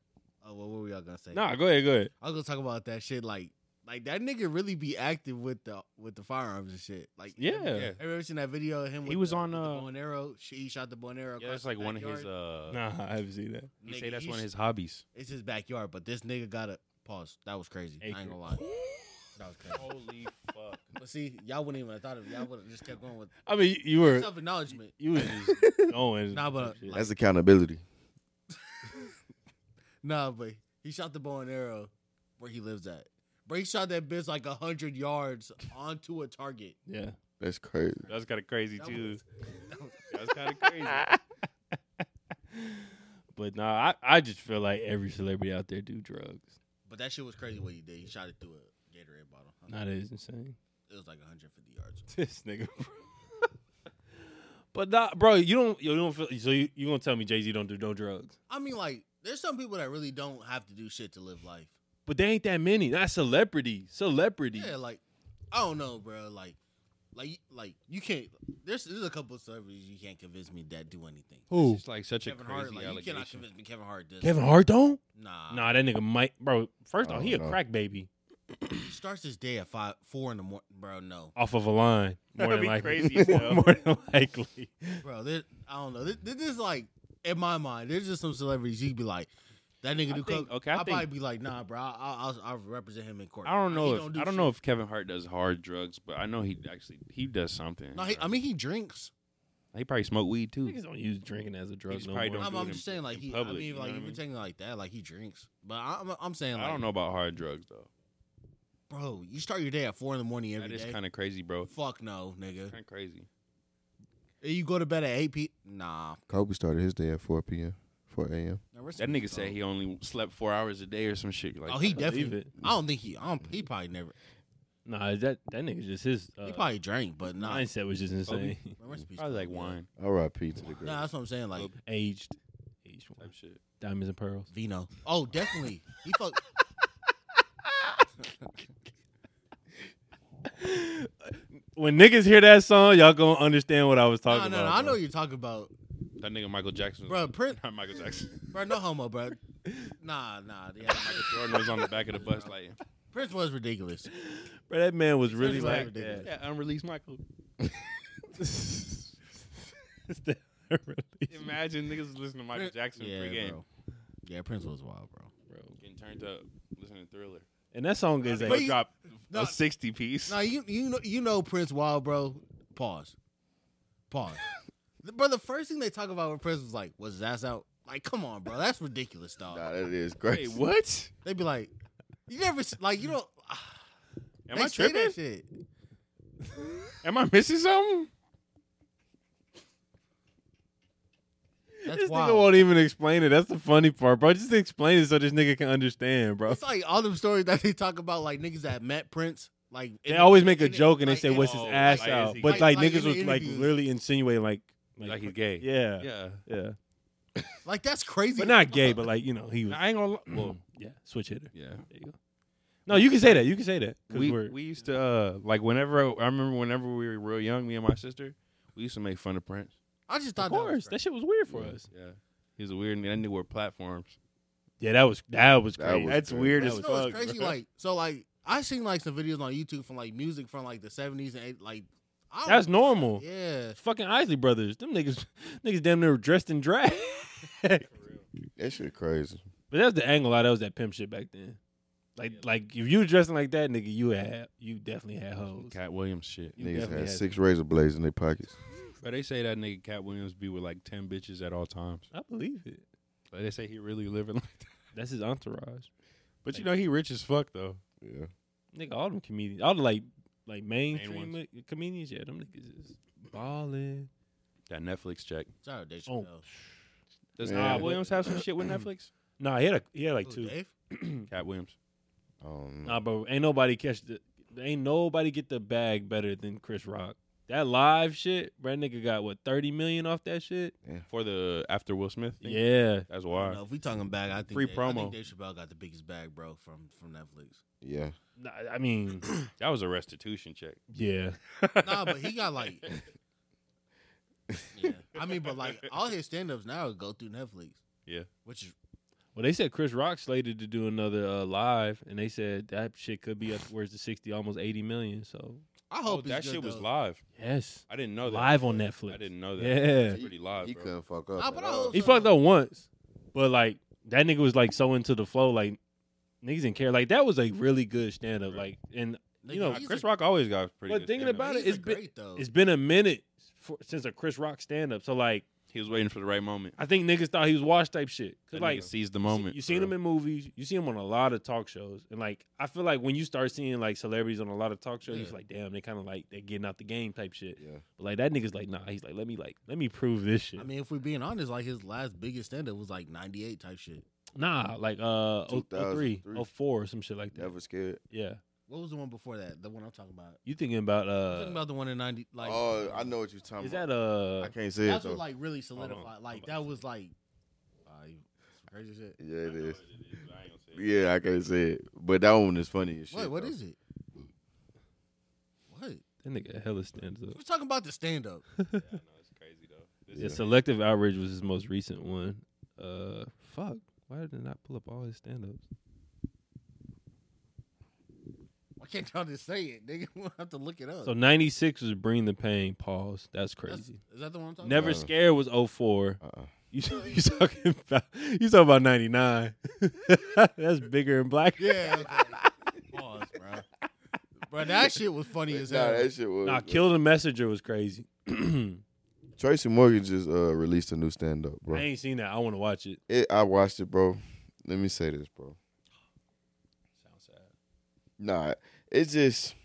S3: Oh, well, what were y'all gonna say?
S1: nah, go ahead, go ahead.
S3: I was gonna talk about that shit. Like, like that nigga really be active with the with the firearms and shit. Like,
S1: Yeah.
S2: Yeah.
S3: Have you ever seen that video of him?
S2: He
S3: with
S2: was
S3: the,
S2: on,
S3: with the
S2: uh,
S3: bow and arrow. She, he shot the bow and arrow.
S2: Yeah,
S3: across
S2: that's like
S3: the
S2: one of his.
S3: backyard.
S2: uh
S1: Nah, I haven't seen that.
S2: You
S3: Nigga,
S2: say that's
S3: he
S2: one of
S3: sh-
S2: his hobbies.
S3: It's his backyard, but this nigga got a pause. That was crazy. I ain't
S1: Acre.
S3: gonna lie. That was crazy.
S2: Holy fuck!
S3: But see, y'all wouldn't even have thought of it. Y'all would have just kept going with
S2: Er,
S1: I mean, you were
S3: self acknowledgement.
S1: you was just going.
S3: Nah, but-
S1: Shit.
S4: That's accountability.
S3: Nah, but he shot the bow and arrow where he lives at. But he shot that bitch like hundred yards onto a target.
S1: Yeah.
S4: That's crazy.
S2: That's kind of crazy
S3: That
S2: too.
S3: was- that was-
S2: That's kind of crazy.
S1: But nah, I, I just feel like every celebrity out there do drugs.
S3: but that shit was crazy what he did. He shot it through a Gatorade bottle.
S1: Nah, that is insane.
S3: It was like 150 yards.
S1: This nigga. bro. but nah, bro, you don't you don't feel so you you gonna tell me Jay Z don't do no drugs?
S3: I mean, like, there's some people that really don't have to do shit to live life.
S1: But they ain't that many. Not celebrity, celebrity.
S3: Yeah, like, I don't know, bro. Like, like, like you can't. There's there's a couple of celebrities you can't convince me that do anything.
S1: Who?
S2: It's like such a
S3: Kevin Hart,
S2: crazy
S3: like, you cannot
S2: allegation.
S3: convince me Kevin Hart does.
S1: Kevin Hart don't?
S3: Nah,
S1: Nah, that nigga might, bro. First
S4: I
S1: off, he a
S4: don't know.
S1: crack baby
S3: He starts his day at five, four in the morning, bro. No,
S1: off of a line. More
S2: That'd
S1: than
S2: be
S1: likely.
S2: crazy as hell.
S1: More than likely.
S3: bro. There, I don't know. This, this is like in my mind. There's just some celebrities you'd be like, that nigga
S2: I
S3: do
S2: think-
S3: coke.
S2: okay, I
S3: I'd
S2: think-
S3: probably be like, nah, bro. I'll, I'll, I'll represent him in court.
S2: I don't
S3: He
S2: know if
S3: do
S2: I don't
S3: shit.
S2: know if Kevin Hart does hard drugs, but I know he actually he does something.
S3: No, he, I
S2: bro.
S3: mean he drinks.
S2: he probably smoked weed too.
S1: Niggas don't use drinking as a drug
S2: just
S1: no
S2: probably
S1: more.
S2: don't
S3: I'm,
S2: do it
S3: I'm
S2: in-
S3: just saying, like
S2: in
S3: he.
S2: public, you
S3: I mean,
S2: know
S3: like
S2: what
S3: if
S2: I
S3: you
S2: mean?
S3: take it like that, like he drinks. But I'm, I'm saying, like,
S2: I don't know about hard drugs though.
S3: bro. You start your day at four in the morning every
S2: That
S3: day.
S2: is kind of crazy, bro.
S3: Fuck no, nigga.
S2: Kind of crazy.
S3: You go to bed at eight p. Nah,
S4: Kobe started his day at 4 p.m. 4 a.m.
S3: Now, rest
S2: That
S3: in
S2: nigga
S3: peace,
S2: said
S3: dog.
S2: he only slept four hours a day or some shit. Like,
S3: Oh, he
S1: I believe
S3: definitely.
S1: it.
S3: I don't think he. I don't, he probably never.
S1: Nah, that that nigga just his uh,
S3: he probably drank, but nah.
S1: mindset was just insane.
S3: Man, rest in peace,
S2: probably like
S3: Kobe,
S2: wine
S4: R.I.P. to the
S3: yeah. Nah,
S4: girl.
S3: that's what I'm saying. Like
S1: Aged, aged
S2: type
S1: one.
S2: shit.
S1: diamonds and pearls.
S3: Vino. Oh, definitely. He fuck.
S1: when niggas hear that song, y'all gonna understand what I was
S3: No, no,
S1: talking
S3: no.
S1: about.
S3: I know what you're talking about,
S2: That nigga Michael Jackson,
S3: bro. Prince,
S2: Not Michael Jackson.
S3: bro. No homo, bro. Nah, nah. Yeah,
S2: Michael Jordan was on the back of the bus, like
S3: Prince was ridiculous.
S1: Bro, that man was really
S3: Seriously,
S1: like
S3: ridiculous.
S1: that.
S2: yeah, unreleased Michael.
S1: Really-
S2: Imagine niggas listening to Michael Jackson
S3: yeah,
S2: pregame,
S3: bro. Yeah, Prince was wild, bro.
S1: Bro.
S2: getting turned up, listening to Thriller.
S1: And that song is
S2: Go
S1: a
S3: But you-
S2: drop
S3: No.
S2: a sixty piece.
S3: Nah, you you know you know Prince wild, bro. Pause. Pause. The- bro, the first thing they talk about with Prince was like, "Was his ass out?" Like, come on, bro. That's ridiculous, dog.
S4: Nah, that is
S2: Wait,
S4: crazy.
S2: what?
S3: They'd be like, "You never s- like you don't."
S2: Am
S3: they
S2: I
S3: say
S2: tripping?
S3: That shit.
S2: Am I missing something?
S3: That's
S1: this nigga
S3: wild.
S1: won't even explain it. That's the funny part, bro. Just explain it so this nigga can understand, bro.
S3: It's like all them stories that they talk about, like niggas that met Prince. Like
S1: They
S3: in-
S1: always make a
S3: in-
S1: joke and they
S3: like,
S1: say,
S3: in-
S1: "What's his
S2: oh,
S1: ass
S2: like,
S1: out?"
S2: is he-
S1: But like,
S3: Like- like
S1: niggas
S3: in the
S1: was like
S3: interviews.
S1: literally insinuating, like,
S2: Like,
S1: like,
S2: he's gay.
S1: yeah, yeah,
S2: Yeah.
S3: Like that's crazy.
S1: but not gay, but like you know, he was,
S2: I ain't gonna. Li- well,
S1: yeah, switch hitter.
S2: yeah.
S1: There you go. No, you can say that. You can say that. 'cause
S2: we
S1: we're-
S2: we used to uh, like whenever I remember whenever we were real young, me and my sister, we used to make fun of Prince.
S3: I just thought
S1: of course,
S3: that
S1: that
S3: was
S1: shit was weird for
S2: yeah.
S1: us.
S2: yeah. He was a weird. nigga. I knew were platforms.
S1: Yeah, that was that was
S4: That
S1: crazy.
S4: was
S1: That's
S4: crazy.
S1: weird
S3: crazy.
S1: as
S3: You
S1: fuck.
S3: know what's crazy?
S1: bro.
S3: Like so, like I seen like some videos on YouTube from like music from like the seventies and eight- like I
S1: That's
S3: was-
S1: normal.
S3: Yeah,
S1: Fucking Isley Brothers. Them niggas, niggas damn near dressed in drag. but
S4: That shit crazy.
S1: that's the angle. That was that pimp shit back then. Like, like if you were dressing like that, nigga, you had you definitely had hoes.
S2: Cat Williams
S1: Oh.
S2: shit.
S1: You
S4: Niggas
S1: definitely
S4: had six razor blades in their pockets.
S2: But they say that nigga Cat Williams be with like ten bitches at all times.
S1: I believe it.
S2: Like, they say he really living like that.
S1: That's his entourage.
S2: But you know he rich as fuck though.
S4: Yeah.
S1: Nigga, all them comedians, all the like, like mainstream
S2: ones.
S1: li- comedians. Yeah, them niggas is balling.
S2: That Netflix check.
S3: shout out Dave
S1: Oh.
S3: Chappelle.
S2: Does
S4: Yeah.
S2: Cat Williams have some shit with Netflix?
S1: Nah, he had a, he had like two.
S3: Who, Dave?
S2: Cat Williams.
S4: Um,
S1: Nah, bro, ain't nobody catch the ain't nobody get the bag better than Chris Rock. That live shit, bro, that nigga got what thirty million off that shit.
S2: For the after Will Smith thing?
S1: Yeah,
S2: That's
S3: I don't
S2: why.
S3: know, if we talking bag, I think
S2: Free
S3: Dave, I
S2: promo.
S3: think Dave Chappelle got the biggest bag, bro, from from Netflix.
S4: yeah.
S1: Nah, I mean,
S2: That was a restitution check.
S1: yeah,
S3: nah, but he got like. Yeah. I mean, but like all his stand ups now go through Netflix.
S2: Yeah.
S3: Which is
S1: Well, they said Chris Rock slated to do another uh, live, and they said that shit could be upwards to sixty, almost eighty million. So
S3: I
S2: Oh,
S3: hope
S2: that
S3: it's good,
S2: shit was
S3: though.
S2: live.
S1: yes,
S2: I didn't know that.
S1: live on Netflix.
S2: I didn't know that.
S1: Yeah,
S2: That's pretty live,
S4: He
S2: bro.
S4: couldn't fuck up.
S3: Nah,
S4: at
S3: but I
S4: all.
S3: hope
S1: he fucked up once, but like that nigga was like so into the flow, like niggas didn't care. Like that was a really good stand up.
S2: Right.
S1: Like, and
S3: Nigga,
S1: you know,
S2: Nah,
S3: he's
S2: Chris
S3: a-
S2: Rock always got pretty.
S1: But
S2: good
S1: thinking
S2: stand-up.
S1: about it,
S3: he's
S1: it's
S3: a
S1: been-
S3: great though.
S1: it's been a minute for, since a Chris Rock stand up. So like
S2: He was waiting for the right moment.
S1: I think niggas thought he was washed type shit. Cause
S2: That
S1: like
S2: nigga seized the
S1: you see-
S2: moment.
S1: you seen
S2: bro.
S1: him in movies. You see him on a lot of talk shows, and like I feel like when you start seeing like celebrities on a lot of talk shows,
S3: Yeah.
S1: you feel like, damn, they kind of like they're getting out the game type shit.
S4: Yeah.
S1: But like that nigga's like, nah. He's like, let me like let me prove this shit.
S3: I mean, if we're being honest, like his last biggest stand up was like 98 type shit.
S1: nah, like uh, 03,
S4: 2003.
S1: 04, or some shit like that.
S4: Never scared.
S1: Yeah.
S3: What was the one before that? The one I'm talking about.
S1: You thinking about
S3: I'm
S1: uh?
S3: talking about the one in 90. Like,
S4: oh, I know what you're talking
S1: is
S4: about.
S1: that uh?
S4: I can't say it
S3: That's
S4: though.
S3: what like really
S1: on,
S3: solidified. Like
S1: I'm about
S3: that
S1: to
S3: was like, uh, some crazy shit.
S4: yeah, it is.
S2: But I ain't gonna say it.
S4: Yeah, I can't say it. But that one is funny as shit.
S3: Wait, what
S4: though.
S3: is it? What?
S1: That nigga hella stands up.
S3: We're talking about the stand up.
S2: Yeah, I know, it's crazy though. This
S1: Yeah,
S2: is-
S1: selective outrage was his most recent one. Uh, fuck. Why did I not pull up all his stand ups?
S3: Why can't y'all just say it, nigga? We'll have to look it up.
S1: So 96 was Bring the Pain, pause. That's
S3: That's-
S1: crazy.
S3: is that the one I'm talking
S1: Never
S4: Uh.
S1: Scared was 04.
S4: Uh-uh.
S1: You, you talking about you talking about 99. That's bigger and blacker.
S3: about? Yeah. Pause, bro. Bro, that shit was funny as
S4: Nah,
S3: hell.
S4: that shit was.
S1: Nah, Kill the Messenger was crazy. I
S4: Tracy Morgan just uh, released a new stand up, bro.
S1: ain't seen that. I want to watch it.
S4: It, I watched it, bro. Let me say this, bro.
S2: Sounds sad.
S4: Nah, it's just,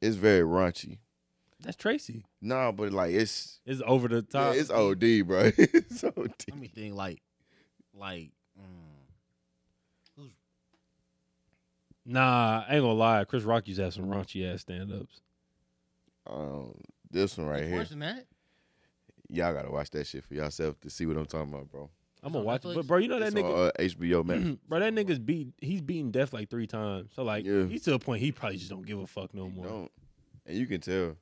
S4: it's very raunchy.
S1: That's Tracy.
S4: Nah, but like it's,
S1: It's over the
S4: yeah,
S1: top.
S4: it's OD, bro. it's OD.
S3: Let me think. Like, like, mm,
S1: nah, I ain't gonna lie. Chris Rock used to have some raunchy ass stand ups.
S4: Um, this one right here,
S3: worse than that.
S4: y'all gotta watch that shit for yourself to see what I'm talking about, bro.
S1: I'm
S3: It's
S1: gonna
S3: on
S1: watch it.
S3: Netflix?
S1: But bro, you know that
S4: It's
S1: nigga
S4: on uh, HBO Max.
S1: bro, that nigga's beat. He's beaten death like three times. So like,
S4: Yeah.
S1: he's to a point he probably just don't give a fuck no
S4: You
S1: more.
S4: don't, and you can tell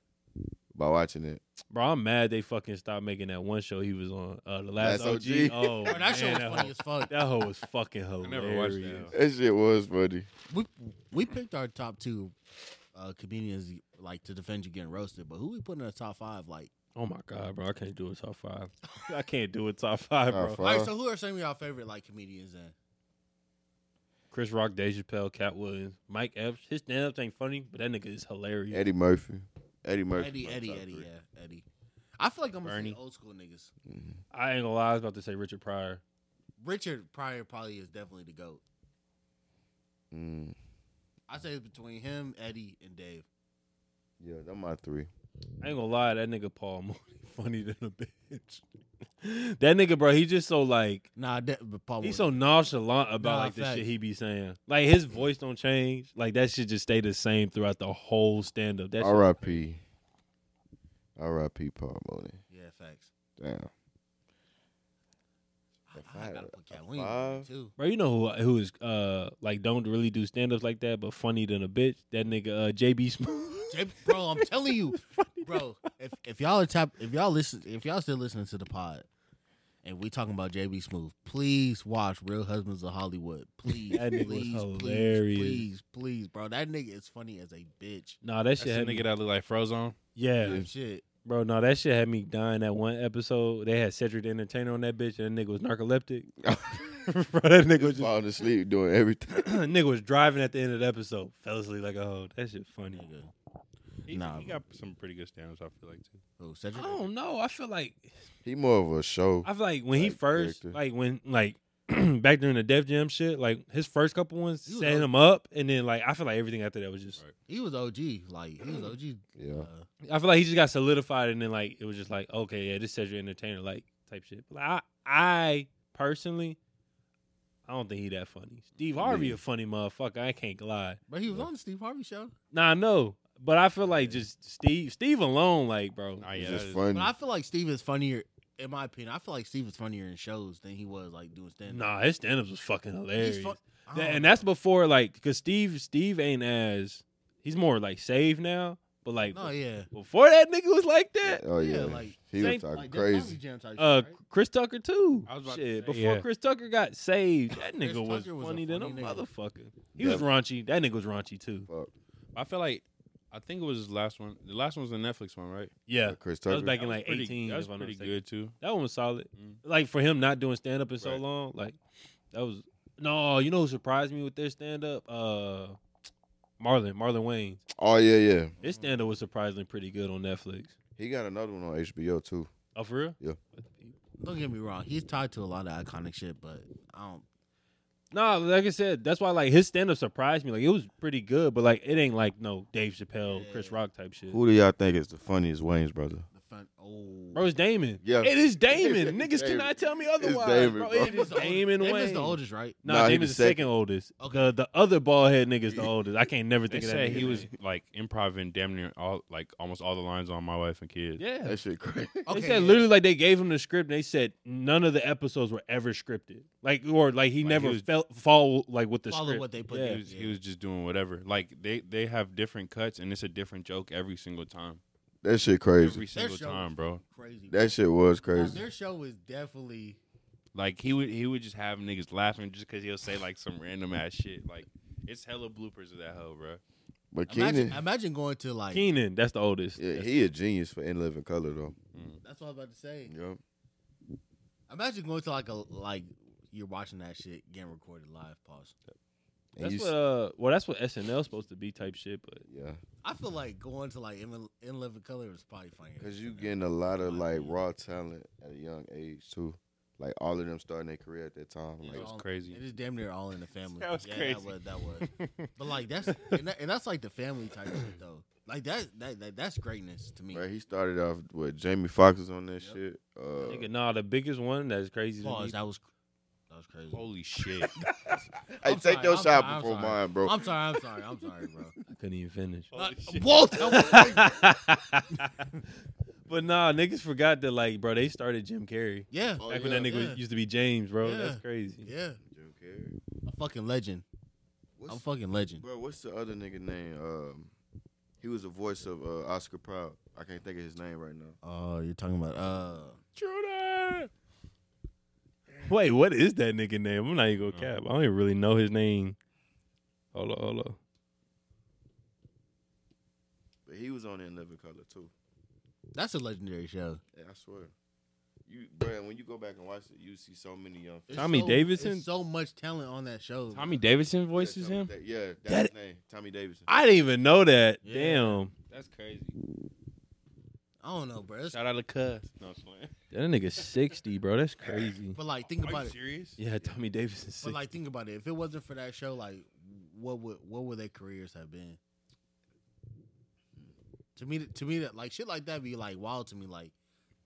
S4: by watching it.
S1: Bro, I'm mad they fucking stopped making that one show he was on. Uh, the last
S4: Last
S1: OG.
S4: OG.
S1: Oh,
S3: Bro, that
S1: man,
S3: shit was
S1: that
S3: funny
S1: Hoe,
S3: as fuck.
S1: that hoe was fucking hilarious.
S2: I never watched that.
S4: That shit was funny.
S3: We we picked our top two uh, comedians like to defend you getting roasted, but who we put in the top five? Like,
S1: Oh my god, bro, I can't do a top five. Oh, I can't do a top five, bro.
S4: Top
S3: all right.
S4: Five.
S3: So who are some of y'all favorite like comedians? Then
S1: Chris Rock, Dave Chappelle, Cat Williams, Mike Epps. His stand ups ain't funny, but that nigga is hilarious.
S4: Eddie Murphy, Eddie Murphy,
S3: Eddie,
S4: my
S3: Eddie,
S4: top
S3: Eddie,
S4: three.
S3: yeah, Eddie. I feel like I'm gonna
S1: Bernie.
S3: say old school niggas.
S4: Mhm.
S1: I ain't gonna lie, I was about to say Richard Pryor.
S3: Richard Pryor probably is definitely the goat.
S4: Mm.
S3: I say it's between him, Eddie, and Dave.
S4: Yeah, that's my three.
S1: I ain't gonna lie, that nigga Paul Mooney funny than a bitch. that nigga, bro, he just so like
S3: Nah, De- but Paul.
S1: He's so
S3: Warren.
S1: nonchalant about
S3: Nah,
S1: like the shit
S3: facts.
S1: he be saying. Like his voice don't change. Like that shit just stay the same throughout the whole stand up. That shit-
S4: R.I.P. R.I.P. Paul Mooney.
S3: yeah, facts.
S4: Damn.
S3: I-
S4: If
S3: I,
S4: I-
S3: gotta put
S4: a
S3: Cat Williams
S4: five?
S3: too.
S1: Bro, you know who who is uh like don't really do stand ups like that, but funny than a bitch. That nigga uh JB Smooth.
S3: Jay- bro, I'm telling you, bro. If if y'all are tap, if y'all listen, if y'all still listening to the pod, and we talking about JB Smooth, please watch Real Husbands of Hollywood. Please,
S1: That nigga was
S3: please,
S1: hilarious.
S3: please, please, please, bro. That nigga is funny as a bitch.
S1: Nah, that
S2: That's
S1: shit had
S2: the
S1: me,
S2: nigga that look like Frozone.
S1: yeah,
S3: Type Shit.
S1: bro. Nah, that shit had me dying. That one episode they had Cedric the Entertainer on that bitch, and that nigga was narcoleptic. bro, that nigga was
S4: Just
S1: just,
S4: falling asleep doing everything.
S1: nigga was driving at the end of the episode, fell asleep like a hoe. That shit funny.
S3: Nigga.
S2: He,
S3: Nah,
S2: he got some pretty good standards. I feel like too.
S4: Oh,
S3: Who,
S1: I
S3: Cedric?
S1: don't know. I feel like
S4: He more of a show.
S1: I feel like when he
S4: Like,
S1: first,
S4: character.
S1: like when like back during the Def Jam shit, like his first couple ones
S3: He was
S1: setting
S3: old.
S1: him up, and then like I feel like everything after that was just.
S2: Right.
S3: He was OG. Like he was OG.
S4: Yeah.
S3: Uh,
S1: I feel like he just got solidified, and then like it was just like okay, yeah, this says you're entertainer, like type shit. But I, I personally, I don't think he that funny. Steve Harvey
S4: Yeah.
S1: a funny motherfucker. I can't lie.
S3: but he was
S4: Yeah.
S3: on the Steve Harvey show.
S1: Nah, I know, but I feel like just Steve, Steve alone, like bro.
S2: Nah,
S4: It's
S2: yeah,
S4: just
S2: that is-
S4: funny.
S3: But I feel like Steve is funnier. In my opinion, I feel like Steve is funnier in shows than he was like doing stand up.
S1: Nah, his stand-ups was fucking hilarious. That- and
S3: that's.
S1: that's before like because Steve Steve ain't as he's more like saved now, but like
S3: No, yeah.
S1: before that nigga was like that.
S4: oh yeah,
S3: yeah, like-
S4: he
S1: Same-
S4: was talking
S3: Like that Family
S4: crazy.
S3: Jam type shit,
S1: Uh,
S3: right?
S1: Chris Tucker too.
S2: I was about to
S1: Shit,
S2: say,
S1: before
S2: yeah.
S1: Chris Tucker got saved, that
S3: Chris
S1: nigga was,
S3: Tucker was a
S1: funny than a
S3: funny nigga.
S1: motherfucker. He was raunchy. That nigga was raunchy too.
S4: Fuck.
S2: I feel like I think it was his last one. The last one was the Netflix one, right?
S1: Yeah,
S4: Chris
S1: that
S4: Tucker.
S1: was back in
S2: was
S1: like
S2: pretty,
S1: eighteen.
S2: That was
S1: if I'm not
S2: pretty
S1: mistaken.
S2: good too.
S1: That one was solid.
S2: Mm.
S1: Like for him not doing stand up in so
S2: Right.
S1: long, like that was no. You know who surprised me with their stand up? Uh, Marlon Marlon Wayne.
S4: oh yeah, yeah.
S1: His stand up was surprisingly pretty good on Netflix.
S4: He got another one on HBO too.
S1: Oh, for real?
S4: Yeah.
S3: Don't get me wrong. He's tied to a lot of iconic shit, but I don't.
S1: No, like I said, that's why like his stand up surprised me. Like it was pretty good, but like it ain't like no Dave Chappelle, Chris
S3: Yeah.
S1: Rock type shit.
S4: Who do y'all think is the funniest Wayne's brother?
S3: The fun. Oh,
S1: Bro, it's Damon.
S4: Yeah.
S1: It is Damon.
S4: It's
S1: Niggas
S4: Damon.
S1: cannot tell me otherwise.
S4: Damon,
S1: bro.
S4: bro.
S1: It is
S3: the oldest-
S1: Damon
S3: Damon's
S1: Wayne.
S3: the oldest, right?
S1: Nah,
S4: Nah, he
S1: Damon's
S4: the
S1: the second,
S4: second.
S1: oldest.
S3: Okay.
S1: The, the other bald head nigga's the oldest. I can't never
S2: They
S1: think of that.
S2: said he
S1: nigga
S2: was
S1: name.
S2: like improvising damn near all, like almost all the lines on my wife and kids.
S1: Yeah.
S4: That shit crazy.
S1: They
S3: Okay,
S1: said
S3: yeah.
S1: literally like they gave him the script. and They said none of the episodes were ever scripted, like or like he
S2: Like,
S1: never
S2: he was-
S1: felt follow like with the
S3: follow
S1: script.
S3: what they put.
S1: Yeah.
S3: there.
S2: He was, he was just doing whatever. Like they, they have different cuts, and it's a different joke every single time.
S4: That shit crazy.
S2: Every single
S3: show
S2: time,
S3: was
S2: bro.
S3: crazy.
S4: That shit was
S3: Now,
S4: crazy.
S3: their show is definitely
S2: Like he would, he would just have niggas laughing just because he'll say like some random ass shit. Like it's hella bloopers of that hoe, bro.
S4: But
S3: imagine,
S4: Keenan,
S3: imagine going to like
S1: Keenan, that's the oldest.
S4: yeah, he a genius for In Living Color though.
S3: that's what I was about to say.
S4: Yep.
S3: Imagine going to like a like you're watching that shit getting recorded live. Pause.
S4: And
S1: That's
S4: you,
S1: what.
S4: s-
S1: Uh, well, that's what SNL's supposed to be type shit, but
S4: yeah,
S3: I feel like going to like in, in Living Color is probably funnier.
S4: because you getting a lot of like raw talent at a young age too. Like all of them starting their career at that time.
S3: It's
S4: Like
S2: was
S3: all-
S2: crazy.
S3: It is damn near all in the family.
S2: That was
S3: yeah,
S2: crazy.
S3: That was, that was. but like that's and, that, and that's like the family type shit though. Like that, that, that that's greatness to me.
S4: Right, he started off with Jamie Foxx was on that
S3: Yep.
S4: shit. Uh,
S1: nigga, nah, the biggest one that's crazy. to me-
S3: Pause. That was that was crazy.
S2: Holy shit!
S4: hey,
S3: I'm
S4: take your
S3: sorry, I'm sorry,
S4: shot
S3: I'm
S4: before
S3: sorry.
S4: mine, bro.
S3: I'm sorry. I'm sorry. I'm sorry, bro.
S1: I couldn't even finish.
S3: Uh,
S2: Holy shit.
S3: Walter.
S1: but nah, niggas forgot that like, bro, they started Jim Carrey
S3: yeah.
S4: Oh,
S1: back when
S4: yeah.
S1: that nigga
S3: yeah.
S1: was, used to be James, bro.
S3: Yeah.
S1: That's crazy.
S3: Yeah.
S4: Jim Carrey.
S3: A fucking legend. I'm
S4: What's,
S3: a fucking legend.
S4: bro, what's the other nigga name? Um, he was the voice of uh, Oscar Proud. I can't think of his name right now.
S3: Oh, you're talking about uh
S1: Trudy. Wait, what is that nigga name? I'm not even gonna
S2: Oh.
S1: cap. I don't even really know his name. Hold on, hold on.
S4: But he was on In Living Color too.
S3: that's a legendary show.
S4: Yeah, I swear. You, bro, when you go back and watch it, you see so many young.
S3: There's
S1: Tommy
S3: so-
S1: Davidson?
S3: there's so much talent on that show.
S2: Tommy Davidson voices
S4: yeah,
S2: him.
S4: Tommy Da- yeah, that's
S1: That-
S4: his name, Tommy Davidson.
S1: I didn't even know that.
S3: Yeah.
S1: Damn.
S2: That's crazy.
S3: I don't know, bro. It's-
S2: Shout out to Cuz. No, I'm playing.
S1: That nigga 60, bro. That's crazy.
S3: But like, think about it.
S2: serious?
S1: Yeah, Tommy Davidson 60.
S3: But like, think about it. If it wasn't for that show, like, what would what would their careers have been? To me, to me, that like shit like that be like wild to me. Like,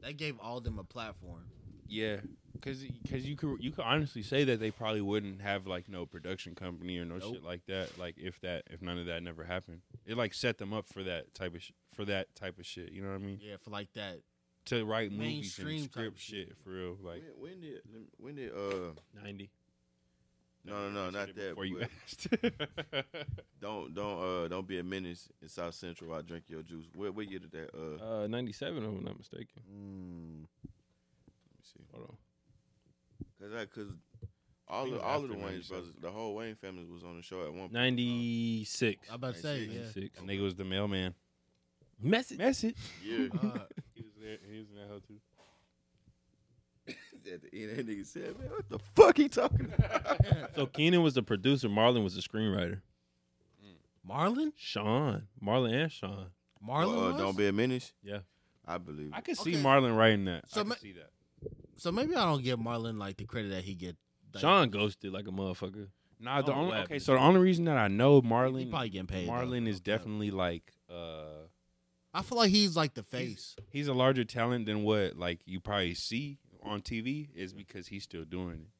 S3: that gave all them a platform.
S2: Yeah, because you could you could honestly say that they probably wouldn't have like no production company or no
S3: Nope.
S2: shit like that. Like if that if none of that never happened, it like set them up for that type of sh- for that type of shit. You know what I mean?
S3: Yeah, for like that
S2: To write movies
S3: Mainstream
S2: and
S3: type
S2: script
S3: of shit.
S2: shit for real. Like
S4: when, when did lem- when did uh
S1: 90.
S4: no no no not that
S2: before you
S4: but
S2: asked.
S4: don't don't uh don't be a menace in South Central I drink your juice what what year did that uh let me
S1: Uh, 97, if I'm not mistaken.
S3: mm,
S4: see
S1: Hold on.
S4: cause I cause all
S2: think
S4: of,
S2: it was
S4: all of
S2: after
S4: the Wayne
S2: 97.
S4: brothers the whole Wayne family was on the show at one point
S1: 96.
S3: I'm about to say. Yeah.
S1: 96.
S2: that nigga was the mailman.
S1: Message.
S2: Message.
S4: yeah
S3: Uh,
S2: He was there. He was in that hell too.
S4: at the end that nigga said man what the fuck he talking about
S1: So Oh, Keenan was the producer, Marlon was the screenwriter.
S3: Marlon,
S1: Sean, Marlon and Sean.
S3: Marlon.
S4: Uh,
S3: was?
S4: don't be a menace
S1: Yeah.
S4: I believe
S2: I
S4: it.
S2: could see
S3: Okay.
S2: Marlon writing that.
S3: So
S2: I could
S3: ma-
S2: see that.
S3: So maybe I don't give Marlon like the credit that he get. Like,
S1: Sean ghosted like a motherfucker.
S2: Nah, the
S1: don't know
S2: only
S1: what
S2: okay.
S1: happened.
S2: So the only reason that I know
S3: he
S2: Marlon
S3: probably getting paid. though.
S2: Marlon is definitely like uh
S3: I feel like he's like the face.
S2: he's a larger talent than what like you probably see on TV is because he's still doing it.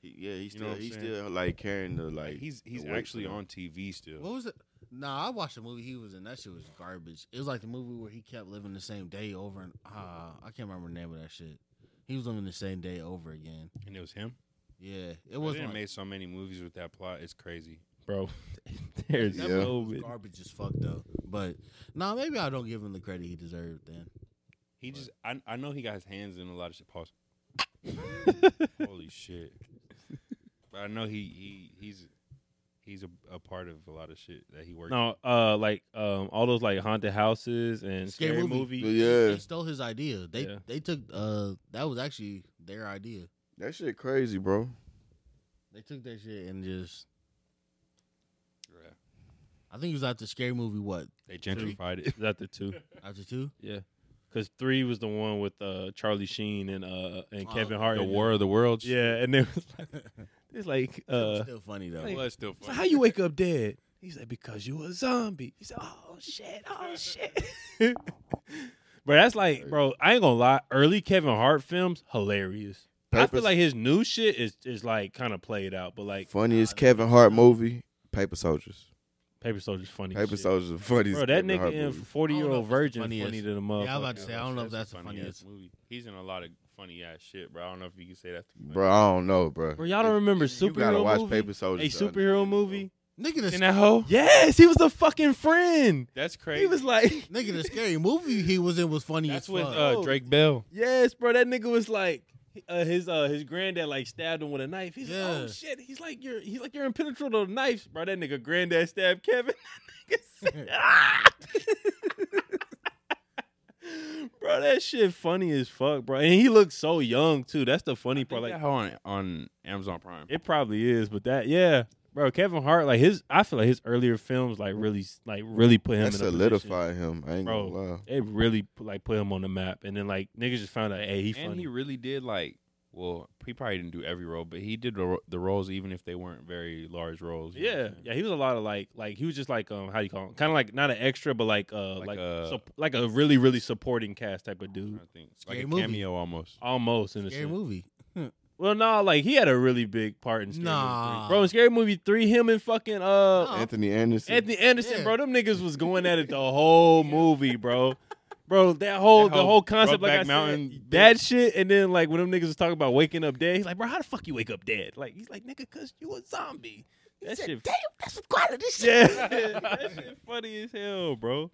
S4: he, yeah he's
S2: You know
S4: still
S2: what I'm
S4: he's
S2: saying?
S4: still like carrying the like,
S2: Like he's
S4: the
S2: he's
S4: weight
S2: actually
S4: for them.
S2: on TV still.
S3: What was it? Nah, I watched a movie he was in. That shit was garbage. It was like the movie where he kept living the same day over and ah, I can't remember the name of that shit. He was living the same day over again.
S2: and it was him.
S3: Yeah, it
S2: It
S3: was
S2: was
S3: like,
S2: made so many movies with that plot. It's crazy.
S1: Bro, there's
S3: that
S4: Yeah.
S1: no
S3: movie
S1: bit.
S3: was garbage as fuck though. But nah, maybe I don't give him the credit he deserved. Then
S2: He just I I know he got his hands in a lot of shit. Pause. Holy shit! But I know he he he's he's a, a part of a lot of shit that he worked.
S1: No, uh, like um, all those like haunted houses and
S3: Scary
S1: scary,
S3: Movie.
S1: movie.
S4: yeah
S3: they stole his idea. They
S1: Yeah.
S3: they took uh that was actually their idea.
S4: that shit crazy bro
S3: They took that shit and just
S2: Yeah.
S3: I think it was after scary movie what
S2: They gentrified it.
S1: Is that the two?
S3: after two.
S1: Yeah, because three was the one with uh, Charlie Sheen and uh, and
S3: Oh,
S1: Kevin
S3: the
S1: Hart.
S2: The War of the Worlds.
S1: Yeah, and it was like it's like uh,
S3: still funny though.
S2: That was still
S1: so
S2: funny.
S1: how you wake up dead? He said because you a zombie. He said, oh shit, oh shit. bro, that's like, bro. I ain't gonna lie. Early Kevin Hart films hilarious. I feel
S4: Papers-
S1: like his new shit is is like kind of played out, but like
S4: Funniest Kevin Hart movie, Paper Soldiers.
S1: Paper Soldier's funny. as
S4: Paper
S1: shit.
S4: Soldiers is the funniest.
S1: Bro, that
S4: Kevin Hart
S1: nigga in
S4: movie.
S1: Forty
S3: I don't
S1: Year
S3: know if
S1: Old
S3: it's
S1: Virgin
S3: funny
S1: funny
S3: as-
S1: to the motherfucker.
S3: Yeah, I was about to say I don't know if that's
S2: a
S3: the funniest.
S2: ass movie. He's in a lot of funny ass shit, bro. I don't know if you can say that. To
S4: Bro, I don't know, bro.
S1: Bro, y'all don't remember
S4: you gotta
S1: superhero
S4: watch
S1: movie?
S4: Paper
S1: a
S4: Soldiers. to
S1: superhero
S4: understand, bro.
S1: movie.
S3: Nigga, the
S2: in that hoe.
S1: Yes, he was the fucking friend.
S2: That's crazy.
S1: He was like,
S3: nigga, the scary movie he was in was funny
S2: That's
S3: as
S2: with
S3: fuck.
S4: Oh.
S2: uh, Drake Bell.
S1: yes, bro. That nigga was like, uh, his uh, his granddad like stabbed him with a knife. He's like, oh
S3: Yeah.
S1: shit. He's like, you're he's like you're impenetrable to knives, bro. That nigga granddad stabbed Kevin. That nigga said, "Ah!" bro, that shit funny as fuck, bro. And he looks so young too. That's the funny part. Like
S2: that hoe on, on Amazon Prime.
S1: It probably is, but that yeah, bro. Kevin Hart, like his, I feel like his earlier films, like really, like really put him in
S4: That
S1: a Position.
S4: solidified him. I ain't
S1: Bro.
S4: gonna lie.
S1: It really put- like put him on the map, and then like niggas just found out, hey, he
S2: and
S1: funny.
S2: he really did like. Well, he probably didn't do every role, but he did the, ro- the roles even if they weren't very large roles. you know what
S1: yeah,
S2: I'm saying?
S1: yeah, he was a lot of like, like he was just like, um, how you call him? Kind of like not an extra, but like, uh, like,
S2: Like a-
S1: sup- like a really, really supporting cast type of
S2: I'm
S1: dude,
S2: trying to think.
S3: Scary
S2: like a
S3: movie.
S2: cameo almost.
S1: almost in a
S3: scary
S1: sense.
S3: movie.
S1: Well, no, like he had a really big part in Scary Movie
S3: Nah.
S1: Three, bro. In Scary Movie Three, him and fucking uh,
S3: Nah.
S4: Anthony Anderson.
S1: Anthony Anderson,
S3: Yeah.
S1: bro, them niggas was going at it the whole movie, bro. Bro, that whole
S2: That
S1: the
S2: whole
S1: whole concept, like
S2: Brokeback
S1: I said,
S2: Mountain
S1: that shit, and then like when them niggas was talking about waking up dead, he's like, bro, how the fuck you wake up dead? Like he's like, nigga, cause you a zombie. That shit, damn, that's some quality shit. Yeah, that shit funny as hell, bro.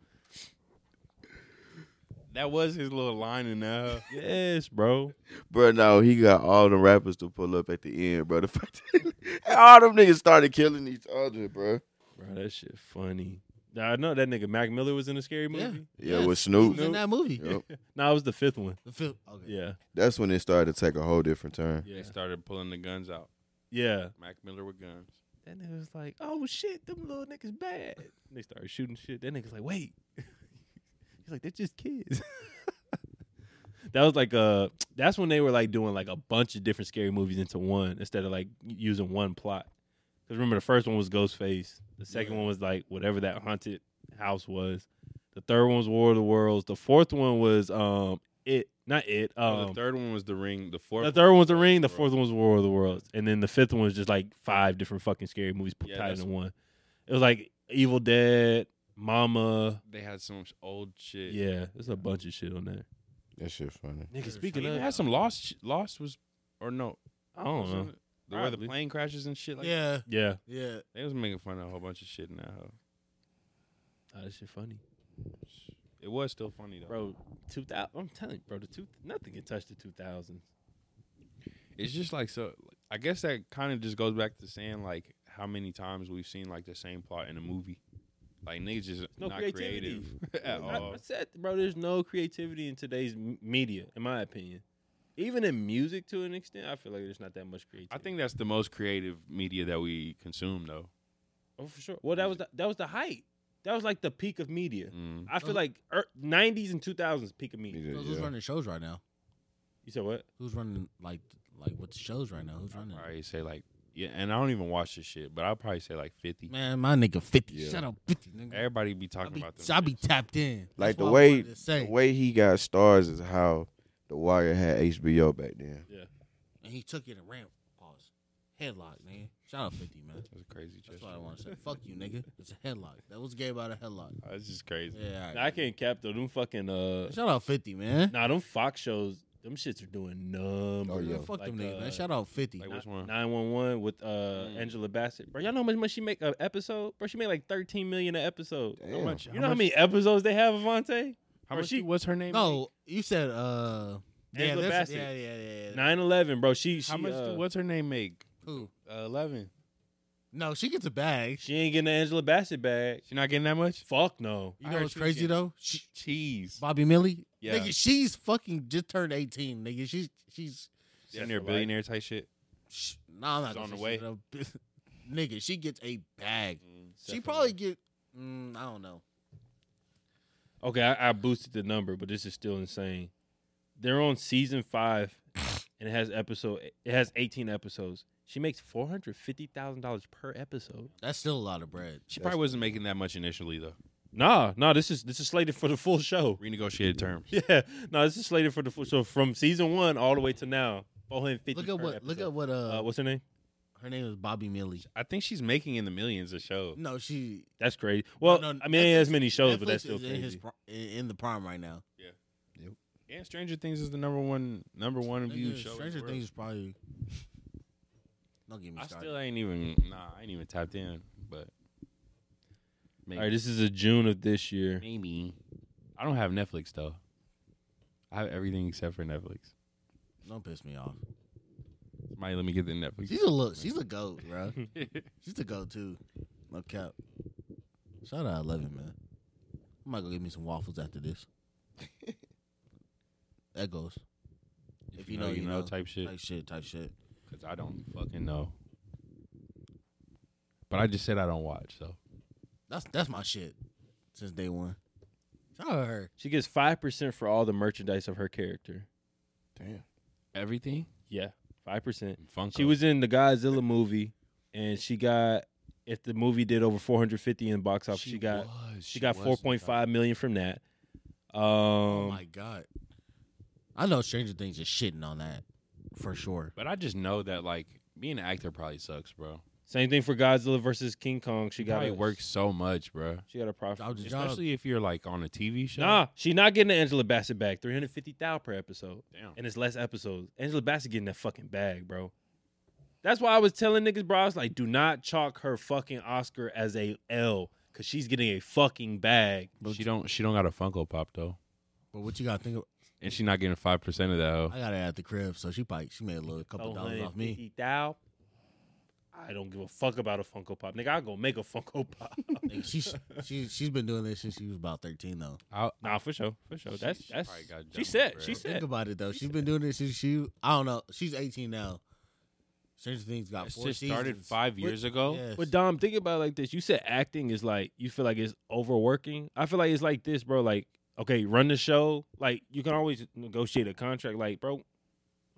S2: That was his little line in there.
S1: Yes, bro.
S4: Bro, no, he got all the rappers to pull up at the end, bro. The fact that- all them niggas started killing each other, bro.
S1: Bro, that shit funny. Now, I know that nigga Mac Miller was in a scary
S3: Yeah.
S1: movie.
S4: Yeah,
S3: Yes,
S4: with
S3: He
S4: Snoop.
S3: was in that movie.
S4: Yup.
S1: Nah, it was the fifth one.
S3: The film. Okay.
S1: Yeah.
S4: That's when it started to take a whole different turn.
S1: Yeah.
S2: They started pulling the guns out.
S1: Yeah.
S2: Mac Miller with guns.
S1: That nigga was like, "Oh shit, them little niggas bad." They started shooting shit. That nigga's like, "Wait," he's like, "They're just kids." that was like uh That's when they were like doing like a bunch of different scary movies into one instead of like using one plot. Because remember, the first one was Ghostface. The second one was like whatever that haunted house was. The third one was War of the Worlds. The fourth one was um it, not it. Um,
S2: Oh, the third one was the ring. The fourth.
S1: the third one was The Ring. The
S2: World.
S1: fourth one was War of the Worlds. And then the fifth one was just like five different fucking scary movies
S2: Yeah,
S1: tied
S2: that's-
S1: into one. It was like Evil Dead, Mama.
S2: They had some old shit.
S1: Yeah, there's a bunch of shit on there.
S4: That shit funny.
S1: Nigga,
S3: There's
S1: speaking
S2: They
S1: of,
S2: even had some lost. sh- Lost was or no.
S1: Oh, I don't
S2: wasn't
S1: know.
S2: it? The way
S1: Probably.
S2: the plane crashes and shit. Like
S3: yeah.
S1: Yeah,
S3: Yeah.
S2: They was making fun of a whole bunch of shit in that hoe.
S1: oh, that shit funny,
S2: It was still funny though.
S1: bro. Two thousand. I'm telling you, bro. The two nothing can touch the two thousands.
S2: It's just like so. I guess that kind of just goes back to saying like how many times we've seen like the same plot in a movie. Like niggas just
S1: No
S2: not
S1: creativity.
S2: creative at
S1: I,
S2: all.
S1: I said, bro, there's no creativity in today's m- media, in my opinion. Even in music, to an extent, I feel like there's not that much creativity.
S2: I think that's the most creative media that we consume though.
S1: oh, for sure. Well, that was the, that was the height. That was like the peak of media.
S2: Mm.
S1: I feel
S3: Those-
S1: like er, 90s and 2000s peak of me.
S4: Yeah,
S3: Who's
S4: yeah.
S3: running shows right now?
S1: You said what?
S3: Who's running like like what the shows right now? Who's running?
S2: I probably say like yeah, and I don't even watch this shit, but I probably say like fifty.
S3: Man, my nigga fifty.
S4: Yeah.
S3: Shut up, fifty. Nigga.
S2: Everybody be
S3: I
S2: talking
S3: be,
S2: about them.
S3: I be
S2: shits.
S3: tapped in.
S4: Like
S3: That's
S4: the
S3: what I
S4: way-
S3: wanted to say.
S4: The way he got stars is how The Wire had HBO back then.
S3: and he took it and ran. Pause. Headlock, man. Shout out fifty, man.
S2: That's a crazy.
S3: That's
S2: gesture.
S3: what I want to say. Fuck you, nigga. It's a headlock. That was gay about a headlock.
S2: That's just crazy.
S3: Yeah. all
S1: Nah, I
S3: right.
S1: can't cap though. Them fucking uh,
S3: Shout out fifty, man.
S1: nah, them Fox shows. Them shits are doing numbers.
S4: Oh, yeah.
S3: Fuck them
S1: Like,
S3: niggas,
S1: uh,
S3: man. Shout out Mm. fifty.
S2: Like which one?
S1: Nine one one with uh Angela Bassett, bro. Y'all know how much money she make an episode, bro? She made like thirteen million an episode.
S4: Damn. How much?
S1: You know how many episodes they have, Avante?
S2: How
S1: Or
S2: much?
S1: she-
S2: what's her name?
S3: no, you said uh. Yeah,
S1: Angela
S3: there's-
S1: Bassett.
S3: yeah, yeah, yeah. yeah.
S1: Nine eleven, bro. She she
S2: How much?
S1: uh,
S2: what's her name make?
S3: Who?
S2: Uh, Eleven.
S3: No, she gets a bag.
S1: she ain't getting the Angela Bassett bag.
S2: She not getting that much.
S1: Fuck no.
S3: You
S2: I
S3: know
S2: heard
S3: what's
S2: she was
S3: crazy
S2: getting-
S3: though? She,
S2: Cheese.
S3: Bobby Millie.
S2: Yeah.
S3: Nigga, she's fucking just turned eighteen. Nigga, she's she's
S2: Sitting there, billionaire type shit.
S3: sh- nah, I'm not
S2: She's
S3: gonna
S2: on
S3: say
S2: the
S3: shit up. nigga, she gets a bag.
S1: Set
S3: she
S1: for
S3: probably
S1: life.
S3: get. Mm, I don't know.
S1: Okay, I, I boosted the number, but this is still insane. They're on season five, and it has episode. It has eighteen episodes. She makes four hundred fifty thousand dollars per episode.
S3: That's still a lot of bread.
S2: She probably wasn't making that much initially though.
S1: Nah, nah. This is this is slated for the full show.
S2: Renegotiated terms.
S1: Yeah, no, this is slated for the full show from season one all the way to now. Four hundred fifty.
S3: Look at what. Look at what. Uh,
S1: Uh, what's her name?
S3: her name is Bobby Millie.
S2: I think she's making in the millions a show.
S3: No, she.
S1: That's crazy. Well,
S3: no,
S1: I mean, it has
S3: Netflix-
S1: many shows,
S3: Netflix
S1: but that's still
S3: is in, his
S1: crazy.
S3: pri- in, in the prime right now.
S2: And Stranger Things is the number one number one viewed
S3: Nigga,
S2: show. in the
S3: Mm-hmm. Stranger
S2: world.
S3: Things is probably. Don't get me
S2: I
S3: started.
S2: still ain't even nah, I ain't even tapped in, but
S1: All
S2: maybe.
S1: right, this is a June of this year.
S2: maybe. I don't have Netflix though. I have everything except for Netflix.
S3: Don't piss me off.
S2: Somebody let me get the Netflix.
S3: She's a look. She's a goat, bro. She's a goat too. No cap. Shout out Eleven, man. I might go get me some waffles after this. that goes. If you know, you know.
S2: type shit.
S3: Type shit. Type shit.
S2: Cause I don't fucking know. But I just said I don't watch, so
S3: That's that's my shit since day one. Shout out to her.
S1: She gets five percent for all the merchandise of her character.
S4: Damn.
S2: everything.
S1: Yeah, five percent.
S2: Funko.
S1: She was in the Godzilla movie, and she got if the movie did over four hundred fifty in box office, she, got
S2: was,
S1: she, got
S2: was.
S1: four point five million from that. Um,
S3: oh my god. I know Stranger Things is shitting on that for sure.
S2: But I just know that like being an actor probably sucks, bro.
S1: same thing for Godzilla versus King Kong. She
S2: You
S1: got
S2: gotta
S1: a,
S2: work so much, bro.
S1: She got a profit.
S3: Dodge job.
S2: Especially if you're like on a TV show.
S1: Nah, she not getting the Angela Bassett back. Three hundred fifty thousand per episode,
S2: Damn.
S1: and it's less episodes. Angela Bassett getting that fucking bag, bro. That's why I was telling niggas, bro. I was like, do not chalk her fucking Oscar as a L, cause she's getting a fucking bag.
S2: She don't she don't got a Funko Pop though.
S3: But what you gotta think of?
S2: And she not getting five percent of that hoe.
S3: I got it at the crib, so she probably she made a little
S2: Oh,
S1: Oh,
S3: couple dollars off me.
S1: 150,000. I don't give a fuck about a Funko Pop, nigga. I go make a Funko Pop.
S3: Like, she's she she's been doing this since she was about thirteen though.
S2: I,
S1: nah, for sure, for sure.
S2: She-
S1: That's
S2: she
S1: that's.
S2: probably got
S1: She
S2: double
S1: said.
S2: bread.
S1: She
S3: Think
S1: said.
S3: about it though. She's been doing this since she I don't know. She's eighteen now. Stranger Things got
S2: it's
S3: four
S2: just started
S3: seasons.
S2: five
S1: What-
S2: years ago.
S3: Yes.
S1: But Dom, think about it like this. You said acting is like you feel like it's overworking. I feel like it's like this, bro. Like okay, run the show. Like you can always negotiate a contract. Like bro,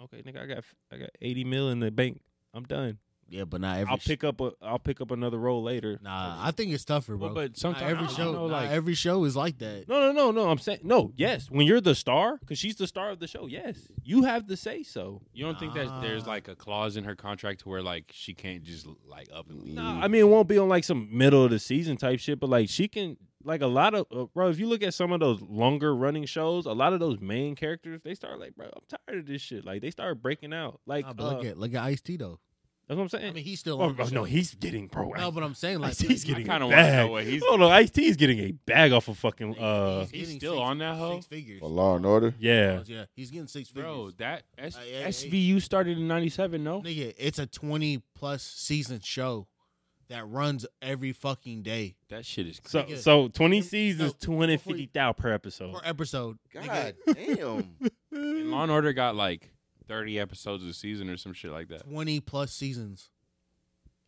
S1: okay, nigga, I got I got eighty mil in the bank. I'm done.
S3: yeah, but not every.
S1: I'll pick up a I'll pick up another role later.
S3: Nah, I think it's tougher, bro.
S2: Well, but
S3: Not
S2: sometimes
S3: every
S2: I don't
S3: show,
S2: know,
S3: not
S2: like
S3: every show is like that.
S1: No, no, no, no. I'm saying no. Yes, when you're the star, because she's the star of the show. Yes, you have the say so.
S2: you don't think that there's
S3: Ah.
S2: like a clause in her contract to where like she can't just like up and leave.
S1: No, I mean it won't be on like some middle of the season type shit, but like she can like a lot of uh, bro. If you look at some of those longer running shows, a lot of those main characters they start like bro, I'm tired of this shit. Like they start breaking out. Like
S3: Nah, but
S1: uh,
S3: look at look at Ice T though.
S1: that's what I'm saying.
S3: I mean, he's still.
S1: oh,
S3: on the
S1: bro, no,
S3: show.
S1: he's getting pro.
S3: no, but I'm saying like
S1: he's
S3: I
S1: getting
S2: kinda
S1: a
S2: wanna know
S1: bag.
S2: what he's-
S1: oh no, Ice T is getting a bag off of fucking
S3: think
S1: uh
S2: he's
S3: getting
S2: still
S3: six-
S2: on that hoe?
S3: Six figures.
S4: For Law and Order.
S1: yeah.
S3: Yeah, he's getting six
S2: bro,
S3: figures.
S2: that S-
S3: Uh, yeah, yeah.
S2: SVU started in '97. No,
S3: Nigga, it's a twenty plus season show that runs every fucking day
S2: that shit is.
S1: So
S3: Nigga,
S1: so 20
S3: no,
S1: seasons,
S3: before
S1: two
S3: you-
S1: hundred fifty thousand per episode.
S3: per episode. Nigga,
S4: God damn.
S2: And Law and Order got like 30 episodes a season or some shit like that.
S3: twenty plus seasons.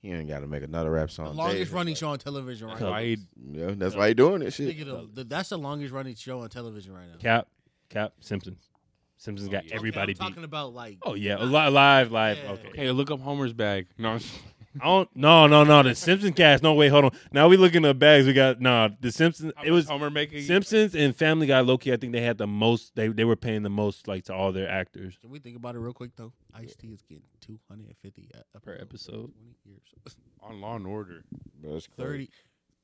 S4: He ain't got to make another rap
S3: The
S4: song.
S3: longest
S4: Damn.
S3: running show on television right
S2: That's
S1: Cubs.
S3: now.
S2: why he
S4: Yeah, that's why he doing this shit.
S3: Nigga, the- the- that's the longest running show on television right now.
S1: Cap, Cap, Simpsons. Simpsons
S2: Oh,
S1: got
S2: yeah. Okay,
S1: everybody
S3: okay, I'm
S1: beat.
S3: talking about like
S1: Oh yeah, alive, live, live.
S3: Yeah.
S1: Okay.
S2: Hey, look up Homer's bag. No, I'm just-
S1: I don't. No, no, no. The Simpsons cast. No, wait, hold on. Now we looking at bags. We got nah. The Simpsons.
S2: how
S1: It
S2: much
S1: was
S2: Homer making.
S1: Simpsons and Family Guy. Loki. I think they had the most. They they were paying the most like to all their actors
S3: Can we think about it real quick though? Ice T is getting two hundred and fifty uh,
S1: per episode.
S3: Twenty years.
S2: on Law and Order.
S4: Bro, that's crazy.
S3: 30,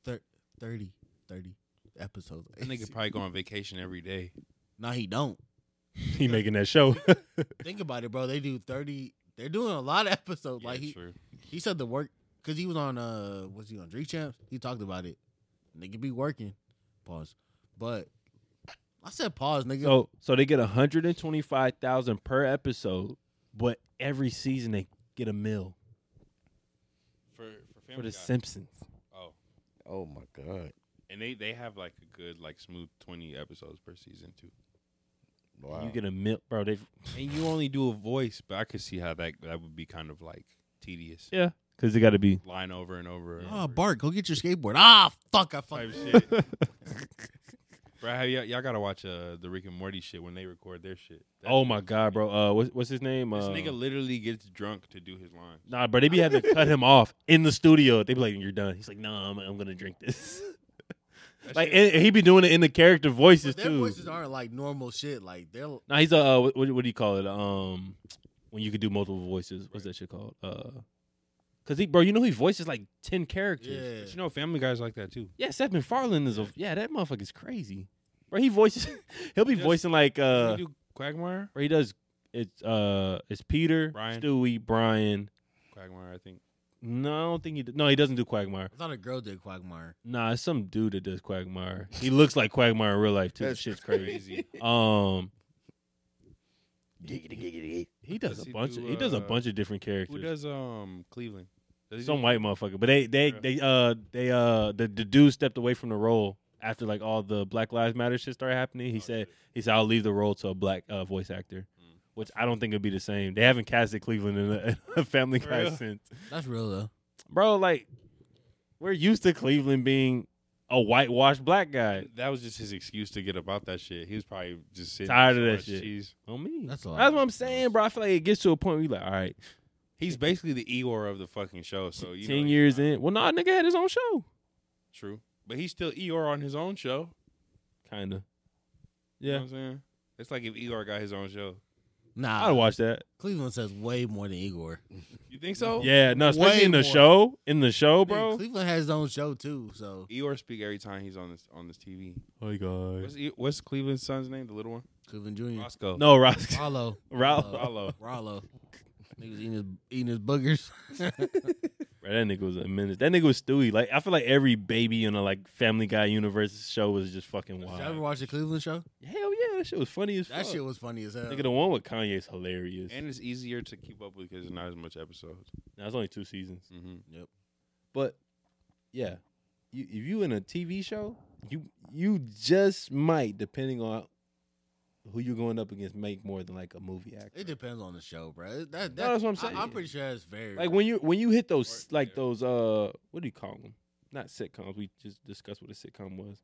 S3: thir- 30, 30 episodes.
S2: That nigga probably go on vacation every day.
S3: nah, he don't.
S1: He making that show.
S3: Think about it, bro. They do thirty. They're doing a lot of episodes.
S2: Yeah,
S3: like he,
S2: true.
S3: he said the work because he was on uh was he on Dream Champs? He talked about it. Nigga be working. Pause. But I said pause, nigga.
S1: so so they get one hundred and twenty five thousand per episode, but every season they get a mil
S2: for for Family
S1: for the
S2: Guy.
S1: Simpsons.
S2: oh,
S4: Oh my god.
S2: and they they have like a good like smooth 20 episodes per season too.
S4: Wow.
S1: You get a mil, bro. They
S2: And you only do a voice, but I could see how that that would be kind of like tedious.
S1: yeah, because they got to be.
S2: Line over and over. and
S3: Ah,
S2: over.
S3: Bart, go get your skateboard. Ah, fuck! I
S2: Type
S3: fucking
S2: shit. Bro, have y'all, y'all gotta watch uh, the Rick and Morty shit when they record their shit. That-
S1: Oh my god, bro. Uh, what's, what's his name?
S2: This
S1: Uh,
S2: nigga literally gets drunk to do his line.
S1: nah, bro. They be having to cut him off in the studio. They be like, "You're done." He's like, "No, I'm, I'm gonna drink this." like, and, and he be doing it in the character voices
S3: But their
S1: too.
S3: voices aren't like normal shit. Like they're
S1: Nah, he's a uh, what, what do you call it? Um, when you could do multiple voices. What's that shit called? Uh, cause he, bro, you know he voices like ten characters.
S3: yeah.
S2: But you know, Family Guys like that too.
S1: Yeah, Seth MacFarlane is a yeah. That motherfucker's crazy, bro. He voices. he'll be
S2: Yes.
S1: voicing like uh,
S2: Can we do Quagmire?
S1: bro, he does. It's uh, it's Peter,
S2: Brian.
S1: Stewie, Brian.
S2: Quagmire, I think.
S1: No, I don't think he. d No, he doesn't do Quagmire.
S3: I thought a girl did Quagmire.
S1: Nah, it's some dude that does Quagmire. He looks like Quagmire in real life too. That
S4: That's
S1: shit's crazy.
S2: Crazy.
S1: Um,
S4: Giggity, giggity.
S1: he does,
S2: Does
S1: a
S2: he
S1: bunch.
S2: do,
S1: of, he does a
S2: uh,
S1: bunch of different characters.
S2: Who does um Cleveland? Does he do-
S1: some white motherfucker. But they they
S2: Yeah.
S1: they uh they uh the, the dude stepped away from the role after like all the Black Lives Matter shit started happening. He
S2: Oh,
S1: said
S2: shit.
S1: he said I'll leave the role to a black uh, voice actor,
S2: Mm.
S1: which I don't think it'd be the same. They haven't casted Cleveland in a, a Family
S2: For
S1: Guy
S2: real?
S1: since,
S3: That's real though.
S1: bro. Like we're used to Cleveland being a whitewashed black guy.
S2: That was just his excuse to get about that shit. He was probably just sitting
S1: Tired
S2: so
S1: of that
S2: much
S1: shit.
S2: cheese.
S1: On me,
S3: That's
S1: that's,
S3: a lot.
S1: what I'm saying, bro. I feel like it gets to a point where you like, all right,
S2: He's basically the Eeyore of the fucking show. So you know
S1: ten
S2: he's
S1: years
S2: not-
S1: in. Well, nah, nigga had his own show,
S2: True. But he's still Eeyore on his own show.
S1: kind of.
S2: You
S1: Yeah,
S2: know what I'm saying? It's like if Eeyore got his own show.
S3: Nah,
S1: I'd watch that.
S3: Cleveland says way more than Igor.
S2: You think so?
S1: Yeah, no, especially
S3: Oh, Way
S1: in the
S3: more.
S1: show. In the show, bro.
S3: Cleveland has his own show too. So
S2: Eeyore speak every time he's on this on this TV.
S1: Oh god. Mm.
S2: What's, e- what's Cleveland's son's name? The little one,
S3: Cleveland Jr.
S2: Roscoe.
S1: No, Ross.
S3: Rollo,
S1: Ralph.
S3: Uh,
S2: Rollo.
S3: Rollo, niggas eating his eating his boogers.
S1: Bro, that nigga was a menace. That nigga was Stewie. Like I feel like every baby in a like Family Guy universe show was just fucking
S3: Did
S1: wild.
S3: you ever watch the Cleveland show?
S1: Hell yeah, that shit was funny as
S3: That
S1: fuck.
S3: shit was funny as hell.
S1: Nigga, the one with Kanye's hilarious.
S2: uh, And it's easier to keep up with because there's not as much episodes.
S1: Now, it's only two seasons,
S2: Mm-hmm.
S1: but yeah, you, if you in a TV show, you you just might, depending on who you're going up against, make more than like a movie actor.
S3: It depends on the show, bro. It- That, that,
S1: No, that's what I'm saying.
S3: I, am pretty sure that's very
S1: like when you when you hit those
S2: Work
S1: like
S2: there.
S1: those uh what do you call them not sitcoms we just discussed what a sitcom was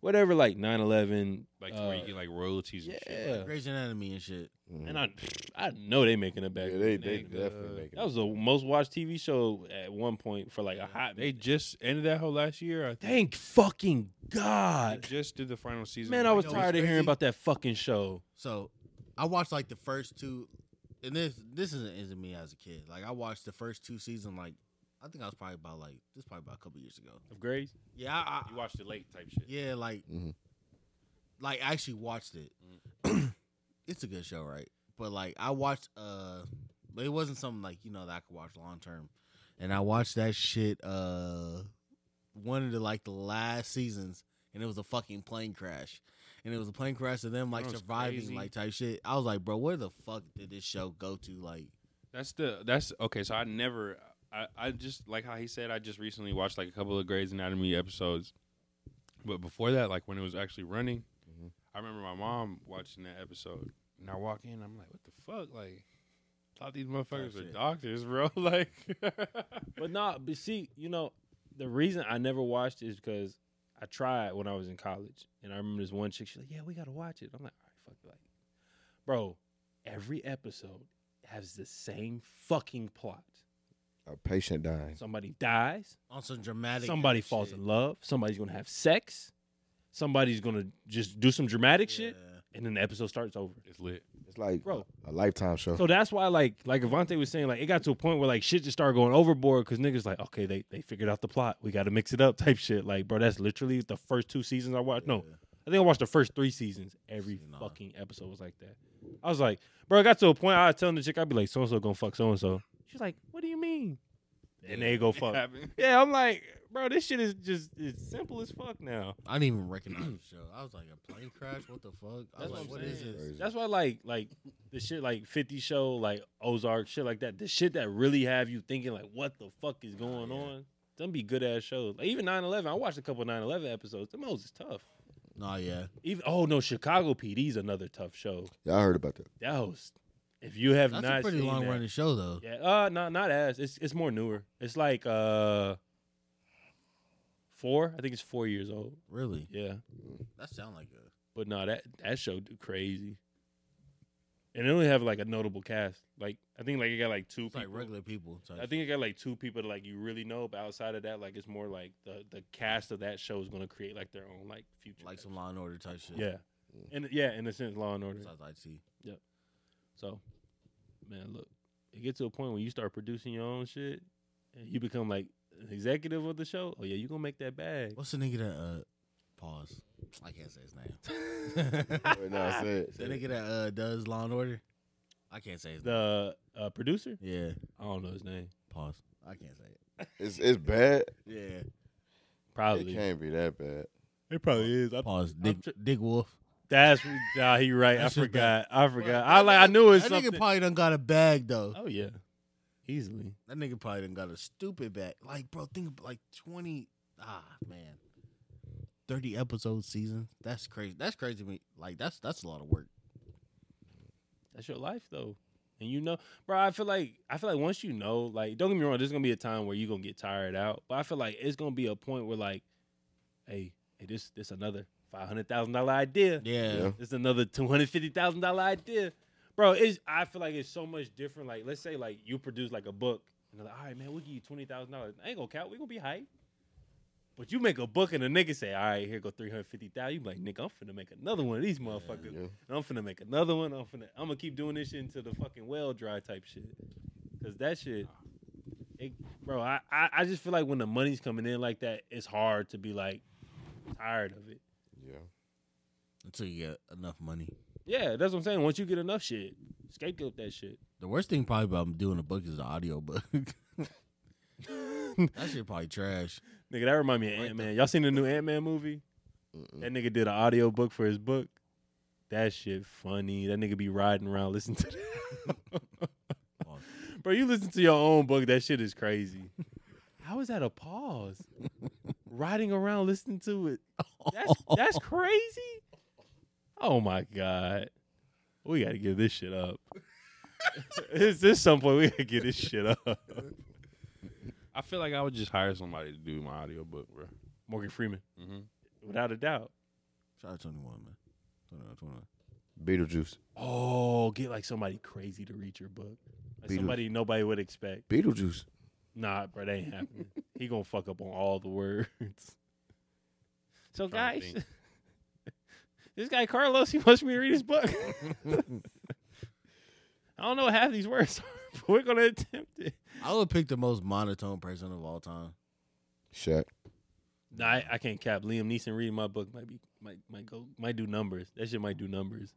S1: whatever like 9-11
S2: Like
S1: uh,
S2: where you get like royalties and shit.
S1: yeah.
S3: Grey's Anatomy and shit.
S4: Mm.
S1: and i i know they making it back
S4: yeah, they, they
S2: Nigga.
S4: definitely making
S1: that was the most watched tv show at one point for like a hot
S2: They just ended that whole last year. I think.
S1: thank fucking
S2: They
S1: god
S2: just did the final season.
S1: man i was
S3: know what's
S1: tired of hearing
S3: crazy?
S1: about that fucking show
S3: So I watched like the first two, and this this isn't, isn't me as a kid. Like I watched the first two seasons. Like I think I was probably about like this probably about a couple years ago.
S1: of grace
S3: Yeah, I,
S2: You
S3: I,
S2: watched it late type shit.
S3: yeah, like
S4: Mhm.
S3: like I actually watched it.
S1: Mm.
S3: it's a good show, right? But like I watched uh, but it wasn't something like you know that I could watch long term. And I watched that shit uh, one of the like the last seasons, and it was a fucking plane crash. And it was a plane crash of them like
S2: Sounds
S3: surviving
S2: crazy.
S3: like type shit. I was like, bro, where the fuck did this show go to? Like,
S2: That's the that's okay. So I never. I, I just like how he said. I just recently watched like a couple of Grey's Anatomy episodes, but before that, like when it was actually running,
S4: Mhm.
S2: I remember my mom watching that episode, and I walk in, I'm like, "What the fuck?" Like, thought these motherfuckers are
S3: shit.
S2: doctors, bro. Like,
S1: But nah, but see, you know, the reason I never watched it is because I tried when I was in college, and I remember this one chick. She's like, "Yeah, we gotta watch it." I'm like, "All right, fuck it." Like, bro, every episode has the same fucking plot.
S4: a patient dying.
S1: Somebody dies.
S3: on some dramatic.
S1: Somebody falls in love. Somebody's gonna have sex. Somebody's gonna just do some dramatic shit, and then the episode starts over.
S2: it's lit.
S4: It's like
S1: Bro.
S4: a lifetime show.
S1: So that's why, like, like Avante was saying, like, it got to a point where like shit just started going overboard because niggas like, okay, they they figured out the plot. We got to mix it up, type shit. Like, bro, that's literally the first two seasons I watched. No, I think I watched the first three seasons. Every
S3: See, nah.
S1: fucking episode was like that. I was like, bro, I got to a point. I was telling the chick, I'd be like, so and so gonna fuck so and so. She's like, what do you mean? And they go fuck.
S2: Happened.
S1: Yeah, I'm like, bro, this shit is just it's simple as fuck now.
S3: I didn't even recognize the show. I was like, a plane crash? What the fuck? I
S1: That's
S3: was
S1: what I'm
S3: like, what is
S1: saying.
S3: this?
S4: Crazy.
S1: That's why, like, like the shit, like Fifty Show, like Ozark, shit like that. The shit that really have you thinking, like, what the fuck is going
S3: yeah.
S1: on? Them be good ass shows. Like, even 9-11. I watched a couple 9-11 episodes. Them hoes is tough.
S3: Nah, yeah.
S1: Even oh no, Chicago PD is another tough show.
S4: yeah, I heard about that.
S1: That host, if you have
S3: That's
S1: not
S3: a pretty
S1: seen
S3: long
S1: that-
S3: running show though.
S1: yeah, uh, not not as it's it's more newer. It's like uh, four. I think it's four years old.
S3: Really?
S1: Yeah,
S3: That sound like a
S1: but no, that that show do crazy. And they only have like a notable cast. Like I think like it got like two
S3: it's like
S1: people.
S3: regular people. type
S1: I think it got like two people that like you really know, but outside of that, like it's more like the the cast of that show is gonna create like their own like
S3: shit.
S1: future.
S3: like
S1: type
S3: some Law and Order type shit.
S1: shit. Yeah. And yeah, in a sense, Law and Order.
S3: Besides IT.
S1: So, man, look, it gets to a point when you start producing your own shit and you become like an executive of the show. Oh yeah, you gonna make that bag.
S3: What's the nigga that uh pause? I can't say his name.
S4: Wait, no, say it.
S3: the nigga that uh does Law and Order. I can't say his name.
S1: The uh, producer?
S3: Yeah.
S1: I don't know his name.
S3: Pause. I can't say it.
S4: It's it's bad.
S3: Yeah.
S4: It
S1: Probably.
S4: can't be that bad.
S1: It probably is.
S3: Pause. Dick,
S1: tr-
S3: Dick Wolf.
S1: That's nah. He right.
S3: That's
S1: I
S3: just
S1: forgot. I forgot.
S3: Bruh,
S1: I
S3: that
S1: like. I
S3: nigga-
S1: knew it's
S3: That
S1: something.
S3: nigga probably done got a bag though.
S1: oh yeah, easily.
S3: That nigga probably done got a stupid bag. Like, bro, think about like twenty. Ah, man. Thirty episode season. That's crazy. That's crazy to me. Like, that's that's a lot of work.
S1: That's your life though. And you know, bro, I feel like I feel like once you know, like, don't get me wrong, there's gonna be a time where you're gonna get tired out. But I feel like it's gonna be a point where like, hey, hey, this this another five hundred thousand dollar idea.
S3: Yeah.
S4: Yeah.
S1: It's another two hundred fifty thousand dollar idea, bro. It's I feel like it's so much different. Like let's say like you produce like a book, and they're like, all right, man, we'll give you twenty thousand dollars. I ain't gonna count. We gonna be hype. But you make a book and a nigga say, all right, here go three hundred fifty thousand. You be like, nigga, I'm finna make another one of these motherfuckers.
S4: Yeah.
S1: And I'm finna make another one. I'm finna I'm gonna keep doing this shit until the fucking well dry type shit. Cause that shit, it, bro. I, I I just feel like when the money's coming in like that, it's hard to be like tired of it.
S4: Yeah.
S3: Until you get enough money.
S1: Yeah, that's what I'm saying. Once you get enough shit, scapegoat that shit.
S3: The worst thing probably about doing a book is the audio book. that shit probably trash.
S1: Nigga, that remind me of
S3: Right
S1: Ant Man. Y'all seen the new Ant Man movie?
S4: Mm-mm.
S1: That nigga did an audio book for his book. That shit funny. That nigga be riding around listening to that.
S3: Pause.
S1: Bro, you listen to your own book. That shit is crazy. How is that a pause? Riding around listening to it. That's that's crazy. Oh my god. We gotta give this shit up. Is this some point we gotta get this shit up?
S2: I feel like I would just hire somebody to do my audiobook, bro.
S1: Morgan Freeman,
S2: Mm-hmm.
S1: without a doubt.
S3: Shout out to 21, man. 21, 21.
S4: Beetlejuice.
S1: Oh, get like somebody crazy to read your book. Like
S4: Beatles.
S1: somebody nobody would expect.
S4: Beetlejuice.
S1: Nah, bro, that ain't happening. he gonna fuck up on all the words. So
S2: Trying to
S1: guys,
S2: think.
S1: this guy Carlos, he wants me to read his book. I don't know what half these words are, but we're gonna attempt it.
S3: I would pick the most monotone person of all time.
S4: Shaq.
S1: Nah, I, I can't cap. Liam Neeson reading my book might be might might go might do numbers. That shit might do numbers.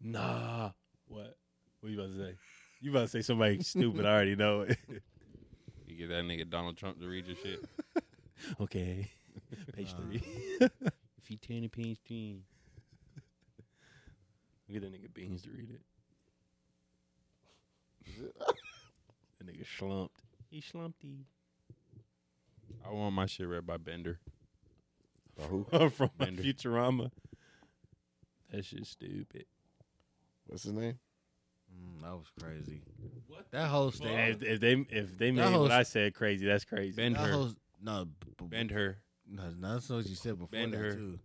S1: Nah. What? What you about to say? You about to say somebody stupid? I already know it.
S2: You get that nigga Donald Trump to read your shit.
S1: okay. Page
S3: Nah.
S1: three.
S2: if you ten a pinch team.
S1: Get that nigga beans to read it. That nigga slumped. He slumpy.
S2: I want my shit read by Bender.
S4: By who?
S1: From my
S2: Bender.
S1: Futurama. That shit's stupid.
S4: What's his name?
S3: Mm, that was crazy. That whole
S1: Yeah,
S3: statement.
S1: if, if they if they made
S3: whole
S1: what I
S3: s-
S1: said crazy, that's crazy.
S2: Bend
S3: That
S2: her.
S3: whole no, b- b-
S2: Bend her.
S3: no, no, that's not what you said before
S2: Bend
S3: that
S2: her.
S3: too.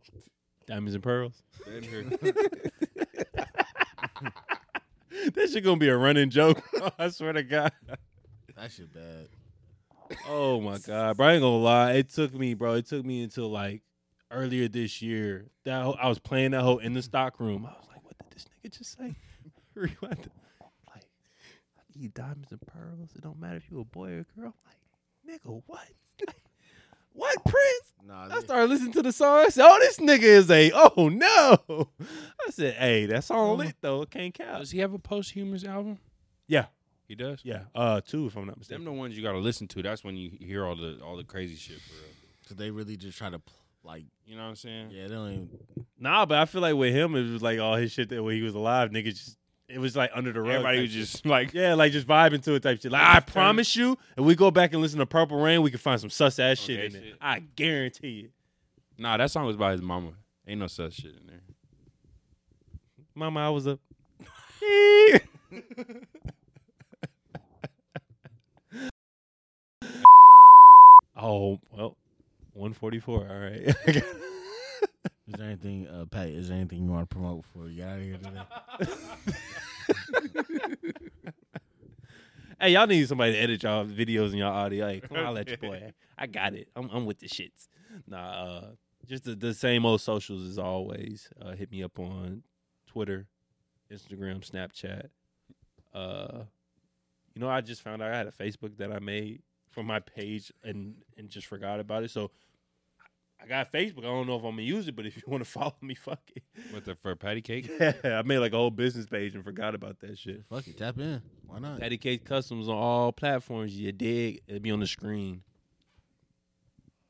S1: Diamonds and pearls.
S2: Bend her.
S1: That shit gonna be a running joke. I swear to God.
S3: That shit bad.
S1: Oh my God, bro! I ain't gonna lie. It took me, bro. It took me until like earlier this year that whole, I was playing that whole in the stock room. I was like, what did this nigga just say? Rewind. the- Like, I give you diamonds and pearls. It don't matter if you a boy or a girl. I'm like, nigga, what? what Prince?
S3: Nah,
S1: I
S3: they-
S1: started listening to the song. I said, "Oh, this nigga is a oh no." I said, "Hey, that
S2: Oh.
S1: song lit though. It can't count."
S2: Does he have a posthumous album?
S1: Yeah,
S2: He does.
S1: yeah. Uh, two if I'm not
S2: Them
S1: mistaken.
S2: the ones you gotta listen to. That's when you hear all the all the crazy shit for real.
S3: so they really just try to pl- like
S2: You know what I'm saying?
S3: yeah, they don't even.
S1: Nah, but I feel like with him, it was like all his shit that when he was alive, niggas just it was like under the rug.
S2: Everybody
S1: type
S2: was
S1: shit.
S2: just like
S1: yeah, like just vibing to it type shit. Like I promise you, if we go back and listen to Purple Rain, we can find some sus ass shit
S2: Okay,
S1: in it.
S2: shit.
S1: I guarantee it.
S2: Nah, that song was by his mama. Ain't no such shit in there.
S1: Mama, I was up. Oh, 44. All right.
S3: Is there anything, uh, Pat? Is there anything you want to promote before we get out of here today?
S1: hey, y'all need somebody to edit y'all videos and y'all audio. Hey, come on, I'll let you play. I got it. I'm, I'm with the shits. Nah, uh, just the, the same old socials as always. Uh, hit me up on Twitter, Instagram, Snapchat. Uh, you know, I just found out I had a Facebook that I made for my page and and just forgot about it. So I got Facebook. I don't know if I'm gonna use it, but if you want to follow me, fuck it.
S2: What the for patty cake?
S1: Yeah, I made like a whole business page and forgot about that shit.
S3: Fuck it, tap in. Why not?
S1: Patty Cake Customs on all platforms. You dig? It'll be on the screen.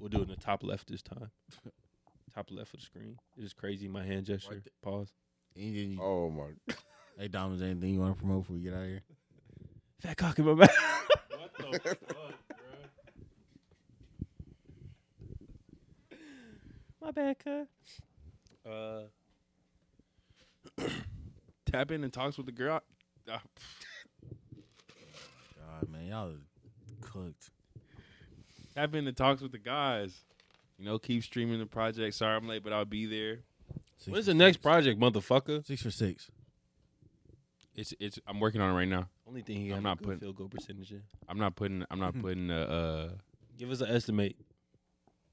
S1: We'll do it in the top left this time. top left of the screen. It is crazy. My hand gesture.
S3: Right
S1: Pause.
S3: Anything you-
S4: Oh my!
S3: Hey, Dom, is there anything you want to promote before we get out of here?
S1: Fat cock in my mouth.
S2: What the fuck, bro?
S1: my bad, cuz. Uh,
S2: Tap in and talks with the girl. Ah,
S3: God, man, y'all is cooked.
S2: Tap in and talks with the guys. You know, keep streaming the project. Sorry I'm late, but I'll be there.
S3: Six
S1: when's
S3: for
S1: the next
S3: six.
S1: project, motherfucker?
S3: Six for six.
S2: It's it's. I'm working on it right now.
S1: Only thing he
S2: I'm
S1: got
S2: not
S1: not putting
S2: putting-
S1: field goal percentage in.
S2: I'm not putting. I'm not putting. Uh, uh
S1: Give us an estimate.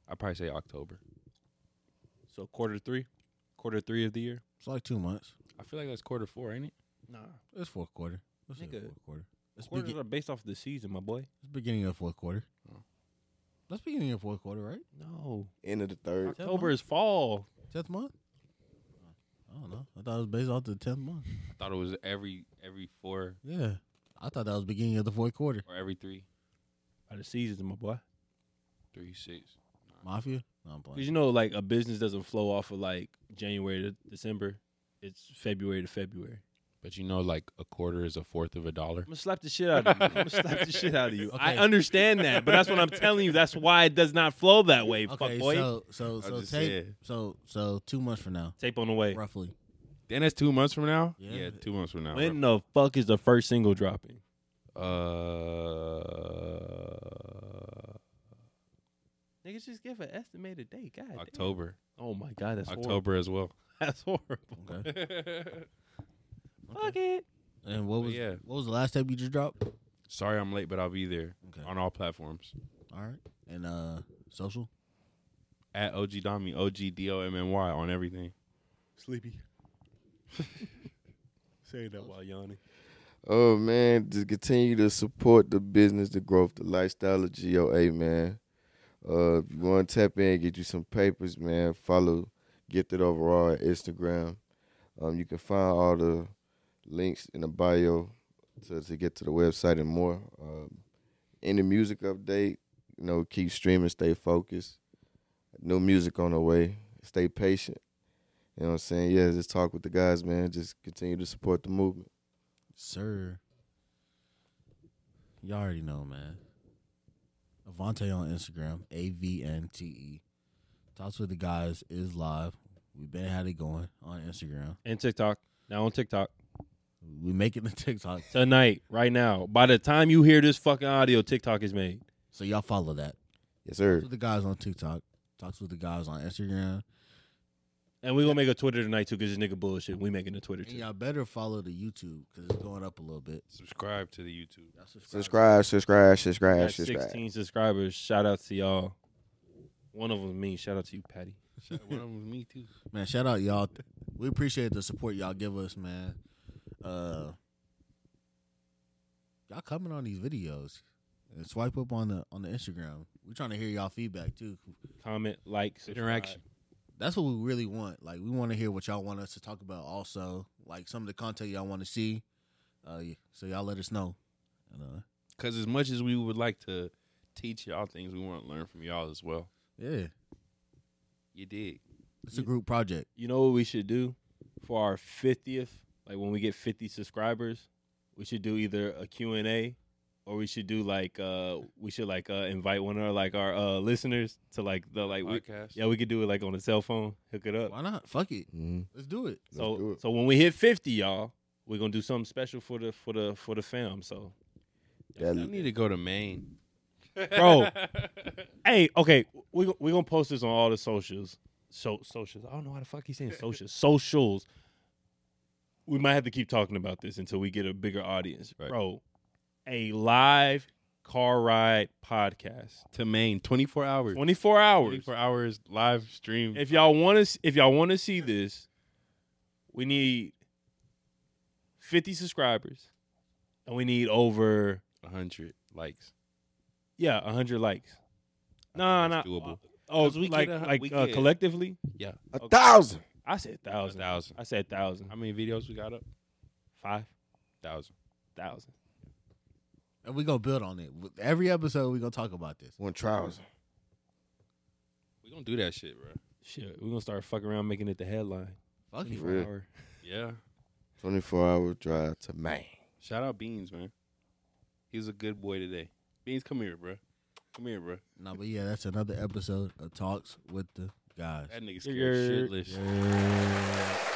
S2: I probably say October.
S1: So quarter three, quarter three of the year.
S3: It's like two months.
S2: I feel like that's quarter four, ain't it?
S1: Nah,
S3: It's fourth quarter. Let's say
S1: Nigga.
S3: fourth quarter. It's,
S1: quarters
S3: begin-
S1: are based off the season, my boy.
S3: it's beginning of fourth quarter.
S2: Oh.
S3: That's beginning of fourth quarter, right?
S1: No,
S4: End of the third.
S1: October is fall.
S3: Tenth month. I don't know. I thought it was based off the tenth month.
S2: I thought it was every every four
S3: Yeah, I thought that was beginning of the fourth quarter.
S2: or every three,
S1: By the season, my boy.
S2: three six.
S3: Mafia. No, I'm
S1: Because
S3: playing.
S1: you know, like a business doesn't flow off of like January to December. It's February to February.
S2: But you know, like a quarter is a fourth of a dollar.
S1: I'm gonna slap the shit out of you. I'm gonna slap the shit out of you. I
S3: Okay.
S1: understand that, but that's what I'm telling you. That's why it does not flow that way,
S3: okay,
S1: fuck boy.
S3: so so
S2: I
S3: so
S2: just
S3: take
S2: said.
S3: so so two months from now,
S1: Tape on the way.
S3: roughly.
S2: Then that's two months from now.
S3: Yeah.
S2: two months from now.
S1: When the fuck is the first single dropping?
S2: Uh,
S1: Niggas just give an estimated date. God, damn.
S2: October,
S1: Oh my god, that's horrible.
S2: October as well.
S1: That's horrible.
S3: Okay.
S1: Fuck it.
S3: And what was
S2: yeah.
S3: what was the last tape you just dropped?
S2: Sorry I'm late, but I'll be there
S3: Okay.
S2: on all platforms.
S3: All right. And uh, social.
S2: At OG Domi, O G D O M N Y on everything.
S1: Sleepy. Say that while yawning.
S4: Oh man, just continue to support the business, the growth, the lifestyle of GOA, man. Uh, if you want to tap in, get you some papers, man. Follow Get That Overall at Instagram. Um, you can find all the links in the bio to, to get to the website and more. Um, any music update, you know, keep streaming, stay focused. New music on the way. Stay patient. You know what I'm saying? Yeah, just talk with the guys, man. Just continue to support the movement.
S3: Sir. You all already know, man. Avante on Instagram, A V N T E. Talks with the guys is live. We've been had it going on Instagram.
S1: And TikTok. Now on TikTok.
S3: We making the TikTok.
S1: Tonight, right now. By the time you hear this fucking audio, TikTok is made.
S3: So y'all follow that.
S4: Yes, sir.
S3: Talks with the guys on TikTok. Talks with the guys on Instagram.
S1: And we gonna make a Twitter tonight too, cause this nigga bullshit. We making a Twitter
S3: And
S1: too.
S3: y'all better follow the YouTube because it's going up a little bit.
S2: Subscribe to the YouTube.
S3: Y'all
S4: Subscribe, subscribe,
S1: We
S4: subscribe,
S1: got
S4: subscribe.
S1: 16 subscribers. Shout out to y'all. One of them me. Shout out to you, Patty.
S2: Shit, One of them was me too.
S3: Man, shout out y'all. We appreciate the support y'all give us, man. Uh Y'all coming on these videos and swipe up on the on the Instagram. We're trying to hear y'all feedback too.
S1: Comment, like, subscribe.
S2: Interaction.
S3: That's what we really want. Like we want to hear what y'all want us to talk about also, like some of the content y'all want to see. Uh yeah, so y'all let us know. And uh
S2: Because as much as we would like to teach y'all things, we want to learn from y'all as well.
S3: yeah,
S2: You dig?
S3: it's a group project.
S1: You know what we should do for our 50th? Like when we get 50 subscribers, we should do either a Q&A or we should do like uh we should like uh invite one of our like our uh listeners to like the like we,
S2: Podcast.
S1: yeah, we could do it like on a cell phone, hook it up.
S3: Why not? Fuck it.
S4: Mm-hmm.
S3: Let's do it.
S1: so so when we hit 50, y'all, we're going to do something special for the for the for the fam, so
S2: I need to go to Maine.
S1: Bro. Hey, okay, we we gonna post this on all the socials. So socials. I don't know how the fuck he's saying socials. Socials. We might have to keep talking about this until we get a bigger audience,
S2: Right.
S1: bro. A live car ride podcast,
S2: to Maine, 24 hours.
S1: twenty four hours.
S2: 24 hours live stream.
S1: If y'all want to, if y'all want to see this, we need fifty subscribers, and we need over
S2: 100 likes.
S1: yeah hundred likes.
S2: I
S1: No,
S2: think
S1: no,
S2: that's doable.
S1: Oh,
S2: 'Cause we
S1: like
S2: get a-
S1: like
S2: we
S1: uh,
S2: get-
S1: collectively?
S2: Yeah.
S4: A
S1: Okay.
S4: thousand.
S1: I said thousand.
S2: thousand.
S1: I said thousand.
S2: How many videos we got up?
S1: Five
S2: Thousand.
S1: thousand.
S3: And we're gonna build on it. With Every episode we're gonna talk about this.
S4: One thousand.
S2: We gonna do that shit, bro.
S1: Shit, we're gonna start fucking around making it the headline.
S3: Fuck you.
S4: For real.
S1: Hour.
S2: Yeah.
S4: Twenty four hour drive to Maine.
S2: Shout out Beans, man. He's a good boy today. Beans, come here, bro. Come here, bro.
S3: No, but yeah, that's another episode of Talks with the Guys.
S2: That nigga
S1: You're-
S2: scared shitless.
S3: Yeah.